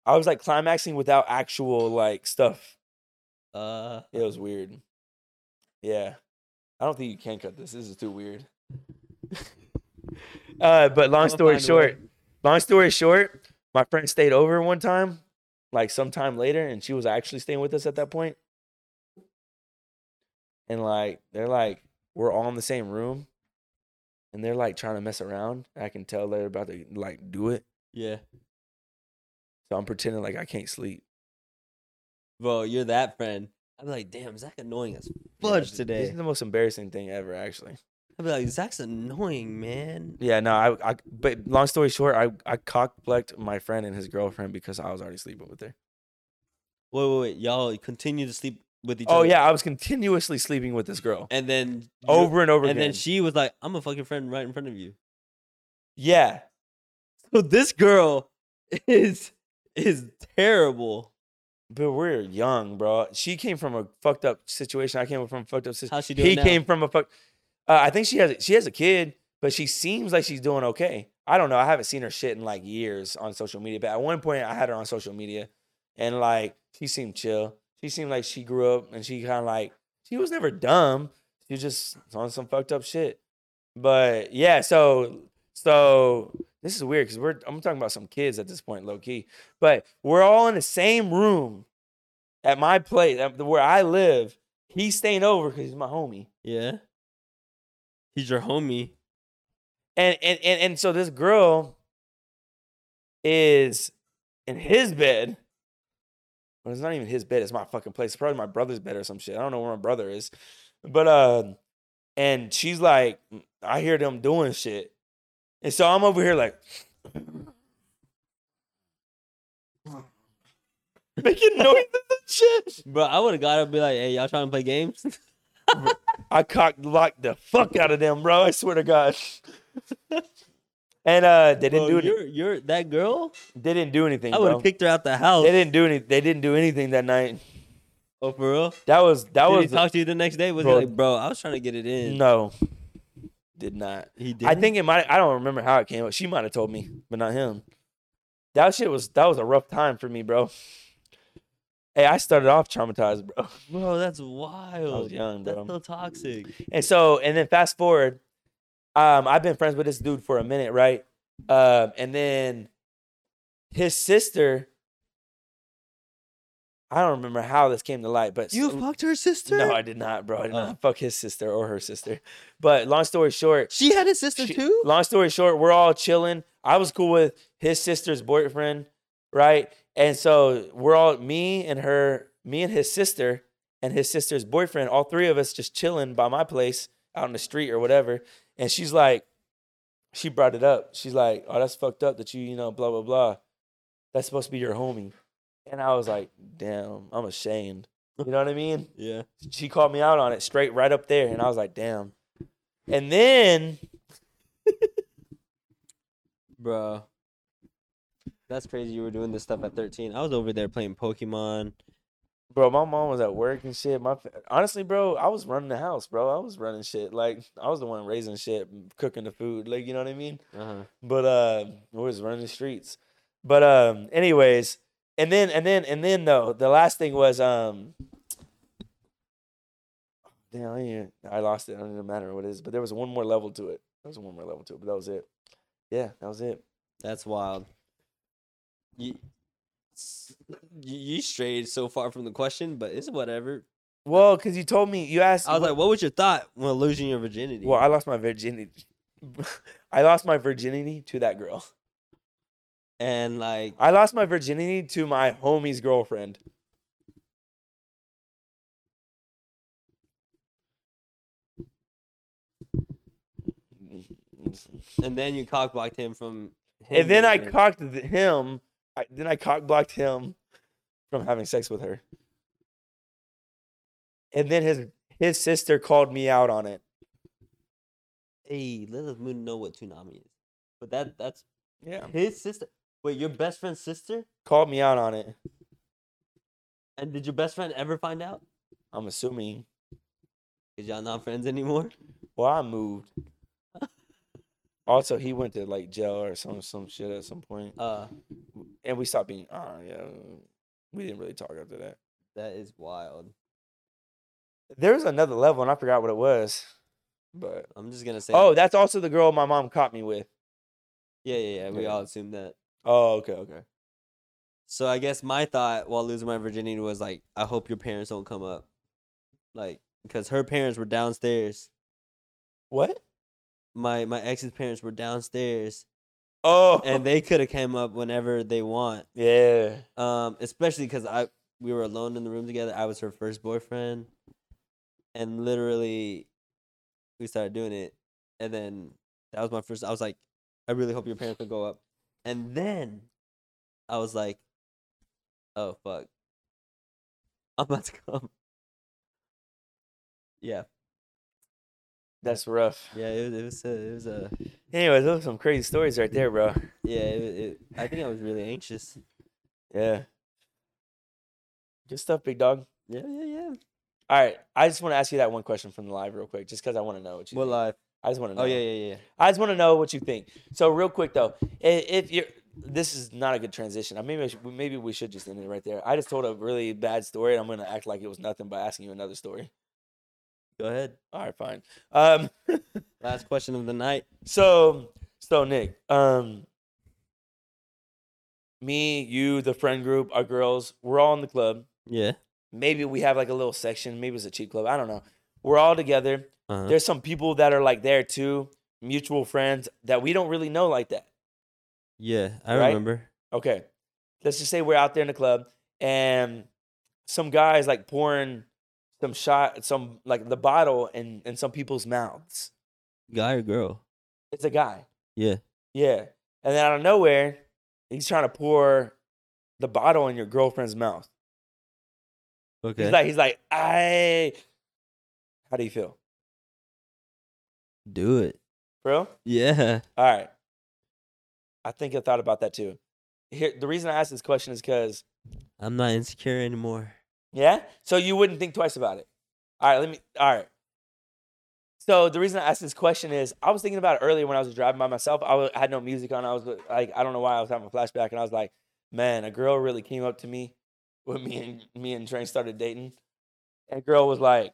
Speaker 2: I was like climaxing without actual like stuff.
Speaker 1: Uh,
Speaker 2: It was weird. Yeah. I don't think you can cut this. This is too weird. uh, but long
Speaker 1: I'ma
Speaker 2: story
Speaker 1: find a way.
Speaker 2: short, long story short, my friend stayed over one time, like sometime later, and she was actually staying with us at that point. And like they're like, we're all in the same room. And they're like trying to mess around. I can tell they're about to like do it.
Speaker 1: yeah,
Speaker 2: So I'm pretending like I can't sleep.
Speaker 1: bro, you're that friend. I'd be like, damn, Zach annoying as
Speaker 2: Yeah,
Speaker 1: fudge
Speaker 2: th-
Speaker 1: today.
Speaker 2: This is the most embarrassing thing ever, actually.
Speaker 1: I'd be like, Zach's annoying, man.
Speaker 2: Yeah, no, I, I, but long story short, I, I cockblocked my friend and his girlfriend because I was already sleeping with her.
Speaker 1: Wait, wait, wait, y'all continue to sleep with each
Speaker 2: Oh
Speaker 1: other.
Speaker 2: yeah, I was continuously sleeping with this girl
Speaker 1: and then you-
Speaker 2: over and over
Speaker 1: and
Speaker 2: again.
Speaker 1: then she was like, I'm a fucking friend right in front of you.
Speaker 2: yeah,
Speaker 1: So this girl is is terrible.
Speaker 2: but we're young, bro. She came from a fucked up situation. I came from a fucked up situation.
Speaker 1: How's she doing
Speaker 2: He
Speaker 1: now?
Speaker 2: came from a fuck. Uh, I think she has she has a kid, but she seems like she's doing okay. I don't know. I haven't seen her shit in like years on social media. But at one point, I had her on social media, and like she seemed chill. She seemed like she grew up, and she kind of like she was never dumb. She was just on some fucked up shit. But yeah, so so this is weird because we're I'm talking about some kids at this point, low key. But we're all in the same room at my place, at the- where I live. He's staying over because he's my homie.
Speaker 1: Yeah. He's your homie.
Speaker 2: and and and, and so this girl is in his bed. Well, it's not even his bed. It's my fucking place. It's probably my brother's bed or some shit. I don't know where my brother is, but uh, and she's like, "Mm, I hear them doing shit, and so I'm over here like. Making noises and shit.
Speaker 1: Bro, I would have got up and be like, hey, y'all trying to play games?
Speaker 2: I cock locked the fuck out of them, bro. I swear to God. and uh, they didn't
Speaker 1: Bro,
Speaker 2: do it.
Speaker 1: you're, you're that girl?
Speaker 2: They didn't do anything.
Speaker 1: I would
Speaker 2: bro.
Speaker 1: have kicked her out the house.
Speaker 2: They didn't do any. They didn't do anything that night.
Speaker 1: Oh, for real?
Speaker 2: That was that
Speaker 1: Did
Speaker 2: was
Speaker 1: he talk to you the next day? Was
Speaker 2: Bro.
Speaker 1: he like, bro, I was trying to get it in?
Speaker 2: no. did not.
Speaker 1: He did.
Speaker 2: I think it might. I don't remember how it came up. She might have told me, but not him. That shit was that was a rough time for me, bro. Hey, I started off traumatized, bro.
Speaker 1: bro, that's wild.
Speaker 2: young,
Speaker 1: that's
Speaker 2: bro.
Speaker 1: still toxic.
Speaker 2: And so, and then fast forward, um, I've been friends with this dude for a minute, right? Um, and then his sister, I don't remember how this came to light, but
Speaker 1: You
Speaker 2: s-
Speaker 1: fucked her sister?
Speaker 2: no, I did not, bro. I did
Speaker 1: Oh.
Speaker 2: not fuck his sister or her sister. But long story short,
Speaker 1: she had a sister
Speaker 2: she-
Speaker 1: too.
Speaker 2: Long story short, we're all chilling. I was cool with his sister's boyfriend, right? And so we're all me and her, me and his sister and his sister's boyfriend, all three of us just chilling by my place out in the street or whatever. And she's like, she brought it up. She's like, oh, that's fucked up that you, you know, blah, blah, blah. That's supposed to be your homie. And I was like, damn, I'm ashamed. You know what I mean?
Speaker 1: Yeah.
Speaker 2: she called me out on it straight right up there, and I was like, damn. And then
Speaker 1: Bro. That's crazy you were doing this stuff at 13. I was over there playing Pokemon.
Speaker 2: Bro, my mom was at work and shit. My fa- honestly, bro, I was running the house, bro. I was running shit. Like I was the one raising shit, cooking the food. Like you know what I mean.
Speaker 1: Uh-huh.
Speaker 2: But uh, we was running the streets. But um, anyways, and then and then and then though, the last thing was um, damn, I, ain't- I lost it. I don't even matter what it is. But there was one more level to it. There was one more level to it. But that was it. Yeah, that was it.
Speaker 1: That's wild. You, s- you you strayed so far from the question, but it's whatever.
Speaker 2: Well, because you told me you asked.
Speaker 1: I was like, what was your thought when losing your virginity?
Speaker 2: Well, I lost my virginity. I lost my virginity to that girl.
Speaker 1: and like
Speaker 2: I lost my virginity to my homie's girlfriend.
Speaker 1: and then you cockblocked him from him
Speaker 2: And then I
Speaker 1: being-
Speaker 2: cocked th- him. I, then I cock blocked him from having sex with her. And then his his sister called me out on it.
Speaker 1: Hey, let us moon know what tsunami is. But that that's
Speaker 2: Yeah.
Speaker 1: his sister. Wait, your best friend's sister?
Speaker 2: Called me out on it.
Speaker 1: And did your best friend ever find out?
Speaker 2: I'm assuming.
Speaker 1: Cause y'all not friends anymore.
Speaker 2: Well, I moved. Also, he went to like jail or some some shit at some point,
Speaker 1: Uh,
Speaker 2: and we stopped being. Ah, yeah, we didn't really talk after that.
Speaker 1: that is wild.
Speaker 2: There was another level, and I forgot what it was. But
Speaker 1: I'm just gonna say.
Speaker 2: oh, that's also the girl my mom caught me with.
Speaker 1: yeah, yeah, yeah. We
Speaker 2: yeah.
Speaker 1: all assume that.
Speaker 2: Oh, okay, okay.
Speaker 1: So I guess my thought while losing my virginity was like, I hope your parents don't come up, like, because her parents were downstairs.
Speaker 2: What?
Speaker 1: My my ex's parents were downstairs,
Speaker 2: Oh,
Speaker 1: and they could have came up whenever they want.
Speaker 2: yeah.
Speaker 1: Um, especially because I we were alone in the room together. I was her first boyfriend, and literally, we started doing it, and then that was my first. I was like, I really hope your parents will go up, and then I was like, oh fuck, I'm about to come. Yeah,
Speaker 2: That's rough.
Speaker 1: yeah, it was, it was a, it was a,
Speaker 2: Anyways, those are some crazy stories right there, bro.
Speaker 1: yeah, it, it, I think I was really anxious.
Speaker 2: Yeah. Good stuff, big dog.
Speaker 1: Yeah, yeah, yeah.
Speaker 2: All right, I just want to ask you that one question from the live real quick, just because I want to know what you.
Speaker 1: What
Speaker 2: think.
Speaker 1: life?
Speaker 2: I just want to know.
Speaker 1: Oh yeah, yeah, yeah.
Speaker 2: I just want to know what you think. So real quick though, i- if you're this is not a good transition. I maybe I should, maybe we should just end it right there. I just told a really bad story, and I'm gonna act like it was nothing by asking you another story.
Speaker 1: Go ahead.
Speaker 2: All right, fine. Um,
Speaker 1: Last question of the night.
Speaker 2: so so Nick, um, me, you, the friend group, our girls, we're all in the club.
Speaker 1: Yeah.
Speaker 2: Maybe we have like a little section. Maybe it's a cheap club. I don't know. We're all together.
Speaker 1: Uh-huh.
Speaker 2: there's some people that are like there too, mutual friends that we don't really know like that.
Speaker 1: Yeah, I
Speaker 2: Right?
Speaker 1: remember.
Speaker 2: Okay. Let's just say we're out there in the club and some guys like pouring some shot, some like the bottle in, in some people's mouths.
Speaker 1: Guy or girl?
Speaker 2: It's a guy.
Speaker 1: Yeah.
Speaker 2: Yeah. And then out of nowhere, he's trying to pour the bottle in your girlfriend's mouth.
Speaker 1: Okay.
Speaker 2: He's like, he's like, I. How do you feel,
Speaker 1: Do it.
Speaker 2: bro?
Speaker 1: Yeah.
Speaker 2: All right. I think I thought about that too. Here, the reason I asked this question is because,
Speaker 1: I'm not insecure anymore.
Speaker 2: yeah? So you wouldn't think twice about it. All right, let me, all right. So the reason I asked this question is I was thinking about it earlier when I was driving by myself. I wa- I had no music on. I was like, I don't know why I was having a flashback, and I was like, man, a girl really came up to me when me and me and Train started dating. And girl was like,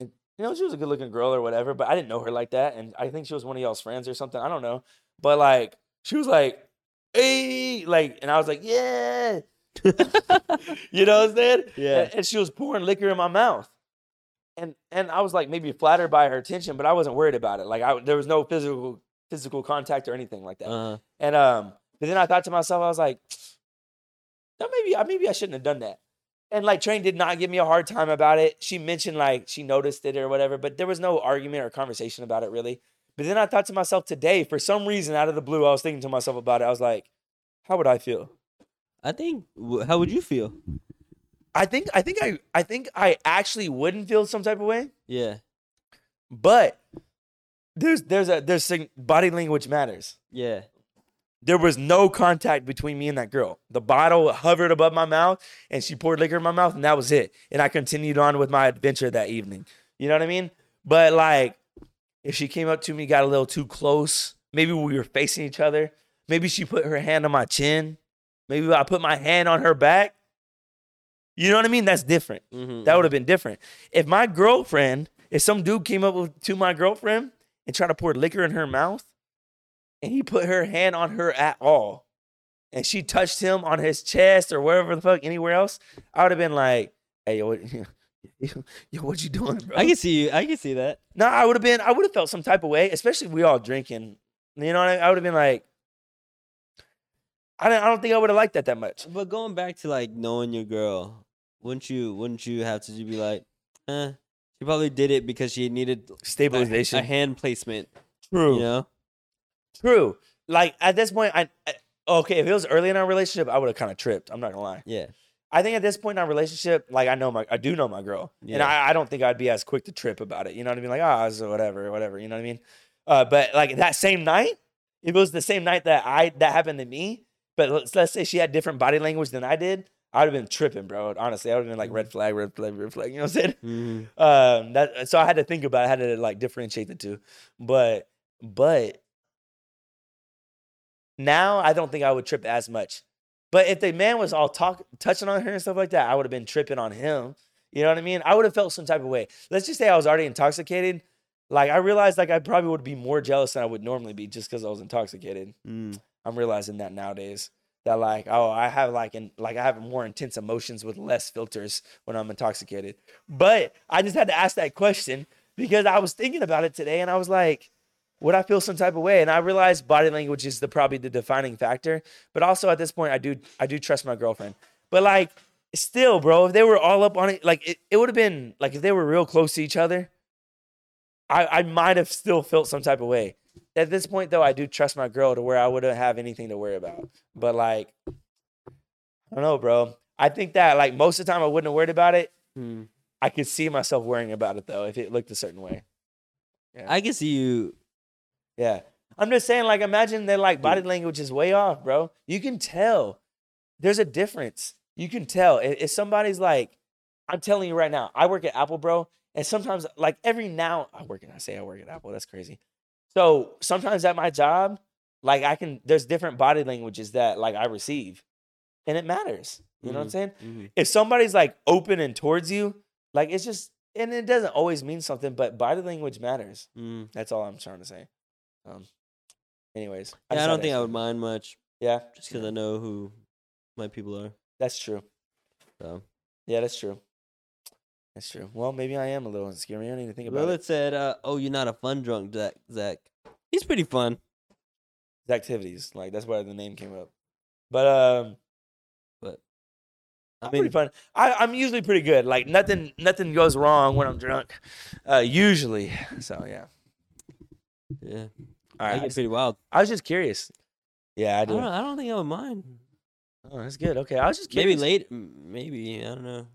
Speaker 2: and, you know, she was a good looking girl or whatever, but I didn't know her like that. And I think she was one of y'all's friends or something. I don't know. But like, she was like, hey, like, and I was like, yeah. you know what I'm saying? Eh,
Speaker 1: Yeah.
Speaker 2: And, and she was pouring liquor in my mouth. And and I was like maybe flattered by her attention, but I wasn't worried about it. Like I there was no physical physical contact or anything like that.
Speaker 1: Uh,
Speaker 2: And um, but then I thought to myself, I was like, "No, maybe I maybe I shouldn't have done that. And like Train did not give me a hard time about it. She mentioned like she noticed it or whatever, but there was no argument or conversation about it really. But then I thought to myself today, for some reason out of the blue, I was thinking to myself about it. I was like, how would I feel?
Speaker 1: I think. w- How would you feel?
Speaker 2: I think I think I I think I actually wouldn't feel some type of way,
Speaker 1: Yeah.
Speaker 2: but there's there's a there's sig- body language matters.
Speaker 1: Yeah.
Speaker 2: There was no contact between me and that girl. The bottle hovered above my mouth and she poured liquor in my mouth and that was it. And I continued on with my adventure that evening. You know what I mean? But like if she came up to me, got a little too close, maybe we were facing each other, maybe she put her hand on my chin, maybe I put my hand on her back. You know what I mean? That's different.
Speaker 1: Mm-hmm.
Speaker 2: That would have been different. If my girlfriend, if some dude came up with, to my girlfriend and tried to pour liquor in her mouth, and he put her hand on her at all, and she touched him on his chest or wherever the fuck, anywhere else, I would have been like, "Hey, yo, what, yo, what you doing, bro?"
Speaker 1: I can see you. I can see that.
Speaker 2: No, I would have been. I would have felt some type of way, especially if we all drinking. You know, what I, I would have been like, I don't, I don't think I would have liked that that much.
Speaker 1: But going back to like knowing your girl, wouldn't you? Wouldn't you have to be like, eh? She probably did it because she needed a-
Speaker 2: Stabilization,
Speaker 1: a hand placement.
Speaker 2: true.
Speaker 1: You know.
Speaker 2: True. Like at this point, I, I okay. If it was early in our relationship, I would have kind of tripped. I'm not gonna lie.
Speaker 1: Yeah.
Speaker 2: I think at this point in our relationship, like I know my, I do know my girl, and
Speaker 1: Yeah.
Speaker 2: I, I don't think I'd be as quick to trip about it. You know what I mean? Like ah, so whatever, whatever. You know what I mean? Uh, but like that same night, if it was the same night that I that happened to me, but let's, let's say she had different body language than I did, I'd have been tripping, bro. Honestly, I would have been like red flag, red flag, red flag. You know what I'm saying?
Speaker 1: Mm-hmm.
Speaker 2: Um, that so I had to think about it, I had to like differentiate the two, but but now I don't think I would trip as much. But if the man was all talk touching on her and stuff like that, I would have been tripping on him. You know what I mean? I would have felt some type of way. Let's just say I was already intoxicated. Like I realized, like I probably would be more jealous than I would normally be just because I was intoxicated.
Speaker 1: Mm.
Speaker 2: I'm realizing that nowadays that like oh I have like an like I have more intense emotions with less filters when I'm intoxicated. But I just had to ask that question because I was thinking about it today and I was like would I feel some type of way? And I realized body language is the probably the defining factor, but also at this point I do I do trust my girlfriend. But like still bro, if they were all up on it like it, it would have been like if they were real close to each other I I might have still felt some type of way at this point though, I do trust my girl to where I wouldn't have anything to worry about. But like, I don't know, bro. I think that like most of the time I wouldn't have worried about it.
Speaker 1: Mm.
Speaker 2: I could see myself worrying about it though if it looked a certain way.
Speaker 1: I can see you.
Speaker 2: Yeah. I'm just saying, like, imagine that like body language is way off, bro. You can tell. There's a difference. You can tell. If, if somebody's like, I'm telling you right now, I work at Apple, bro. And sometimes, like every now, I work at, I say I work at Apple. That's crazy. So sometimes at my job, like I can, there's different body languages that like I receive. And it matters. You know what I'm
Speaker 1: Mhm.
Speaker 2: saying?
Speaker 1: Mhm.
Speaker 2: if somebody's like open and towards you, like it's just, and it doesn't always mean something, but body language matters.
Speaker 1: Mm.
Speaker 2: That's all I'm trying to say. Um, anyways,
Speaker 1: Yeah, I
Speaker 2: just
Speaker 1: don't
Speaker 2: had
Speaker 1: think
Speaker 2: to-
Speaker 1: I would mind much
Speaker 2: Yeah,
Speaker 1: just because I know who my people are.
Speaker 2: that's true.
Speaker 1: So.
Speaker 2: Yeah, that's true. That's true. Well, maybe I am a little insecure. Maybe I need to think about it.
Speaker 1: Lilith said, uh, "Oh, you're not a fun drunk, Zach. Zach, he's pretty fun,
Speaker 2: It's activities, like that's why the name came up. But um,
Speaker 1: but
Speaker 2: I'm
Speaker 1: I mean,
Speaker 2: pretty fun. I, I'm usually pretty good. Like nothing, nothing goes wrong when I'm drunk. Uh, usually. So yeah.
Speaker 1: yeah,
Speaker 2: All
Speaker 1: I
Speaker 2: right. I,
Speaker 1: get pretty wild.
Speaker 2: I was just curious. Yeah, I
Speaker 1: I
Speaker 2: do.
Speaker 1: don't, know, I don't think I would mind.
Speaker 2: Oh, that's good. Okay, I was just
Speaker 1: Maybe
Speaker 2: curious.
Speaker 1: late, m- maybe I don't know.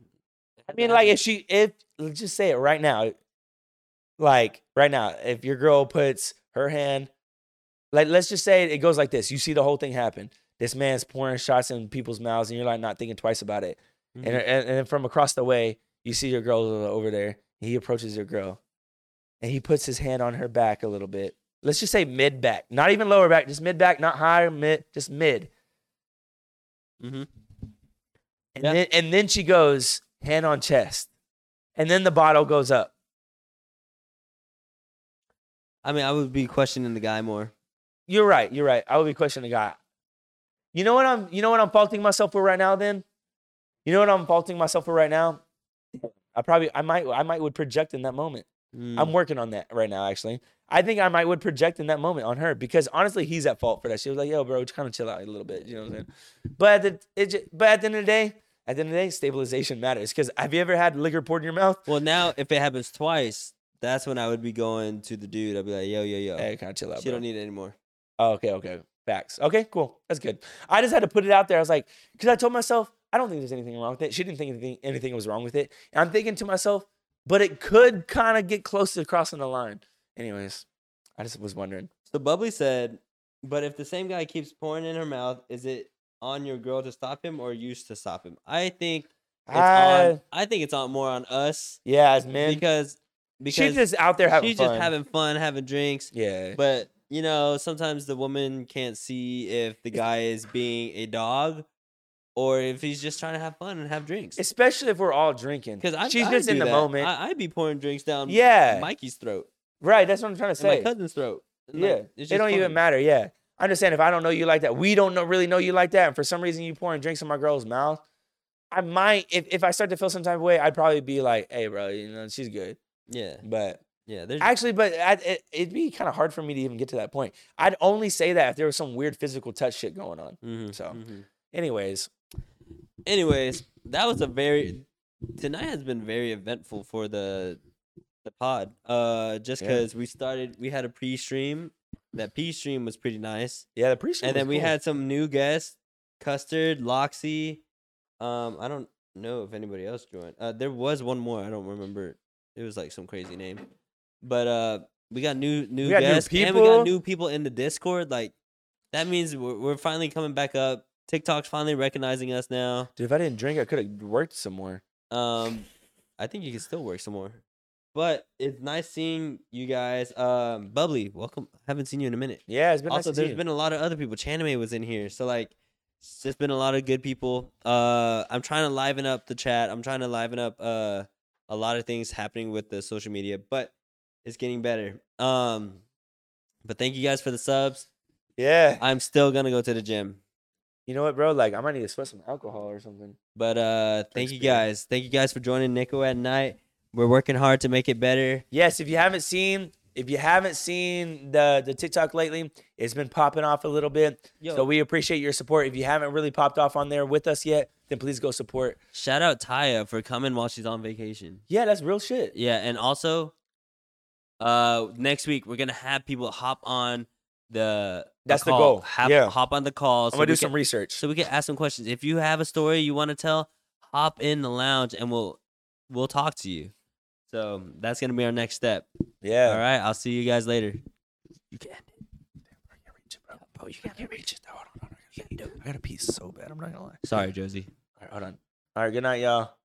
Speaker 2: I mean, like if she, if let's just say it right now, like right now, if your girl puts her hand, like let's just say it goes like this. You see the whole thing happen. This man's pouring shots in people's mouths, and you're like not thinking twice about it.
Speaker 1: Mhm.
Speaker 2: And, and and from across the way, you see your girl over there. He approaches your girl, and he puts his hand on her back a little bit. Let's just say mid back, not even lower back, just mid back, not higher, mid, just mid.
Speaker 1: Mhm.
Speaker 2: And
Speaker 1: Yeah.
Speaker 2: then and then she goes hand on chest, and then the bottle goes up.
Speaker 1: I mean, I would be questioning the guy more.
Speaker 2: You're right. You're right. I will be questioning the guy. You know what I'm. You know what I'm faulting myself for right now. Then, you know what I'm faulting myself for right now. I probably. I might. I might would project in that moment. I'm
Speaker 1: Mm.
Speaker 2: working on that right now. Actually, I think I might would project in that moment on her because honestly, he's at fault for that. She was like, "Yo, bro, kind of chill out a little bit." You know what I'm saying? But at the it, ju- but at the end of the day, at the end of the day, stabilization matters. Because have you ever had liquor poured in your mouth?
Speaker 1: Well, now if it happens twice, that's when I would be going to the dude. I'd be like, yo, yo, yo.
Speaker 2: Hey, kind of chill out.
Speaker 1: she
Speaker 2: bro.
Speaker 1: don't need it anymore.
Speaker 2: Oh, okay, okay. Facts. Okay, cool. That's good. I just had to put it out there. I was like, because I told myself, I don't think there's anything wrong with it. She didn't think anything, anything was wrong with it. And I'm thinking to myself, but it could kind of get close to crossing the line. Anyways, I just was wondering.
Speaker 1: So Bubbly said, but if the same guy keeps pouring in her mouth, is it on your girl to stop him or you to stop him? I think it's
Speaker 2: I-
Speaker 1: on. I think it's on more on us
Speaker 2: yeah, as men,
Speaker 1: because because
Speaker 2: she's just out there having
Speaker 1: she's
Speaker 2: fun.
Speaker 1: just having fun, having drinks.
Speaker 2: yeah.
Speaker 1: But you know, sometimes the woman can't see if the guy is being a dog or if he's just trying to have fun and have drinks.
Speaker 2: Especially if we're all drinking.
Speaker 1: Because I
Speaker 2: she's
Speaker 1: I
Speaker 2: just in
Speaker 1: do
Speaker 2: the
Speaker 1: that.
Speaker 2: moment.
Speaker 1: I, I'd be pouring drinks down
Speaker 2: yeah.
Speaker 1: Mikey's throat,
Speaker 2: right. That's what I'm trying to
Speaker 1: and my
Speaker 2: say.
Speaker 1: cousin's throat. And,
Speaker 2: yeah.
Speaker 1: like, it's
Speaker 2: it
Speaker 1: just
Speaker 2: don't even
Speaker 1: fun.
Speaker 2: matter. Yeah. I understand if I don't know you like that. We don't know, really know you like that. And for some reason you pouring drinks in my girl's mouth. I might, if, if I start to feel some type of way, I'd probably be like, hey, bro, you know, she's good.
Speaker 1: Yeah,
Speaker 2: But
Speaker 1: yeah. There's
Speaker 2: actually, but I, it, it'd be kind of hard for me to even get to that point. I'd only say that if there was some weird physical touch shit going on.
Speaker 1: Mhm,
Speaker 2: so.
Speaker 1: mhm.
Speaker 2: Anyways,
Speaker 1: Anyways, that was a very tonight has been very eventful for the the pod. Uh, just
Speaker 2: Yeah.
Speaker 1: because we started, we had a pre-stream. That pre-stream was pretty nice,
Speaker 2: yeah, the pre-show.
Speaker 1: and
Speaker 2: was
Speaker 1: then we
Speaker 2: cool.
Speaker 1: had some new guests: Custard, Loxy. Um, I don't know if anybody else joined. Uh, there was one more. I don't remember. It was like some crazy name, but uh, we got new new
Speaker 2: We got new
Speaker 1: guests, and we got
Speaker 2: people.
Speaker 1: new people in the Discord. Like that means we're, we're finally coming back up. TikTok's finally recognizing us now.
Speaker 2: Dude, if I didn't drink, I could have worked some more.
Speaker 1: Um, I think you can still work some more, but it's nice seeing you guys. Um, Bubbly, welcome. Haven't seen you in a minute.
Speaker 2: Yeah, it's been
Speaker 1: also,
Speaker 2: nice to see
Speaker 1: there's
Speaker 2: you.
Speaker 1: been a lot of other people. Chaname was in here, so like, it's just been a lot of good people. Uh, I'm trying to liven up the chat. I'm trying to liven up uh a lot of things happening with the social media, but it's getting better. Um, but thank you guys for the subs.
Speaker 2: yeah.
Speaker 1: I'm still gonna go to the gym.
Speaker 2: You know what, bro? Like, I might need to sweat some alcohol or something.
Speaker 1: But uh, thank you
Speaker 2: Thanks, Peter.
Speaker 1: guys. Thank you guys for joining Nico at night. We're working hard to make it better.
Speaker 2: Yes, if you haven't seen, if you haven't seen the the TikTok lately, it's been popping off a little bit.
Speaker 1: Yo.
Speaker 2: So we appreciate your support. If you haven't really popped off on there with us yet, then please go support.
Speaker 1: Shout out Taya for coming while she's on vacation.
Speaker 2: Yeah, that's real shit.
Speaker 1: Yeah, and also, uh, next week we're gonna have people hop on the. a
Speaker 2: That's the
Speaker 1: call.
Speaker 2: goal.
Speaker 1: Hop,
Speaker 2: Yeah.
Speaker 1: hop on the call.
Speaker 2: I'm gonna do
Speaker 1: we
Speaker 2: some
Speaker 1: can,
Speaker 2: research.
Speaker 1: So we can ask some questions. If you have a story you want to tell, hop in the lounge and we'll we'll talk to you. So that's gonna be our next step.
Speaker 2: yeah.
Speaker 1: All right, I'll see you guys later. You can.
Speaker 2: I can't reach it, bro. Bro, you can't reach it though. Hold on, hold on. I gotta- I gotta pee so bad. I'm not gonna lie.
Speaker 1: Sorry, Josie.
Speaker 2: All right, hold on. All right, good night, y'all.